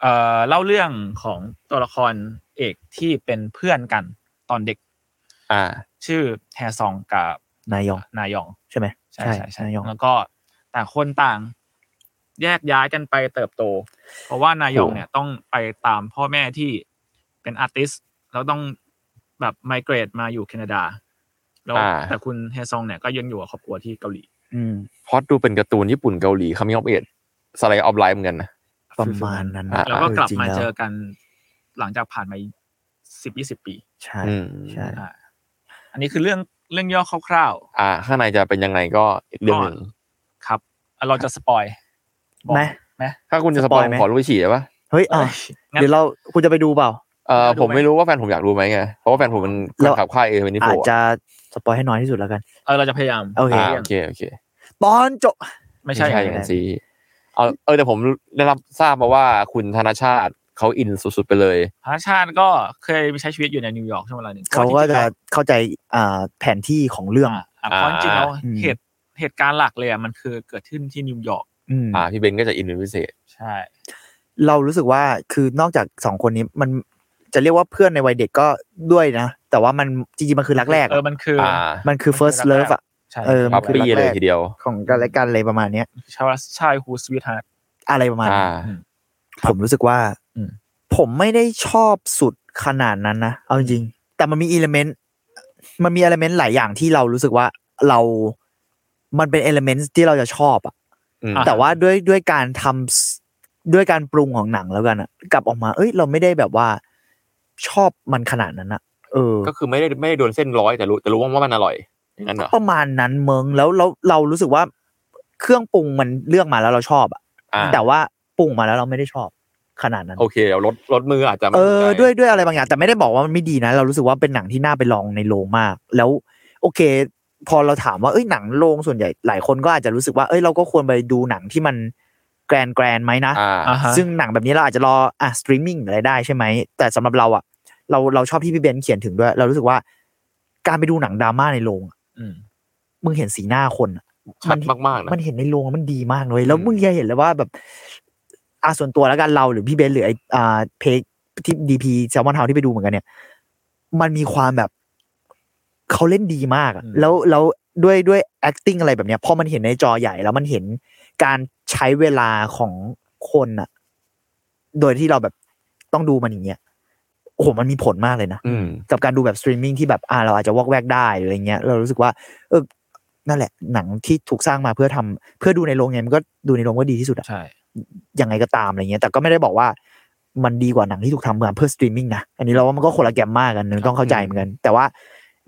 Speaker 2: เอ่อเล่าเรื่องของตัวละครเอกที่เป็นเพื่อนกันตอนเด็ก
Speaker 3: อ่า
Speaker 2: ชื่อแฮซองกับ
Speaker 4: นายอง
Speaker 2: นายอง
Speaker 4: ใช่ไหม
Speaker 2: ใช่ใช่ใช่
Speaker 4: นายอง
Speaker 2: แล้วก็ต่างคนต่าง แยกย้ายกันไปเติบโต เพราะว่านายอง
Speaker 3: โอ้
Speaker 2: เนี่ยต้องไปตามพ่อแม่ที่เป็นอาร์ติสแล้วต้องแบบไมเกรตมาอยู่แคนาดา แล้วแต่คุณเฮซองเนี่ยก็ยังอยู่กับครอบครัวที่เกาหลี
Speaker 4: อืม
Speaker 3: พอดดูเป็นการ์ตูนญี่ปุ่นเกาหลีคัมมิ่งออฟเอทสไลด์ออฟไลน์เหมือนกันนะ
Speaker 4: ประมาณนั้น
Speaker 3: อ่ะ
Speaker 2: แล้วก็กลับ
Speaker 4: จริงๆ
Speaker 2: มา
Speaker 4: แ
Speaker 2: เจอกันหลังจากผ่านมาสิบยี่สิบปี
Speaker 4: ใช่
Speaker 3: อืม
Speaker 4: ใช่
Speaker 2: อ่าอันนี้คือเรื่องเรื่องย่อคร่าว
Speaker 3: อ่า ข้างในจะเป็นยังไงก็อีกเรื่องหนึ่ง
Speaker 2: ๆครับอ่ะเราจะสปอยบอก
Speaker 4: ไหม
Speaker 2: ไหม
Speaker 3: ถ้าคุณจะส
Speaker 4: ส
Speaker 3: ป
Speaker 4: ป
Speaker 3: อ
Speaker 4: อย ย
Speaker 3: ล์
Speaker 4: ไหม
Speaker 3: ขอรู้ไปฉี่ได้ปะ
Speaker 4: เฮ้ยอ่ะ
Speaker 2: งั้น
Speaker 4: เดี๋ยวเราคุณจะไปดูเปล่า
Speaker 3: เอ่อ
Speaker 2: น่าดู
Speaker 3: ผมไม่
Speaker 2: ไหม
Speaker 3: รู้ว่าแฟนผมอยากรู้ไหมไงเพราะว่าแฟนผมเป็นคน
Speaker 4: เรา
Speaker 3: ขับค่ายเอเวนิโฟ
Speaker 4: อาจจะสปอยให้น้อยที่สุดแล้วกัน
Speaker 2: เออเราจะพยายาม
Speaker 4: โอเค
Speaker 3: อ่า
Speaker 2: ลี่ยง
Speaker 3: โอเคโอเค
Speaker 4: ตอนจบ
Speaker 2: ไม่ใช่
Speaker 3: ไม่ใช่อย่างนั้นสิเอาเออแต่ผมได้รับทราบมาว่าคุณธนชาติเขาอินสุดๆไปเลย
Speaker 2: พระชาติก็เคยใช้ชีวิตอยู่ในนิวยอร์กช่วงเวลาหนึ่ง
Speaker 4: เขาก็จะเข้าใจอ่าแผนที่ของเรื่อง
Speaker 2: อ่ะอ่ะเพราะจริงๆแล้ว
Speaker 4: อืม
Speaker 2: เหตุเหตุการณ์หลักเลยอ่ะมันคือเกิดขึ้นที่นิวยอร์ก
Speaker 4: อืม
Speaker 3: อ่า พี่เบนก็จะอินเป็นพิเศษ
Speaker 2: ใช่
Speaker 4: เรารู้สึกว่าคือนอกจากสองคนนี้มันจะเรียกว่าเพื่อนในวัยเด็กก็ด้วยนะ แต่ว่ามันจริงๆ มันคือรักแรก
Speaker 2: เออมันคือ
Speaker 3: อ่า
Speaker 4: มันคือ first love อ่ะ
Speaker 2: ใช่
Speaker 4: เออ
Speaker 3: ปั๊บ
Speaker 4: มันคือ
Speaker 3: ปี้
Speaker 4: รักแรก
Speaker 3: เลยทีเดียว
Speaker 4: ของกันและกันอะไรประมาณเนี้ย
Speaker 2: ชาวชายฮูสวีทาร์
Speaker 4: อะไรประมาณ
Speaker 3: อ่า
Speaker 4: นั้นผมรู้สึกว่า
Speaker 2: อืม
Speaker 4: ผมไม่ได้ชอบสุดขนาดนั้นนะ เอาจริง แต่มันมีอิเลเมนต์มันมีอิเลเมนต์หลายอย่างที่เรารู้สึกว่าเรามันเป็นอิเลเมนต์ที่เราจะชอบอะ
Speaker 3: อืม
Speaker 2: อ่ะ
Speaker 4: แต่ว่าด้วยด้วยการทำสด้วยการปรุงของหนังแล้วกันอะกลับออกมา เอ้ย เราไม่ได้แบบว่าชอบมันขนาดนั้นอะเออ
Speaker 3: ก็คือไม่ได้ไม่ได้โดนเส้นร้อยแต่รู้แต่รู้ว่าว่ามันอร่อยอย่างนั้นเหรอ
Speaker 4: ประมาณนั้นเมิงแล้วเราเรารู้สึกว่า เครื่องปรุงมันเลือกมาแล้วเราชอบอะ
Speaker 3: อ่า
Speaker 4: แต่ว่าปรุงมาแล้วเราไม่ได้ชอบขนาดนั้น
Speaker 3: โอเคเดี๋ยวลดลดมืออาจจะไม่
Speaker 4: เออ
Speaker 3: ถูกใจ
Speaker 4: ด้วยด้วยอะไรบางอย่าง แต่ไม่ได้บอกว่ามันไม่ดีนะ เรารู้สึกว่าเป็นหนังที่น่าไปลองในโรงมาก แล้ว โอเค พอเราถามว่าเอ้ยหนังโรงส่วนใหญ่หลายคนก็อาจจะรู้สึกว่าเอ้ยเราก็ควรไปดูหนังที่มันแกรนแกรนไหมนะ
Speaker 3: อ่า
Speaker 2: อ่าฮะ
Speaker 4: ซึ่งหนังแบบนี้เราอาจจะรออ่ะสตรีมมิ่งอะไรได้ใช่ไหม แต่สำหรับเราอ่ะ เราเราชอบที่พี่เบนซ์เขียนถึงด้วย เรารู้สึกว่า การไปดูหนังดราม่าในโรงอะ
Speaker 2: อืม
Speaker 4: มึงเห็นสีหน้าคนอะ
Speaker 3: ชัดมากๆนะ
Speaker 4: มันเห็นในโรงอะมันดีมากเลยแล้วมึงจะเห็นเลยว่าแบบอ่ะส่วนตัวแล้วกันเราหรือพี่เบนซ์หรือไออ่าเพกที่ดีพีแซลมอนเฮาที่ไปดูเหมือนกันเนี่ย มันมีความแบบเขาเล่นดีมากอะ
Speaker 2: อืม
Speaker 4: แล้วแล้วด้วยด้วย acting อะไรแบบเนี้ยพอมันเห็นในจอใหญ่แล้วมันเห็นการใช้เวลาของคนอะโดยที่เราแบบต้องดูมันอย่างเงี้ยโอ้โหมันมีผลมากเลยนะ
Speaker 3: อืม
Speaker 4: กับการดูแบบสตรีมมิ่งที่แบบอ่าเราอาจจะวอกแวกได้หรืออะไรเงี้ย เรารู้สึกว่า เออนั่นแหละ หนังที่ถูกสร้างมาเพื่อทำเพื่อดูในโรงไงมันก็ดูในโรงก็ดีที่สุดอะ
Speaker 2: ใช่
Speaker 4: ยังไงก็ตามอะไรเงี้ย แต่ก็ไม่ได้บอกว่ามันดีกว่าหนังที่ถูกทำมาเพื่อสตรีมมิ่งนะอันนี้เราว่ามันก็คนละแกมมากกันนะต้องเข้าใจเหมือนกัน แต่ว่า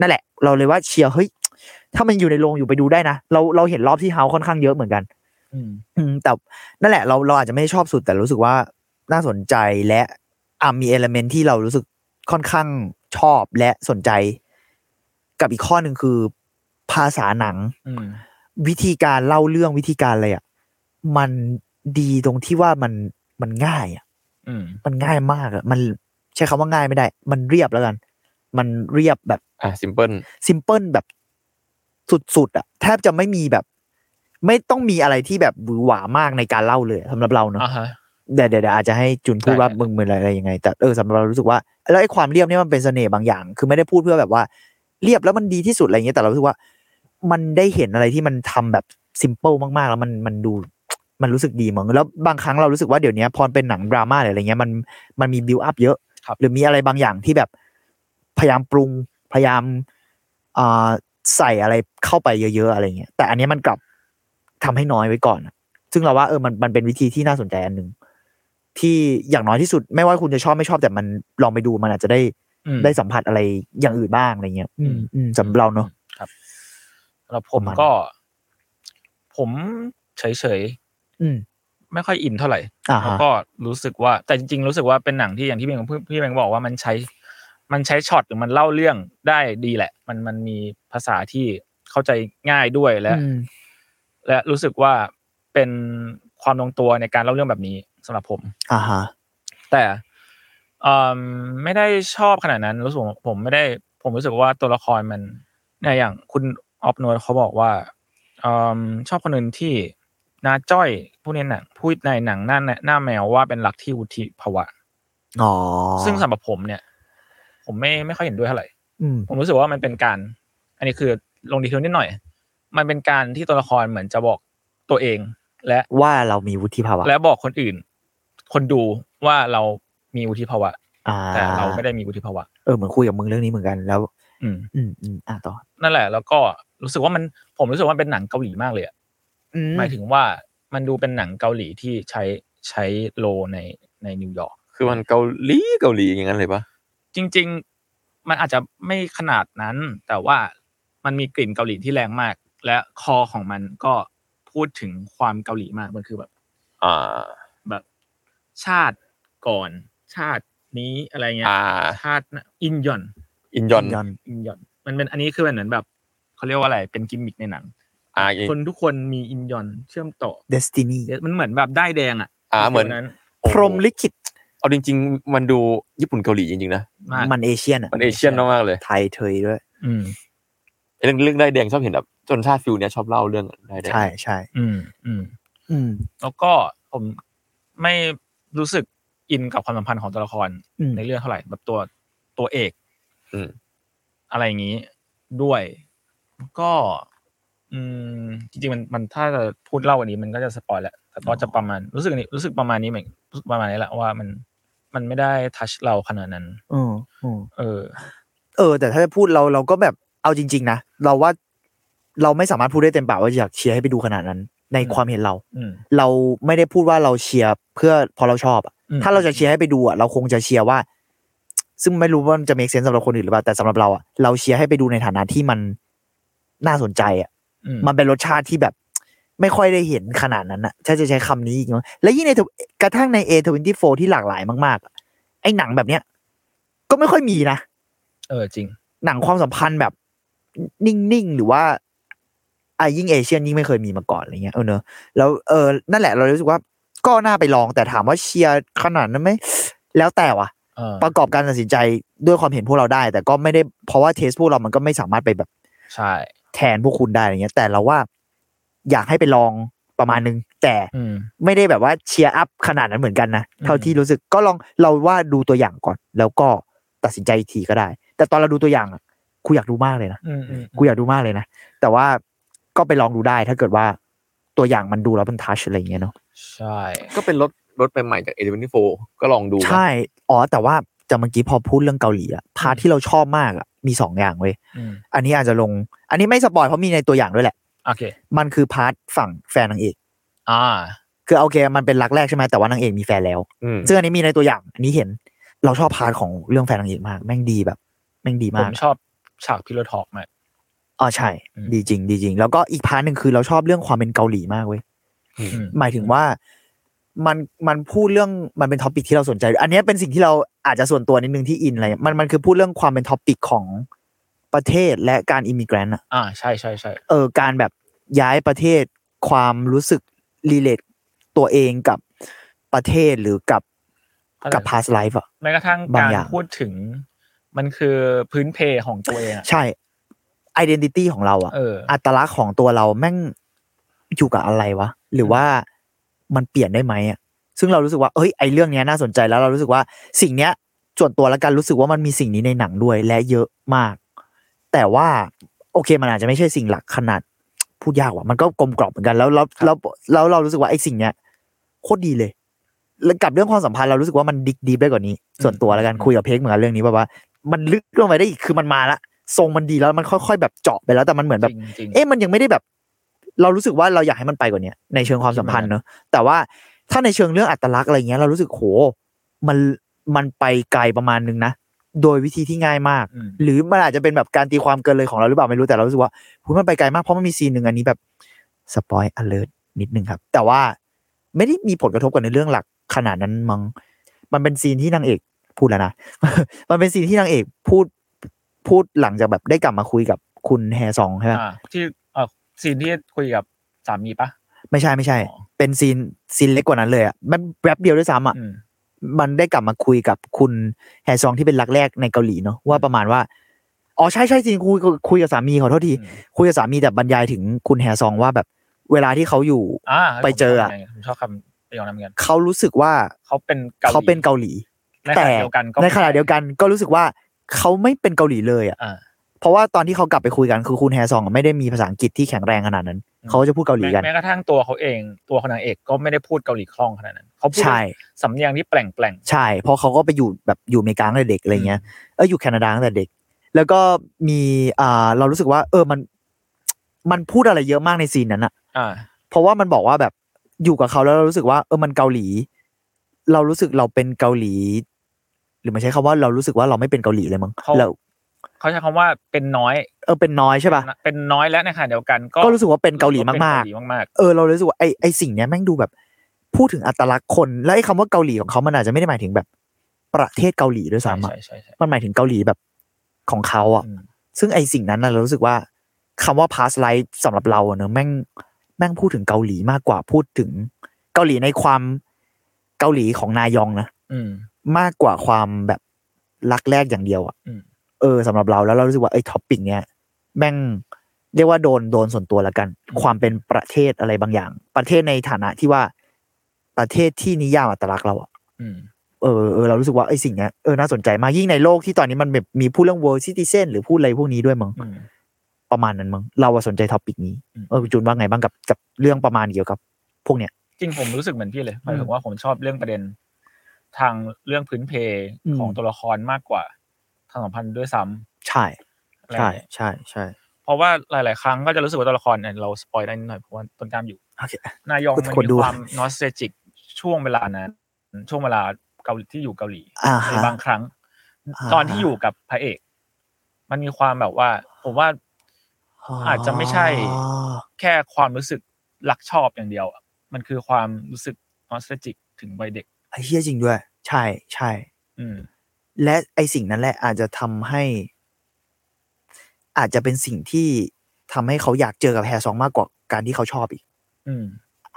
Speaker 4: นั่นแหละ เราเลยว่าเชียร์เฮ้ยถ้ามันอยู่ในโรงอยู่ไปดูได้นะเราเราเห็นรอบที่เฮาค่อนข้างเยอะเหมือนกัน
Speaker 2: อืม
Speaker 4: อืมแต่นั่นแหละเราเราอาจจะไม่ได้ชอบสุดแต่รู้สึกว่าน่าสนใจและอ่ะมีเอลเมนที่เรารู้สึกค่อนข้างชอบและสนใจ กับอีกข้อหนึ่งคือ ภาษาหนัง
Speaker 2: อืม
Speaker 4: วิธีการเล่าเรื่องวิธีการอะไรอ่ะมันดีตรงที่ว่ามันมันง่ายอ่ะ
Speaker 2: อืม
Speaker 4: มันง่ายมากอ่ะมันใช้คำว่าง่ายไม่ได้ มันเรียบแล้วกัน มันเรียบแบบ
Speaker 3: อ่าซิมเพิล
Speaker 4: ซิมเพิลแบบ สุดๆอ่ะแทบจะไม่มีแบบ ไม่ต้องมีอะไรที่แบบหวือหวามากในการเล่าเลยสำหรับเราเนาะ
Speaker 2: อ่าฮะ
Speaker 4: เดี๋ยวเดี๋ยวเดี๋ยวอาจจะให้จุนพูด
Speaker 2: ได้
Speaker 4: ว่า
Speaker 2: ได้
Speaker 4: มึงมึงอะไรยังไง แต่เออสำหรับเรารู้สึกว่าแล้วไอ้ความเรียบเนี่ยมันเป็นเสน่ห์บางอย่าง คือไม่ได้พูดเพื่อแบบว่า เรียบแล้วมันดีที่สุดอะไรอย่างเงี้ยแต่เรารู้สึกว่า มันได้เห็นอะไรที่มันทำแบบซิมเ l ิลมากๆ แล้วมันมันดูมันรู้สึกดีมั้งแล้วบางครั้งเรารู้สึกว่าเดี๋ยวนี้พอเป็นหนังดราม่าหรืออะไรเงี้ยมันมันมีบิวอัพเยอะ
Speaker 2: ครับ
Speaker 4: หรือมีอะไรบางอย่างที่แบบพยายามปรุงพยายามอ่าใส่อะไรเข้าไปเยอะๆอะไรเงี้ยแต่อันเนี้ยมันกลับทำให้น้อยไว้ก่อนอะซึ่งเราว่าเออมันมันเป็นวิธีที่น่าสนใจอันหนึ่ง ที่อย่างน้อยที่สุดไม่ว่าคุณจะชอบไม่ชอบแต่มันลองไปดูมันอาจจะได้
Speaker 2: อืม
Speaker 4: ได้สัมผัสอะไรอย่างอื่นบ้างอะไรเงี้ย
Speaker 2: อืม
Speaker 4: อืมสำหรับเราเนอะ
Speaker 2: แล้วผม
Speaker 4: ประมาณ
Speaker 2: ก็ ผมเฉย
Speaker 4: อืม
Speaker 2: ๆ ไม่ค่อยอินเท่าไหร่
Speaker 4: อ่า
Speaker 2: แล้ว
Speaker 4: ฮะ
Speaker 2: ก็รู้สึกว่าแต่จริงๆ รู้สึกว่าเป็นหนังที่อย่างที่พี่แบงค์พูดพี่แบงค์บอกว่ามันใช้ มันใช้ช็อตหรือมันเล่าเรื่องได้ดีแหละ มันมันมีภาษาที่เข้าใจง่ายด้วยและ
Speaker 4: อืม
Speaker 2: และรู้สึกว่าเป็นความลงตัวในการเล่าเรื่องแบบนี้สำหรับผม
Speaker 4: อ่าฮะ
Speaker 2: แต่เอิ่มไม่ได้ชอบขนาดนั้นรู้สึกว่าผมไม่ได้ ผมรู้สึกว่าตัวละครมันเนี่ยอย่างคุณออฟนวลเขาบอกว่าเอิ่มชอบคนอื่นที่นาจ้อยผู้ในหนังพูดในหนังหน้าหน้าแมวว่าเป็นรักที่วุฒิภาวะ
Speaker 4: อ๋อ
Speaker 2: ซึ่งสำหรับผมเนี่ย ผมไม่ไม่ค่อยเห็นด้วยเท่าไหร่
Speaker 4: อืม
Speaker 2: ผมรู้สึกว่ามันเป็นการ อันนี้คือลงดีเทลนิดหน่อย มันเป็นการที่ตัวละครเหมือนจะบอกตัวเองและ
Speaker 4: ว่าเรามีวุฒิภาวะ
Speaker 2: และบอกคนอื่น คนดูว่าเรามีวุฒิภาวะ
Speaker 4: อ่า
Speaker 2: แต่เราไม่ได้มีวุฒิภาวะ
Speaker 4: เออเหมือนคุยกับมึงเรื่องนี้เหมือนกันแล้ว
Speaker 2: อืม
Speaker 4: อืมอืมอ่ะต่อ
Speaker 2: นั่นแหละ แล้วก็รู้สึกว่ามันผมรู้สึกว่ามันเป็นหนังเกาหลีมากเลยอะ
Speaker 4: อืม
Speaker 2: หมายถึงว่ามันดูเป็นหนังเกาหลีที่ใช้ใช้โลในในนิวยอร์ก
Speaker 3: คือมันเกาหลีเกาหลีอย่างนั้นเลยปะ
Speaker 2: จริง ๆ มันอาจจะไม่ขนาดนั้น แต่ว่ามันมีกลิ่นเกาหลีที่แรงมาก และคอของมันก็พูดถึงความเกาหลีมากมันคือแบบ
Speaker 3: อ่า
Speaker 2: แบบชาติก่อนชาตินี้อะไรเงี้ย
Speaker 3: อ่า
Speaker 2: ชาติน่ะอินยอน
Speaker 3: อินยอน
Speaker 4: ย้อน
Speaker 2: อินยอนมันเป็นอันนี้คือมันเหมือนแบบเขาเรียกว่าอะไรเป็นกิมมิคในหนัง
Speaker 3: อ่า
Speaker 2: คนทุกคนมีอินยอนเชื่อมต่อ
Speaker 4: เดสตินี
Speaker 2: มันเหมือนแบบได้ายแดงอ่ะ
Speaker 3: อ่าเหมือน
Speaker 2: ฟิลนั้น
Speaker 4: พรหมลิขิต
Speaker 3: เอาจริง ๆ มันดูญี่ปุ่นเกาหลีจริงๆนะ
Speaker 2: มาก
Speaker 4: มันเอเชียนอ่ะ
Speaker 3: มันเอเชียนมากๆเลย
Speaker 4: ไทยเทยด้วย
Speaker 2: อืม
Speaker 3: ไอ้เรื่องเรื่องได้ายแดงชอบเห็นแบบจนชาติฟิลเนี้ยชอบเล่าเรื่องได้ายแดง
Speaker 4: ใช่ใช่
Speaker 2: อืมอืม
Speaker 4: อืม
Speaker 2: แล้วก็ผมไม่รู้สึกอินกับความสัมพันธ์ของตัวละคร
Speaker 4: อืม
Speaker 2: ในเรื่องเท่าไหร่แบบตัวตัวเอก
Speaker 3: อืม
Speaker 2: อะไรอย่างนี้ด้วยก็ อืมจริงๆมันมันถ้าจะพูดเล่าอันนี้มันก็จะสปอยแหละแต่ก็จะประมาณรู้สึกอันนี้รู้สึกประมาณนี้เหมือนรู้สึกประมาณนี้แหละว่ามันมันไม่ได้ทัชเราขนาดนั้น
Speaker 4: อืมอืม
Speaker 2: เออ
Speaker 4: เออ แต่ถ้าจะพูดเราเราก็แบบเอาจริง ๆ นะ เราว่าเราไม่สามารถพูดได้เต็มปากว่าอยากเชียร์ให้ไปดูขนาดนั้น ใน
Speaker 2: อืม
Speaker 4: ความเห็นเรา
Speaker 2: อืม
Speaker 4: เราไม่ได้พูดว่าเราเชียร์เพื่อเพอเราชอบอะ
Speaker 2: อืม
Speaker 4: ถ้าเราจะเชียร์ให้ไปดูอ่ะเราคงจะเชียร์ว่า ซึ่งไม่รู้ว่ามันจะ make sense สำหรับคนอื่นหรือเปล่าแต่สำหรับเราอ่ะเราเชียร์ให้ไปดูในฐานะที่มันน่าสนใจอ่ะ
Speaker 2: อืม
Speaker 4: มันเป็นรสชาติที่แบบ ไม่ค่อยได้เห็นขนาดนั้นอ่ะถ้าจะใช้คำนี้อีกเนาะและยิ่งในกระทั่งใน A24 ที่หลากหลายมากๆอะไอ้หนังแบบเนี้ย ก็ไม่ค่อยมีนะ
Speaker 2: เออจริง
Speaker 4: หนังความสัมพันธ์แบบนิ่ง ๆ หรือว่าอ่ะยิ่งเอเชียนยิ่งไม่เคยมีมาก่อนอะไรเงี้ยเออเนอะแล้วเออนั่นแหละเรารู้สึกว่าก็น่าไปลองแต่ถามว่าเชียร์ขนาดนั้นไหมแล้วแต่ว่ะ
Speaker 2: เออ
Speaker 4: ประกอบการตัดสินใจด้วยความเห็นพวกเราได้ แต่ก็ไม่ได้เพราะว่าเทสพวกเรามันก็ไม่สามารถไปแบบ
Speaker 2: ใช่
Speaker 4: แทนพวกคุณได้อะไรเงี้ย แต่เราว่าอยากให้ไปลองประมาณนึง แต่
Speaker 2: อืม
Speaker 4: ไม่ได้แบบว่าเชียร์อัพขนาดนั้นเหมือนกันนะเท่า
Speaker 2: อืม
Speaker 4: ที่รู้สึกก็ลองเราว่าดูตัวอย่างก่อน แล้วก็ตัดสินใจอีกทีก็ได้ แต่ตอนเราดูตัวอย่างอะกูอยากดูมากเลยนะ
Speaker 2: อืมอืม
Speaker 4: กูอยากดูมากเลยนะ แต่ว่าก็ไปลองดูได้ถ้าเกิดว่าตัวอย่างมันดูแล้วมันทัชอะไรอย่างเงี้ยเนาะ
Speaker 2: ใช่
Speaker 3: ก็เป็นรถรถใหม่ๆจากเอเดนโฟก็ลองดูนะ
Speaker 4: ใช่ อ๋อ แต่ว่าแต่เมื่อกี้พอพูดเรื่องเกาหลีอะพาร์ทที่เราชอบมากอะมีสองอย่างเว้ย
Speaker 2: อืม
Speaker 4: อันนี้อาจจะลง อันนี้ไม่สปอยเพราะมีในตัวอย่างด้วยแหละ
Speaker 2: โอเค
Speaker 4: มันคือพาร์ทฝั่งแฟนนางเอก
Speaker 2: อ่า
Speaker 4: คือโอเค มันเป็นรักแรกใช่ไหมแต่ว่านางเอกมีแฟนแล้ว
Speaker 3: อืม
Speaker 4: ซึ่งอันนี้มีในตัวอย่าง อันนี้เห็น เราชอบพาร์ทของเรื่องแฟนนางเอกมาก แม่งดีแบบ แม่ง
Speaker 2: ผม
Speaker 4: ดีาก
Speaker 2: มชอบฉากพิโรทอกมาก
Speaker 4: อ๋อใช่
Speaker 2: อืม
Speaker 4: ดีจริง ดีจริง แล้วก็อีกพาร์ทหนึ่งคือเราชอบเรื่องความเป็นเกาหลีมากเว้ย
Speaker 3: อืม
Speaker 2: อืม
Speaker 4: หมายถึงว่ามันมันพูดเรื่องมันเป็นท็อปิกที่เราสนใจ อันเนี้ยเป็นสิ่งที่เราอาจจะส่วนตัวนิดนึงที่อินอะไรมันมันคือพูดเรื่องความเป็นท็อปิกของประเทศและการอิมิเกรนต์อะ
Speaker 2: อ่า ใช่ใช่ใช่
Speaker 4: เออการแบบย้ายประเทศ ความรู้สึกรีเลทตัวเองกับประเทศหรือกับกับพาสไลฟ์อะ
Speaker 2: แม้กระทั่ง
Speaker 4: บาง
Speaker 2: การ
Speaker 4: อย่าง
Speaker 2: พูดถึง มันคือพื้นเพของตัวเองอะ
Speaker 4: ใช่ i d e ด i t y ของเราอะ
Speaker 2: เออ
Speaker 4: อัตลักษณ์ของตัวเราแม่งอยู่กับอะไรวะ หรือว่ามันเปลี่ยนได้ไหมอะซึ่งเรารู้สึกว่าเอ้ยไอเรื่องเนี้ยน่าสนใจแล้วเรารู้สึกว่าสิ่งเนี้ย ส่วนตัวแล้วกันรู้สึกว่ามันมีสิ่งนี้ในหนังด้วยและเยอะมาก แต่ว่าโอเคมันอาจจะไม่ใช่สิ่งหลักขนาด พูดยากว่ะมันก็กลมกล่อมเหมือนกันแล้วแล้วแล้วแล้วเรารู้สึกว่าไอ้สิ่งเนี้ยโคตรดีเลย แล้วกับเรื่องความสัมพันธ์เรารู้สึกว่ามันดิกดีไปกว่านี้ ส่วนตัวแล้วกันคุยกับเพกเหมือนกันเรื่องนี้แบบว่า มันลึกลงไปได้อีกคือมันมาละทรงมันดีแล้วมันค่อยๆ แบบเจาะไปแล้วแต่มันเหมือนแบบ
Speaker 2: จริงจริง
Speaker 4: เอ๊ะมันยังไม่ได้แบบ เรารู้สึกว่าเราอยากให้มันไปกว่าเนี้ยในเชิงความสัมพันธ์เนอะแต่ว่าถ้าในเชิงเรื่องอัตลักษณ์อะไรเงี้ยเรารู้สึกโหมันมันไปไกลประมาณนึงนะโดยวิธีที่ง่ายมาก
Speaker 2: อืม
Speaker 4: หรือมันอาจจะเป็นแบบการตีความเกินเลยของเราหรือเปล่าไม่รู้แต่เรารู้สึกว่าพูมันไปไกลมากเพราะมันมีซีนหนึ่งอันนี้แบบสปอยอเลิร์นิดนึงครับ แต่ว่าไม่ได้มีผลกระทบกับในเรื่องหลักขนาดนั้นมั้งมันเป็นซีนที่นางเอกพูดแล้วนะ [laughs] มันเป็นซีนที่นางเอกพูดพูดหลังจากแบบได้กลับมาคุยกับคุณแฮซองใช่ไหม
Speaker 2: อ่าที่เออซีนที่คุยกับสามีปะ
Speaker 4: ไม่ใช่ไม่ใช่
Speaker 2: อ๋อ
Speaker 4: เป็นซีนซีนเล็กกว่านั้นเลยอ่ะมันแวบเดียวด้วยซ้ำอ่ะ
Speaker 2: อืม
Speaker 4: มันได้กลับมาคุยกับคุณแฮซองที่เป็นรักแรกในเกาหลีเนอะว่าประมาณว่าอ๋อใช่ใช่ซีนคุยคุยกับสามีขอโทษที
Speaker 2: อืม
Speaker 4: คุยกับสามีแต่บรรยายถึงคุณแฮซองว่าแบบเวลาที่เขาอยู่
Speaker 2: อ่า
Speaker 4: ไปเจออะ
Speaker 2: ผมชอบคำประโยคนั้นเหมือนกัน
Speaker 4: เขารู้สึกว่า
Speaker 2: เขาเป็นกหลี
Speaker 4: เขาเป็นเกาหลี
Speaker 2: ในข
Speaker 4: แต่
Speaker 2: ณะเดียวกันก็
Speaker 4: ในขณะเดียวกันก็รู้สึกว่าเขาไม่เป็นเกาหลีเลยอ่ะ
Speaker 2: อ่า
Speaker 4: เพราะว่าตอนที่เขากลับไปคุยกันคือคุณแฮซองอะไม่ได้มีภาษาอังกฤษที่แข็งแรงขนาดนั้น
Speaker 2: อืม
Speaker 4: เขาก็จะพูดเกาหลี
Speaker 2: แม้
Speaker 4: กัน
Speaker 2: แม้กระทั่งตัวเขาเองตัวคนนางเอกก็ไม่ได้พูดเกาหลีคล่องขนาดนั้นเขาพูด
Speaker 4: ใช่
Speaker 2: สำเนียงที่แปลงแปลง
Speaker 4: ใช่ เพราะเขาก็ไปอยู่แบบอยู่อเมริกาตั้งแต่เด็กอะไรเงี้ย เอออยู่แคนาดาตั้งแต่เด็ก แล้วก็มีอ่าเรารู้สึกว่า เออมัน มันพูดอะไรเยอะมากในซีนนั้นอะ
Speaker 2: อ่า
Speaker 4: เพราะว่ามันบอกว่าแบบอยู่กับเขาแล้วเรารู้สึกว่า เออมันเกาหลี เรารู้สึกเราเป็นเกาหลี หรือมันใช้คำว่าเรารู้สึกว่าเราไม่เป็นเกาหลีเลยมั้ง
Speaker 2: เขา
Speaker 4: เรา
Speaker 2: เขาใช้คำว่าเป็นน้อย
Speaker 4: เออเป็นน้อยใช่ป่ะ
Speaker 2: เป็นน้อยและในขณะเดียวกัน ก็
Speaker 4: ก็รู้สึกว่าเป็นเกาหลีมากๆ
Speaker 2: ป็นเกาหลีมาก
Speaker 4: เออเรารู้สึกว่าไอไอสิ่งเนี้ยแม่งดูแบบพูดถึงอัตลักษณ์คน และไอคำว่าเกาหลีของเขามันอาจจะไม่ได้หมายถึงแบบ ประเทศเกาหลีด้วย
Speaker 2: ๆใช่
Speaker 4: ซ้ำอะ
Speaker 2: ใช่ใช่ใช่
Speaker 4: มันหมายถึงเกาหลีแบบของเขาอะ
Speaker 2: อืม
Speaker 4: ซึ่งไอสิ่งนั้นนะเรารู้สึกว่าคำว่า past life สำหรับเราอะเนอะแม่งแม่งพูดถึงเกาหลีมากกว่าพูดถึง เกาหลีในความเกาหลีของนายองนะ
Speaker 2: อืม
Speaker 4: มากกว่าความแบบรักแรกอย่างเดียวอะ
Speaker 2: อืม
Speaker 4: เออสำหรับเราแล้วเรารู้สึกว่าไอ้ท็อปปิ้งเนี้ยแม่งเรียกว่าโดนโดนส่วนตัวละกัน ความเป็นประเทศอะไรบางอย่าง ประเทศในฐานะที่ว่าประเทศที่นิยามอัตลักษณ์เราอะ
Speaker 2: อืม
Speaker 4: เออเออเรารู้สึกว่าไอ้สิ่งเนี้ยเออน่าสนใจมากยิ่งในโลกที่ตอนนี้มันแบบมีพูดเรื่อง world citizen หรือพูดอะไรพวกนี้ด้วยมั้ง
Speaker 2: อืม
Speaker 4: ประมาณนั้นมั้งเราอะสนใจท็อปิกนี้
Speaker 2: อืม
Speaker 4: เออคุณจูนว่าไงบ้างกับกับเรื่องประมาณเกี่ยวกับ พวกเนี้ย
Speaker 2: จริงผมรู้สึกเหมือนพี่เลยหมาย
Speaker 4: อื
Speaker 2: ถึ
Speaker 4: ม
Speaker 2: งว่าผมชอบเรื่องประเด็น ทางเรื่องพื้นเพ
Speaker 4: อืม
Speaker 2: ของตัวละครมากกว่าทางสัมพันธ์ด้วยซ้
Speaker 4: ใช่
Speaker 2: ำอะไร
Speaker 4: ใช่ใช่ใช่
Speaker 2: เพราะว่าหลาย ๆ ครั้งก็จะรู้สึกว่าตัวละครเนี่ยเราสปอยได้นิดหน่อยเพราะว่าต้นกล้ามอยู่
Speaker 4: โอเค
Speaker 2: นายองมัน
Speaker 4: คน
Speaker 2: มี
Speaker 4: ดู [laughs]
Speaker 2: ความนอสเ a จิกช่วงเวลานั้น ช่วงเวลาเกาหลีที่อยู่เกาหลี
Speaker 4: อ่า
Speaker 2: ใน
Speaker 4: ฮะ
Speaker 2: บางครั้ง
Speaker 4: อ่า
Speaker 2: ตอนที่อยู่กับพระเอก มันมีความแบบว่า ผมว่า อาจจะไม่ใช่ แค่ความรู้สึกรักชอบอย่างเดียวอะมันคือความรู้สึกนอสเ a จิกถึงวัยเด็ก
Speaker 4: ไอ้เฮียจริงด้วย ใช่ใช่
Speaker 2: อืม
Speaker 4: และไอ้สิ่งนั้นแหละอาจจะทำให้ อาจจะเป็นสิ่งที่ทำให้เขาอยากเจอกับแฮซองมากกว่าการที่เขาชอบอีก
Speaker 2: อืม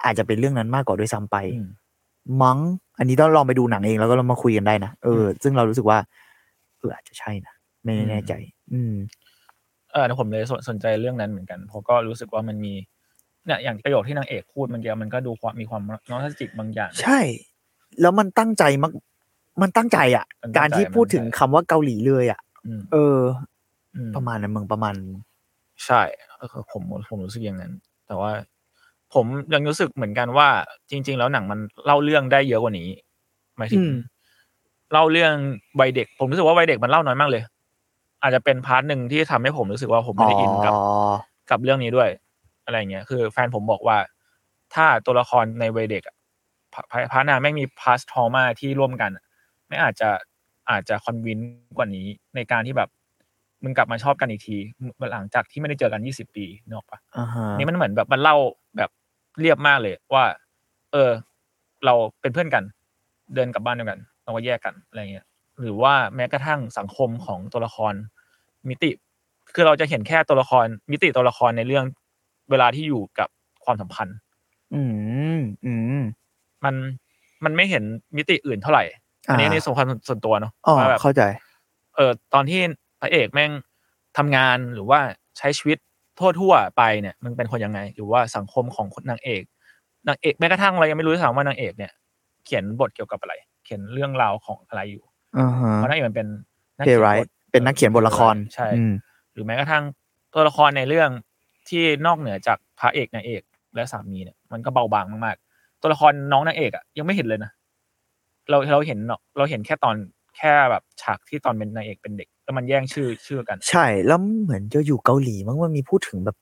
Speaker 4: อาจจะเป็นเรื่องนั้นมากกว่าด้วยซ้ำไป
Speaker 2: อืม
Speaker 4: มั้ง อันนี้ต้องลองไปดูหนังเองแล้วก็เรามาคุยกันได้นะ เออ ซึ่งเรารู้สึกว่า เอออาจจะใช่นะ ไม่แน่ใจ อืม
Speaker 2: เออแต่ผมเลยสนสนใจเรื่องนั้นเหมือนกันเพราะก็รู้สึกว่ามันมีเนี่ยอย่างประโยคที่นางเอกพูดเมันเดียวมันก็ดูความมีความนอสเ a จิกบางอย่าง
Speaker 4: ใช่ แล้วมันตั้งใจมากมันตั้งใจอ่ะ
Speaker 2: มันตั้งใจ
Speaker 4: การที่พูดถึง
Speaker 2: มันตั้งใจ
Speaker 4: คำว่าเกาหลีเลยอ่ะ
Speaker 2: อืม
Speaker 4: เออ
Speaker 2: อืม
Speaker 4: ประมาณนั้นมึงประมาณ
Speaker 2: ใช่ก็คือผมผมรู้สึกอย่างนั้น แต่ว่า ผมยังรู้สึกเหมือนกันว่า จริง ๆ แล้วหนังมันเล่าเรื่องได้เยอะกว่านี้หมายถึง
Speaker 4: อืม
Speaker 2: เล่าเรื่องวัยเด็ก ผมรู้สึกว่าวัยเด็กมันเล่าน้อยมากเลย อาจจะเป็นพาร์ทหนึ่งที่ทำให้ผมรู้สึกว่าผมไม่ได้อินกับ
Speaker 4: อ๋อ
Speaker 2: กับเรื่องนี้ด้วย อะไรอย่างเงี้ย คือแฟนผมบอกว่า ถ้าตัวละครในวัยเด็กอะพระพระพระนางไม่งมีพาสทอมาที่ร่วมกันอะไม่อาจจะอาจจะคอนวินกว่านี้ ในการที่แบบมึงกลับมาชอบกันอีกทีหลังจากที่ไม่ได้เจอกันยี่สิบปีเนกอะปะ
Speaker 4: อ่าฮะ
Speaker 2: นี่มันเหมือนแบบมันเล่าแบบเรียบมากเลยว่า เออ เราเป็นเพื่อนกัน เดินกลับบ้านเดียวกัน เราก็แยกกันอะไรเงี้ย หรือว่าแม้กระทั่งสังคมของตัวละคร มิติ คือเราจะเห็นแค่ตัวละคร มิติตัวละครในเรื่องเวลาที่อยู่กับความสัมพันธ์
Speaker 4: อืม อืม
Speaker 2: มันมันไม่เห็นมิติอื่นเท่าไหร่ อันนี้ในส่วนความส่วนตัวเนาะ
Speaker 4: อ๋อ
Speaker 2: ว่าแบบ
Speaker 4: เข้าใจ
Speaker 2: เออตอนที่พระเอกแม่งทำงานหรือว่า ใช้ชีวิตทั่วๆไปเนี่ยมันเป็นคนยังไงหรือว่าสังคมของคนนางเอกนางเอกแม้กระทั่งเรายังไม่รู้ด้วยซ้ำว่านางเอกเนี่ย เขียนบทเกี่ยวกับอะไร เขียนเรื่องราวของอะไรอยู่
Speaker 4: อ่าฮะ
Speaker 2: เพราะนางเอกมันเป็นนัก
Speaker 4: เพ
Speaker 2: ขียนบ
Speaker 4: ย์ไร
Speaker 2: ท
Speaker 4: ท์เป็นนักเขียนบทละคร
Speaker 2: ใช่
Speaker 4: อืม
Speaker 2: หรือแม้กระทั่งตัวละครในเรื่องที่นอกเหนือจากพระเอกนางเอกและสามีเนี่ยมันก็เบาบางมากๆ ตัวละครน้องนางเอกอะยังไม่เห็นเลยนะเราเราเห็นเนอะเราเห็นแค่ตอนแค่แบบฉากที่ตอนเป็นนางเอกเป็นเด็ก แล้วมันแย่งชื่อชื่อกัน
Speaker 4: ใช่ แล้วเหมือนจะอยู่เกาหลีมั้งมันมีพูดถึงแบบ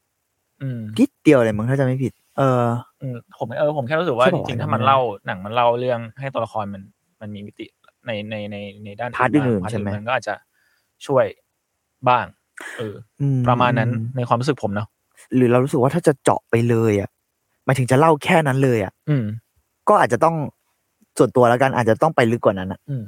Speaker 2: อืม
Speaker 4: นิดเดียวเลยมั้งถ้าจะไม่ผิด เออ
Speaker 2: อืมผมเออผมแค่รู้สึกว่า
Speaker 4: ใช่
Speaker 2: จ
Speaker 4: ปะ
Speaker 2: ริงๆ
Speaker 4: วะ
Speaker 2: ถ้ามัน
Speaker 4: จำไม่ได้
Speaker 2: เล่าหนังมันเล่าเรื่องให้ตัวละครมันมันมีมิติในในในในด้าน
Speaker 4: พาร์ท
Speaker 2: ที่ม
Speaker 4: อื่นๆ
Speaker 2: พาร์ท
Speaker 4: ใช่ไหม
Speaker 2: นก็อาจจะช่วยบ้างเออ
Speaker 4: อื
Speaker 2: อประมาณนั้นในความรู้สึกผมเนาะ
Speaker 4: หรือเรารู้สึกว่าถ้าจะเจาะไปเลยอ่ะหมายถึงจะเล่าแค่นั้นเลยอ่ะ
Speaker 2: อืม
Speaker 4: ก็อาจจะต้องส่วนตัวแล้วกันอาจจะต้องไปลึกกว่านั้นอ่ะ
Speaker 2: อืม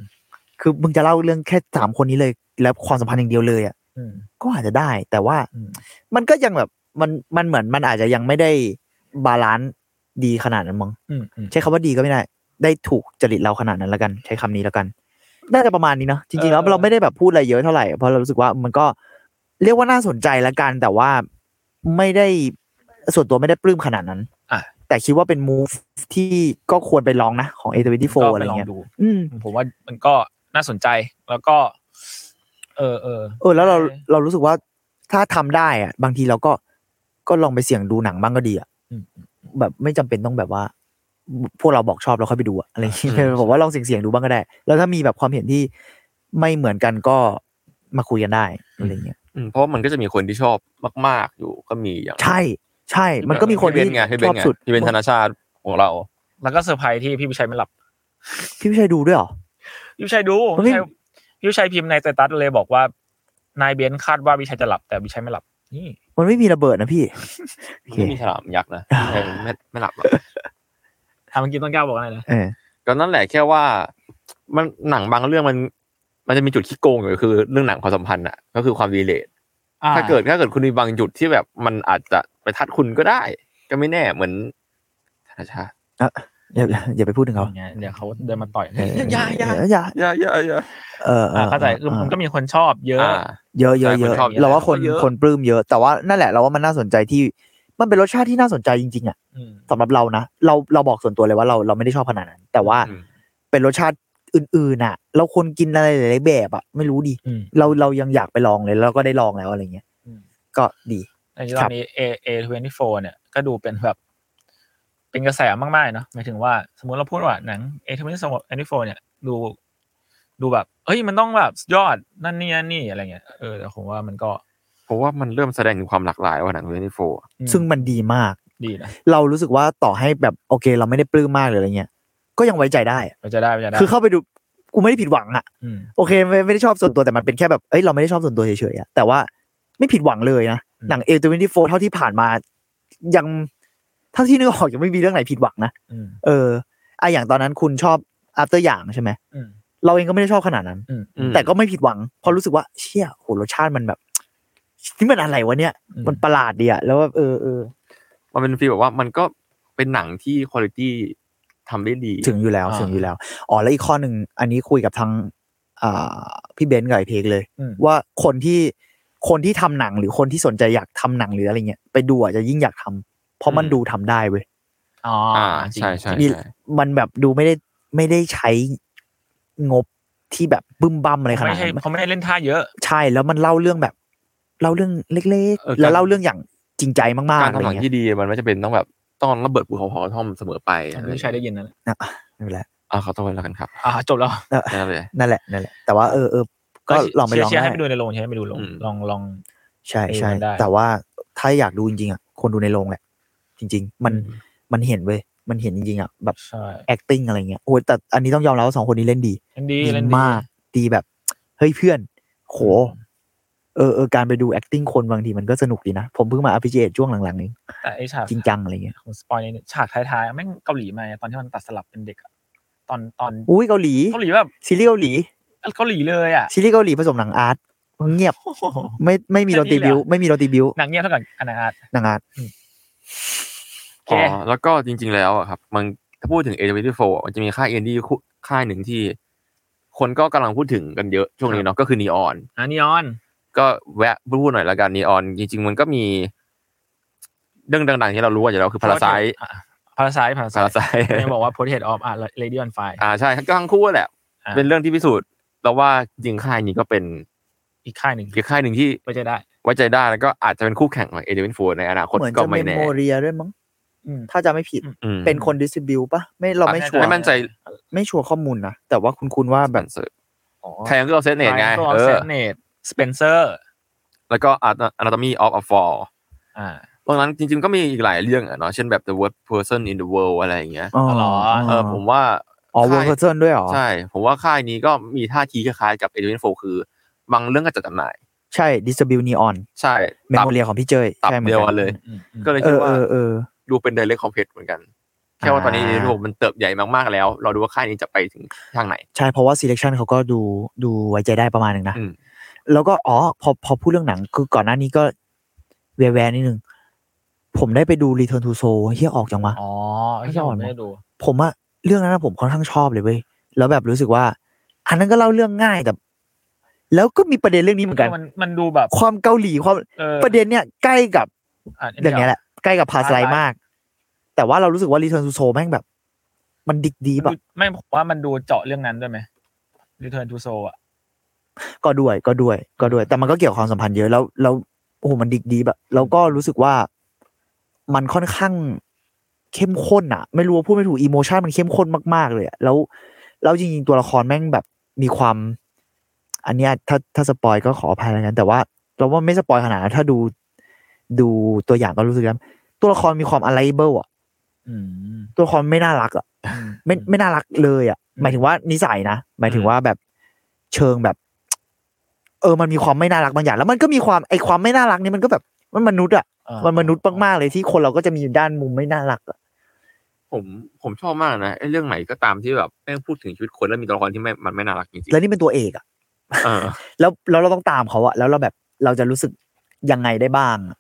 Speaker 4: คือมึงจะเล่าเรื่องแค่สามคนนี้เลย แล้วความสัมพันธ์อย่างเดียวเลยอ่ะ
Speaker 2: อืม
Speaker 4: ก็อาจจะได้ แต่ว่า
Speaker 2: อืม
Speaker 4: มันก็ยังแบบมันมันเหมือนมันอาจจะยังไม่ได้บาลานซ์ดีขนาดนั้นมั้ง
Speaker 2: อืมอืม
Speaker 4: ใช้คำว่าดีก็ไม่ได้ ได้ถูกจริตเราขนาดนั้นแล้วกัน ใช้คำนี้แล้วกัน น่าจะประมาณนี้เนาะจริงๆแล้ว
Speaker 2: เออ
Speaker 4: เราไม่ได้แบบพูดอะไรเยอะเท่าไหร่เพราะเรารู้สึกว่ามันก็เรียกว่าน่าสนใจแล้วกัน แต่ว่าไม่ได้ส่วนตัวไม่ได้ปลื้มขนาดนั้น
Speaker 2: อ่ะ
Speaker 4: แต่คิดว่าเป็นมูฟที่ก็ควรไปลองนะของ A24
Speaker 2: ก็
Speaker 4: อะไร
Speaker 2: ปล
Speaker 4: เงี้ย
Speaker 2: ดู
Speaker 4: อืม
Speaker 2: ผมว่ามันก็น่าสนใจแล้วก็ เออเออ
Speaker 4: เออแล้วเรา
Speaker 2: ใช่
Speaker 4: เรารู้สึกว่าถ้าทำได้อะบางทีเราก็ก็ลองไปเสี่ยงดูหนังบ้างก็ดีอะ
Speaker 2: อืม
Speaker 4: แบบไม่จำเป็นต้องแบบว่า พวกเราบอกชอบเราค่อยไปดูอะอะไรอย่างเงี้ [laughs] ยผมว่าลองเสี่ยงๆดูบ้างก็ได้ แล้วถ้ามีแบบความเห็นที่ไม่เหมือนกันก็มาคุยกันได้อะไรเงี้ย
Speaker 3: อืมเพราะมันก็จะมีคนที่ชอบมาก ๆ อยู่ก็มีอย่าง
Speaker 4: ใช่ ใช่ มันก็มีคน
Speaker 3: พี่
Speaker 4: ที่
Speaker 3: เบไงพี่เบ
Speaker 4: ช
Speaker 3: น
Speaker 4: อบ
Speaker 3: ไง
Speaker 4: สุด
Speaker 3: พี่เบนธนาชาติของเรา
Speaker 2: แล้วก็เซอร์ไพรส์ที่พี่วิชัยไม่หลับ
Speaker 4: พี่วิชัยดูด้วยเหรอ
Speaker 2: พี่วิชัยดู
Speaker 4: เฮ้ย
Speaker 2: พี่วิชัยพี่วิชัยพิมพ์ในสเตตัสเลยบอกว่านายเบนซ์คาดว่าวิชัยจะหลับแต่วิชัยไม่หลับ นี่
Speaker 4: มันไม่มีระเบิดนะพี่ โอเค
Speaker 3: [laughs] ไม่มีฉลามยักษ์นะไม่ไม่ไม่หลับหรอก
Speaker 2: ทำเมื่อกี้ต้นกล้าบอกอะไรนะ
Speaker 4: เออ
Speaker 3: ก็นั่นแหละแค่ว่ามันหนังบางเรื่องมัน มันจะมีจุดขี้โกงอยู่คือเรื่องหนังความสัมพันธ์อ่ะก็คือความรีเลทถ้าเกิดถ้าเกิดคุณมีบางจุดที่แบบมันอาจจะไปทัดคุณก็ได้ ก็ไม่แน่เหมือนธนาชาติ
Speaker 4: อย่าอย่าไปพูดถึงเขา
Speaker 2: อย่างเงี้ยเดี๋ยวเขาเดินมา [laughs] ต่อย
Speaker 4: เออ
Speaker 3: [laughs] อย่าอย่า
Speaker 4: เอออย่า
Speaker 3: อย่าอย่าอย่า
Speaker 4: เออออ
Speaker 2: อ่าเข้าใจคือมันก็มีคนชอบเยอะ
Speaker 3: อ่า
Speaker 4: เยอะเยอะเย
Speaker 3: ใช่
Speaker 4: อะ
Speaker 3: คนชอบเยอะ
Speaker 4: เราว่าค
Speaker 3: ค
Speaker 4: น
Speaker 3: นเยอะ
Speaker 4: คนปลื้มเยอะ แต่ว่านั่นแหละเราว่ามันน่าสนใจที่ มันเป็นรสชาติที่น่าสนใจจริงๆอ่ะ
Speaker 2: อืม
Speaker 4: สำหรับเรานะเราเราบอกส่วนตัวเลยว่าเราเราไม่ได้ชอบขนาดนั้น แต่ว่า
Speaker 3: อืม
Speaker 4: เป็นรสชาติอื่นๆน่ะ เราคนกินอะไรหลายๆแบบอ่ะไม่รู้ดิ
Speaker 2: อืม
Speaker 4: เราเรายังอยากไปลองเลยแล้วเราก็ได้ลองแล้วอะไรเงี้ย
Speaker 2: อืม
Speaker 4: ก็ดี
Speaker 2: ในตอนนี้ A A 24เนี่ยก็ดูเป็นแบบ เป็นกระแสมากๆเนาะหมายถึงว่าสมมติเราพูดว่าหนัง A 24เนี่ย ดู ดูแบบเฮ้ยมันต้องแบบสุดยอดนั่นนี่นั่นนี่อะไรเงี้ยเออแต่ผมว่ามันก็
Speaker 3: เพราะว่ามันเริ่มแสดงถึงความหลากหลายว่าหนังเรื่องนี้โฟ
Speaker 2: อืม
Speaker 4: ซึ่งมันดีมาก
Speaker 2: ดีนะ
Speaker 4: เรารู้สึกว่าต่อให้แบบโอเค เราไม่ได้ปลื้มมากหรืออะไรเงี้ย ก็ยังไว้ใจได้อะ
Speaker 2: มันจะได้มันจะได้
Speaker 4: คือเข้าไปดูกูไม่ได้ผิดหวังอะ
Speaker 2: อืม
Speaker 4: โอเคไม่ไม่ได้ชอบส่วนตัวแต่มันเป็นแค่แบบเอ้ยเราไม่ได้ชอบส่วนตัวเฉยๆอะแต่ว่าไม่ผิดหวังเลยนะหนังเอเจนที่โฟเท่าที่ผ่านมา ยังเท่าที่นึกออกยังไม่มีเรื่องไหนผิดหวังนะ
Speaker 2: อืม
Speaker 4: เอออะอย่างตอนนั้นคุณชอบ after อย่างใช่ไหม
Speaker 2: อืม
Speaker 4: เราเองก็ไม่ได้ชอบขนาดนั้น
Speaker 2: อืม
Speaker 3: อืม
Speaker 4: แต่ก็ไม่ผิดหวังเพราะรู้สึกว่าเชี่ยโหรสชาติมันแบบนี่มันอะไรวะเนี่ย
Speaker 2: อืม
Speaker 4: มันประหลาดดีอะแล้วแบบเออเออ
Speaker 3: มันเป็นฟีลแบบว่ามันก็เป็นหนังที่คุณภาพทำได้ดี
Speaker 4: ถึงอยู่แล้ว
Speaker 2: อ่า
Speaker 4: ถึงอยู่แล้วอ๋อแล้วอีกข้อหนึ่งอันนี้คุยกับทางอ่าพี่เบนซ์กับไอเพกเลย
Speaker 2: อืม
Speaker 4: ว่าคนที่คนที่ทำหนังหรือคนที่สนใจอยากทำหนังหรืออะไรเงี้ยไปดูอะจะยิ่งอยากทำเพราะมันดูทำได้เว้ย
Speaker 2: อ๋อ
Speaker 3: อ่า
Speaker 2: อ่าจริง
Speaker 3: ใช่ใช่
Speaker 4: มี
Speaker 3: ใช่
Speaker 4: มันแบบดูไม่ได้ไม่ได้ใช้งบที่แบบบึ้มบั้มอะไรขนา
Speaker 2: ไม่
Speaker 4: ด
Speaker 2: ใช่
Speaker 4: นั้น
Speaker 2: เขาไม่ได้เล่นท่าเยอะ
Speaker 4: ใช่แล้วมันเล่าเรื่องแบบเล่าเรื่องเล็ก ๆ แล้วเล่าเรื่องอย่างจริงใจมาก
Speaker 3: การ
Speaker 4: ๆอะไร
Speaker 3: ทำหนัง
Speaker 4: เงี้ย
Speaker 3: ที่ดีมันไม่จำเป็นต้องแบบต้องระเบิดภูเขาหอกระท่อมเสมอไปอะไรอย่าง
Speaker 2: ไม่
Speaker 3: เงี้ย
Speaker 2: ใช่ได้ยินนั่นแหละ
Speaker 4: นะนั่นแหละ
Speaker 3: อ่าขอโทษแล้วกันครับ
Speaker 2: อ่าจบแล้ว
Speaker 3: แค่นั้นเลย
Speaker 4: นั่นแหละนั่นแหละ แต่ว่าเออเออก็ลองไปลอง
Speaker 2: เชียร์
Speaker 4: ได้
Speaker 2: ให้ไปดูในโรงใช่ไหมไปดูโรง
Speaker 3: อืม
Speaker 2: ลองลอง
Speaker 4: ใช่ใช่
Speaker 2: เออมันได้
Speaker 4: แต่ว่าถ้าอยากดูจริงๆอ่ะคนดูในโรงแหละ จริง ๆ มันมันเห็นเว้ยมันเห็นจริงๆอ่ะแบบ
Speaker 2: ใช่
Speaker 4: acting อะไรเงี้ยโอ้ยแต่อันนี้ต้องยอมรับว่าสองคนนี้เล่นดี
Speaker 2: เล่นดีเล่นดี
Speaker 4: มากดีแบบเฮ้ยเพื่อนโหเออเออการไปดู acting คนบางทีมันก็สนุกดีนะ ผมเพิ่งมา appreciate ช่วงหลังๆนี้
Speaker 2: แต่ไอฉาก
Speaker 4: จริงจังอะไรเงี้ย
Speaker 2: ผมสปอยนิดนึงฉากท้ายๆแม่งเกาหลีมาตอนที่มันตัดสลับเป็นเด็กอะตอนตอน
Speaker 4: อุ้ยเกาหลี
Speaker 2: เกาหลีแบบ
Speaker 4: ซีรีส์เกาหลี
Speaker 2: เกาหลีเลย
Speaker 4: [laughs]
Speaker 2: อะ
Speaker 4: ซีรีส์เกาหลีผสมหนังอาร์ตเงียบ
Speaker 2: โอ้โห
Speaker 4: ไม่ไม่มี
Speaker 2: แค่
Speaker 4: ดนตรี
Speaker 2: นี้เลย
Speaker 4: บิว
Speaker 2: เหรอ
Speaker 4: ไม่มีดนตรีบิว
Speaker 2: หนังเงียบเท่ากับอนาอาร์ต
Speaker 4: หนังอาร์ต
Speaker 2: โอเค
Speaker 3: อ๋อแล้วก็จริง ๆ แล้วอะครับ มันถ้าพูดถึง A24 อะมันจะมีค่ายอินดี้คู่ค่ายหนึ่งที่ คนก็กำลังพูดถึงกันเยอะช่วงนี้เนาะก็คือนีออน
Speaker 2: อันนีออน
Speaker 3: ก็แวะพูดหน่อยละกันนีออน จริง ๆ มันก็มี เรื่องดัง ๆ ที่เรารู้กันอยู่แล้วคือพาราไซ
Speaker 2: พาราไซพาราไซ
Speaker 3: พาราไซ
Speaker 2: ยังบอกว่าโพเทตออฟอะเรดิออนไฟ
Speaker 3: [laughs] อ่าใช่ก็ทั้งคู่แหละ
Speaker 2: อ่า
Speaker 3: เป็นเรื่องที่พิสูจน์แล้วว่าจริงค่ายนี้ก็เป็น
Speaker 2: อีกค่ายหนึ่ง
Speaker 3: อีกค่ายหนึ่งที่
Speaker 2: ก็จะได้
Speaker 3: ไว้ใจได้แล้วก็อาจจะเป็นคู่แข่งของเอเดวินฟูในอนาคต
Speaker 4: เหมือน
Speaker 3: ก็
Speaker 4: จะ
Speaker 3: ไม่
Speaker 4: เป็น
Speaker 3: แน่
Speaker 4: โมเรียด้วยมั้ง
Speaker 2: อืม
Speaker 4: ถ้าจะไม่ผิด
Speaker 3: อืม
Speaker 4: เป็นคนดิสติบิวปะไม่เราไม่ชัวร์
Speaker 3: ไม่มั่นใจ
Speaker 4: ไม่ชัวร์ข้อมูลนะแต่ว่าคุณคุณว่า
Speaker 3: แบ
Speaker 4: แบบ บ
Speaker 2: อ๋อ
Speaker 3: แทงก็เซนเนตไง
Speaker 2: ตัว
Speaker 3: เอ
Speaker 2: เซ
Speaker 3: อ
Speaker 2: นเนตสเปนเซอร์
Speaker 3: แล้วก็ Anatomy of a Fall
Speaker 2: อ่า
Speaker 3: เพราะงั้นจริงๆก็มีอีกหลายเรื่องอะเนาะเช่นแบบ The Worst Person in the World อะไรอย่างเงี้ย
Speaker 4: อ๋อ
Speaker 2: เหรอ
Speaker 3: เออผมว่า
Speaker 4: อ๋อเวอร์
Speaker 3: ค่าย
Speaker 4: เพอร์เซนด้วยเหรอ
Speaker 3: ใช่ ผมว่าค่ายนี้ก็มีท่าทีคล้ายๆกับ e d w i n f o คือบางเรื่องก็จัดจำหน่าย
Speaker 4: ใช่ดิสติบิวนีออน
Speaker 3: ใช่
Speaker 4: เม
Speaker 3: ตับ
Speaker 4: โมเรียของพี่เจย
Speaker 3: ตับ
Speaker 4: ใช่หมือน
Speaker 3: เดียว
Speaker 4: กั
Speaker 3: กัน นเลย
Speaker 2: อืมอืม
Speaker 3: ก็เลย
Speaker 4: เอ
Speaker 3: คิด
Speaker 4: อเอ
Speaker 3: ว่า
Speaker 4: อเออ
Speaker 3: ดูเป็น direct compete เหมือนกัน แค่ว่าตอนนี้
Speaker 4: อ่า
Speaker 3: e d w i n f o มันเติบใหญ่มากๆแล้ว เราดูว่าค่ายนี้จะไปถึงทางไหน
Speaker 4: ใช่เพราะว่า selection เขาก็ดูดูไว้ใจได้ประมาณหนึ่งนะ
Speaker 3: อืม
Speaker 4: แล้วก็อ๋อพอพอพูดเรื่องหนังคือก่อนหน้านี้ก็แวร์ๆนิดนึง ผมได้ไปดู Return to Soul เฮียออกจังวะ
Speaker 2: อ๋อที่ผมไม่ได้ดู
Speaker 4: ผมอะเรื่องนั้นอะผมค่อนข้างชอบเลยเว้ยแล้วแบบรู้สึกว่า อันนั้นก็เล่าเรื่องง่ายแต่ แล้วก็มีประเด็นเรื่องนี้เหมือนกัน
Speaker 2: มันมันดูแบบ
Speaker 4: ความเกาหลีความ
Speaker 2: ออ
Speaker 4: ประเด็นเนี่ยใกล้กับ
Speaker 2: อ่ะ
Speaker 4: เรื่องเนี้ยแหละ ใกล้กับพาสไลมาก แต่ว่าเรารู้สึกว่า Return to Soul แม่งแบบ มันดิกดี
Speaker 2: มัน
Speaker 4: แบบ
Speaker 2: ดูไม่ผมว่ามันดูเจาะเรื่องนั้นด้วยไหม Return to Soul อ่ะ
Speaker 4: ก็ด้วยก็ด้วยก็ด้วย แต่มันก็เกี่ยวกับความสัมพันธ์เยอะแล้วแล้วโอ้โหมันดิกดีแบบแล้วก็รู้สึกว่ามันค่อนข้างเข้มข้นอะไม่รู้ว่าพูดไม่ถูกอีโมชันมันเข้มข้นมากๆเลยอะแล้วแล้วจริงๆตัวละครแม่งแบบมีความ อันเนี้ยถ้าถ้าสปอยก็ขออภัยแล้วกัน แต่ว่าเราว่าไม่สปอยขนาดนั้นถ้าดูดูตัวอย่างก็รู้สึกแล้วตัวละครมีความอะไรเบิลอะ
Speaker 2: อืม
Speaker 4: ตัวละครไม่น่ารักอะ
Speaker 2: อืม
Speaker 4: ไม่ไม่น่ารักเลยอ่ะ หมายถึงว่านิสัยนะ หมายถึงว่าแบบเชิงแบบ เออ มันมีความไม่น่ารักบางอย่าง แล้วมันก็มีความไอความไม่น่ารักนี่มันก็แบบ มันมนุษย์อ่ะ
Speaker 2: เออ
Speaker 4: มันมนุษย์มากๆเลยที่คนเราก็จะมีด้านมุมไม่น่ารักอะ
Speaker 3: ผมผมชอบมากนะไอ้เรื่องไหนก็ตามที่แบบแม่งพูดถึงชีวิตคนแล้วมีตัวละครที่ไม่มันไม่น่ารักจริง
Speaker 4: แล้วนี่เป็นตัวเอกอ่ะ
Speaker 3: ๆเออ
Speaker 4: แล้วแล้วเราต้องตามเขาอะแล้วเราแบบเราจะรู้สึกยังไงได้บ้างอะ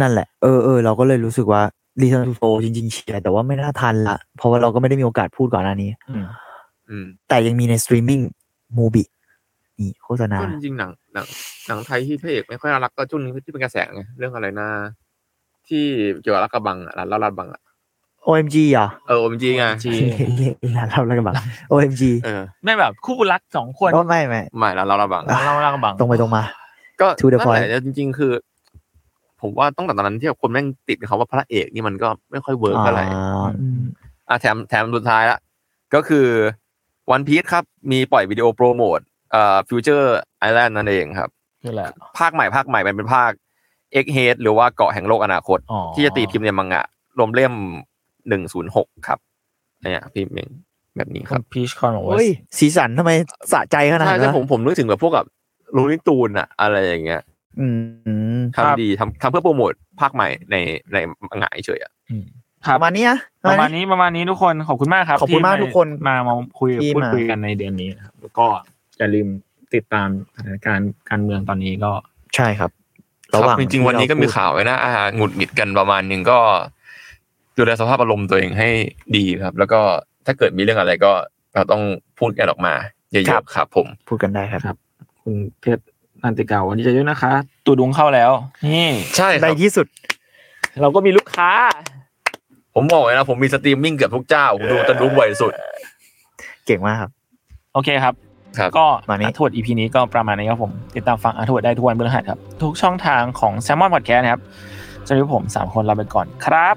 Speaker 4: นั่นแหละ เออเออเราก็เลยรู้สึกว่ารีเทนโฟจริงๆเชียร์แต่ว่าไม่น่าทันละเพราะว่าเราก็ไม่ได้มีโอกาสพูดก่อนหน้านี้
Speaker 2: อืม
Speaker 3: อืม
Speaker 4: แต่ยังมีในสตรีมมิ่งมูบินี่โฆษณา
Speaker 3: ก็จริงๆหนังหนังหนังไทยที่พระเอกไม่ค่อยน่ารักก็ช่วงนี้ที่เป็นกระแสไงเรื่องอะไรนะที่เกี่ยวกับรักกระบังอ่ะร้านเล่าลาดบังอ่ะ
Speaker 4: OMG เหรอ่ะ
Speaker 3: เออโอมจีไง
Speaker 2: จริง
Speaker 4: เรียกร้านเราแล้วกันบ้าง OMG
Speaker 3: เออ
Speaker 2: ไม่แบบคู่รักสองคน
Speaker 4: ก็ไม่ไม่
Speaker 3: หมายร้านเล่าลาดบัง
Speaker 4: อ่ะ
Speaker 2: เราเรากำบัง
Speaker 4: ตรงไปตรงมา
Speaker 3: ก็
Speaker 4: To the
Speaker 3: นั่นแหละ
Speaker 4: point
Speaker 3: แล้วจริง ๆ คือ ผมว่าตั้งแต่ตอนนั้นที่คนแม่งติดกับคำว่าพระเอกนี่มันก็ไม่ค่อยเวิร์กเท่าไหร่
Speaker 4: อ่าอืม
Speaker 3: อ่ะแถมแถมสุดท้ายละก็คือวันพี e ครับ มีปล่อยวิดีโอโปรโมทเอ่อฟิวเจอร์ไอแลนด์นั่นเองครับ
Speaker 2: คือแหละไร
Speaker 3: ภาคใหม่ภาคใหม่มันเป็นภาคเอ็กเฮดหรือว่าเกาะแห่งโลกอนาคต
Speaker 2: อ๋อ
Speaker 3: ที่จะตีพิมพ์ในมังงะรวมเล่มหนึ่งศูนย์หกครับเนี่ยพิมพ์อย่างแบบนี้ค
Speaker 2: คุ
Speaker 3: รั
Speaker 2: ณ
Speaker 3: บ
Speaker 2: พีชคอนบอกว่า
Speaker 4: เฮ้ย สีสันทำไมสะใจขนาด
Speaker 3: ใช่
Speaker 4: นั้น
Speaker 3: ใช่
Speaker 4: วะ
Speaker 3: ผมผมนึกถึงแบบพวกแบบรูนิตูนอะอะไรอย่างเงี้ย
Speaker 4: อืม
Speaker 2: ครับ
Speaker 3: ทำดีทำทำเพื่อโปรโมทภาคใหม่ในในมังงะเฉยๆอะ
Speaker 4: ประมาณนี้นะ
Speaker 2: ประมาณนี้ประมาณนี้ทุกคนขอบคุณมากครับ
Speaker 4: ขอบคุณมาก
Speaker 2: ที่
Speaker 4: ทุกคน
Speaker 2: มามาคุย
Speaker 4: ที่
Speaker 2: พูด
Speaker 4: มา
Speaker 2: คุยกันในเดือนนี้นะครับแล้วก็อย่าลืมติดตามสถานการณ์การเมืองตอนนี้ก็
Speaker 4: ใช่ครับ
Speaker 3: คบจริงๆ วันนี้ก็มี
Speaker 4: ที่เพูด
Speaker 3: ข่าวไว้นะอ่าหงุดหงิดกันประมาณหนึ่งก็ดูแลสภาพอารมณ์ตัวเองให้ดีครับ แล้วก็ถ้าเกิดมีเรื่องอะไรก็เราต้องพูดกันออกมาเยอะๆครับผม
Speaker 4: พูดกันได้ครับ
Speaker 2: ครับ คุณเพชรนันติเกาวันนี้จะเยอะนะคะ ตูดวงเข้าแล้วนี่
Speaker 3: ใช่ค
Speaker 4: ใน
Speaker 3: รับ
Speaker 4: ที่สุด
Speaker 2: เราก็มีลูกค้า
Speaker 3: ผมบอกเลยนะผมมีสตรีมมิ่งเกือบทุกเจ้าผมดูตันรู้บ่อยสุด
Speaker 4: เก่งมากครับ
Speaker 2: โอเคครับ
Speaker 3: ครับ
Speaker 2: ก็
Speaker 4: มานี่
Speaker 2: อาร์ทวด EP นี้ก็ประมาณนี้ครับผม ติดตามฟังอาร์ทวดได้ทุกวันพฤหัสครับ ทุกช่องทางของ s ซ l m o n Podcast นะครับสำหรับผม 3 คนลาไปก่อนครับ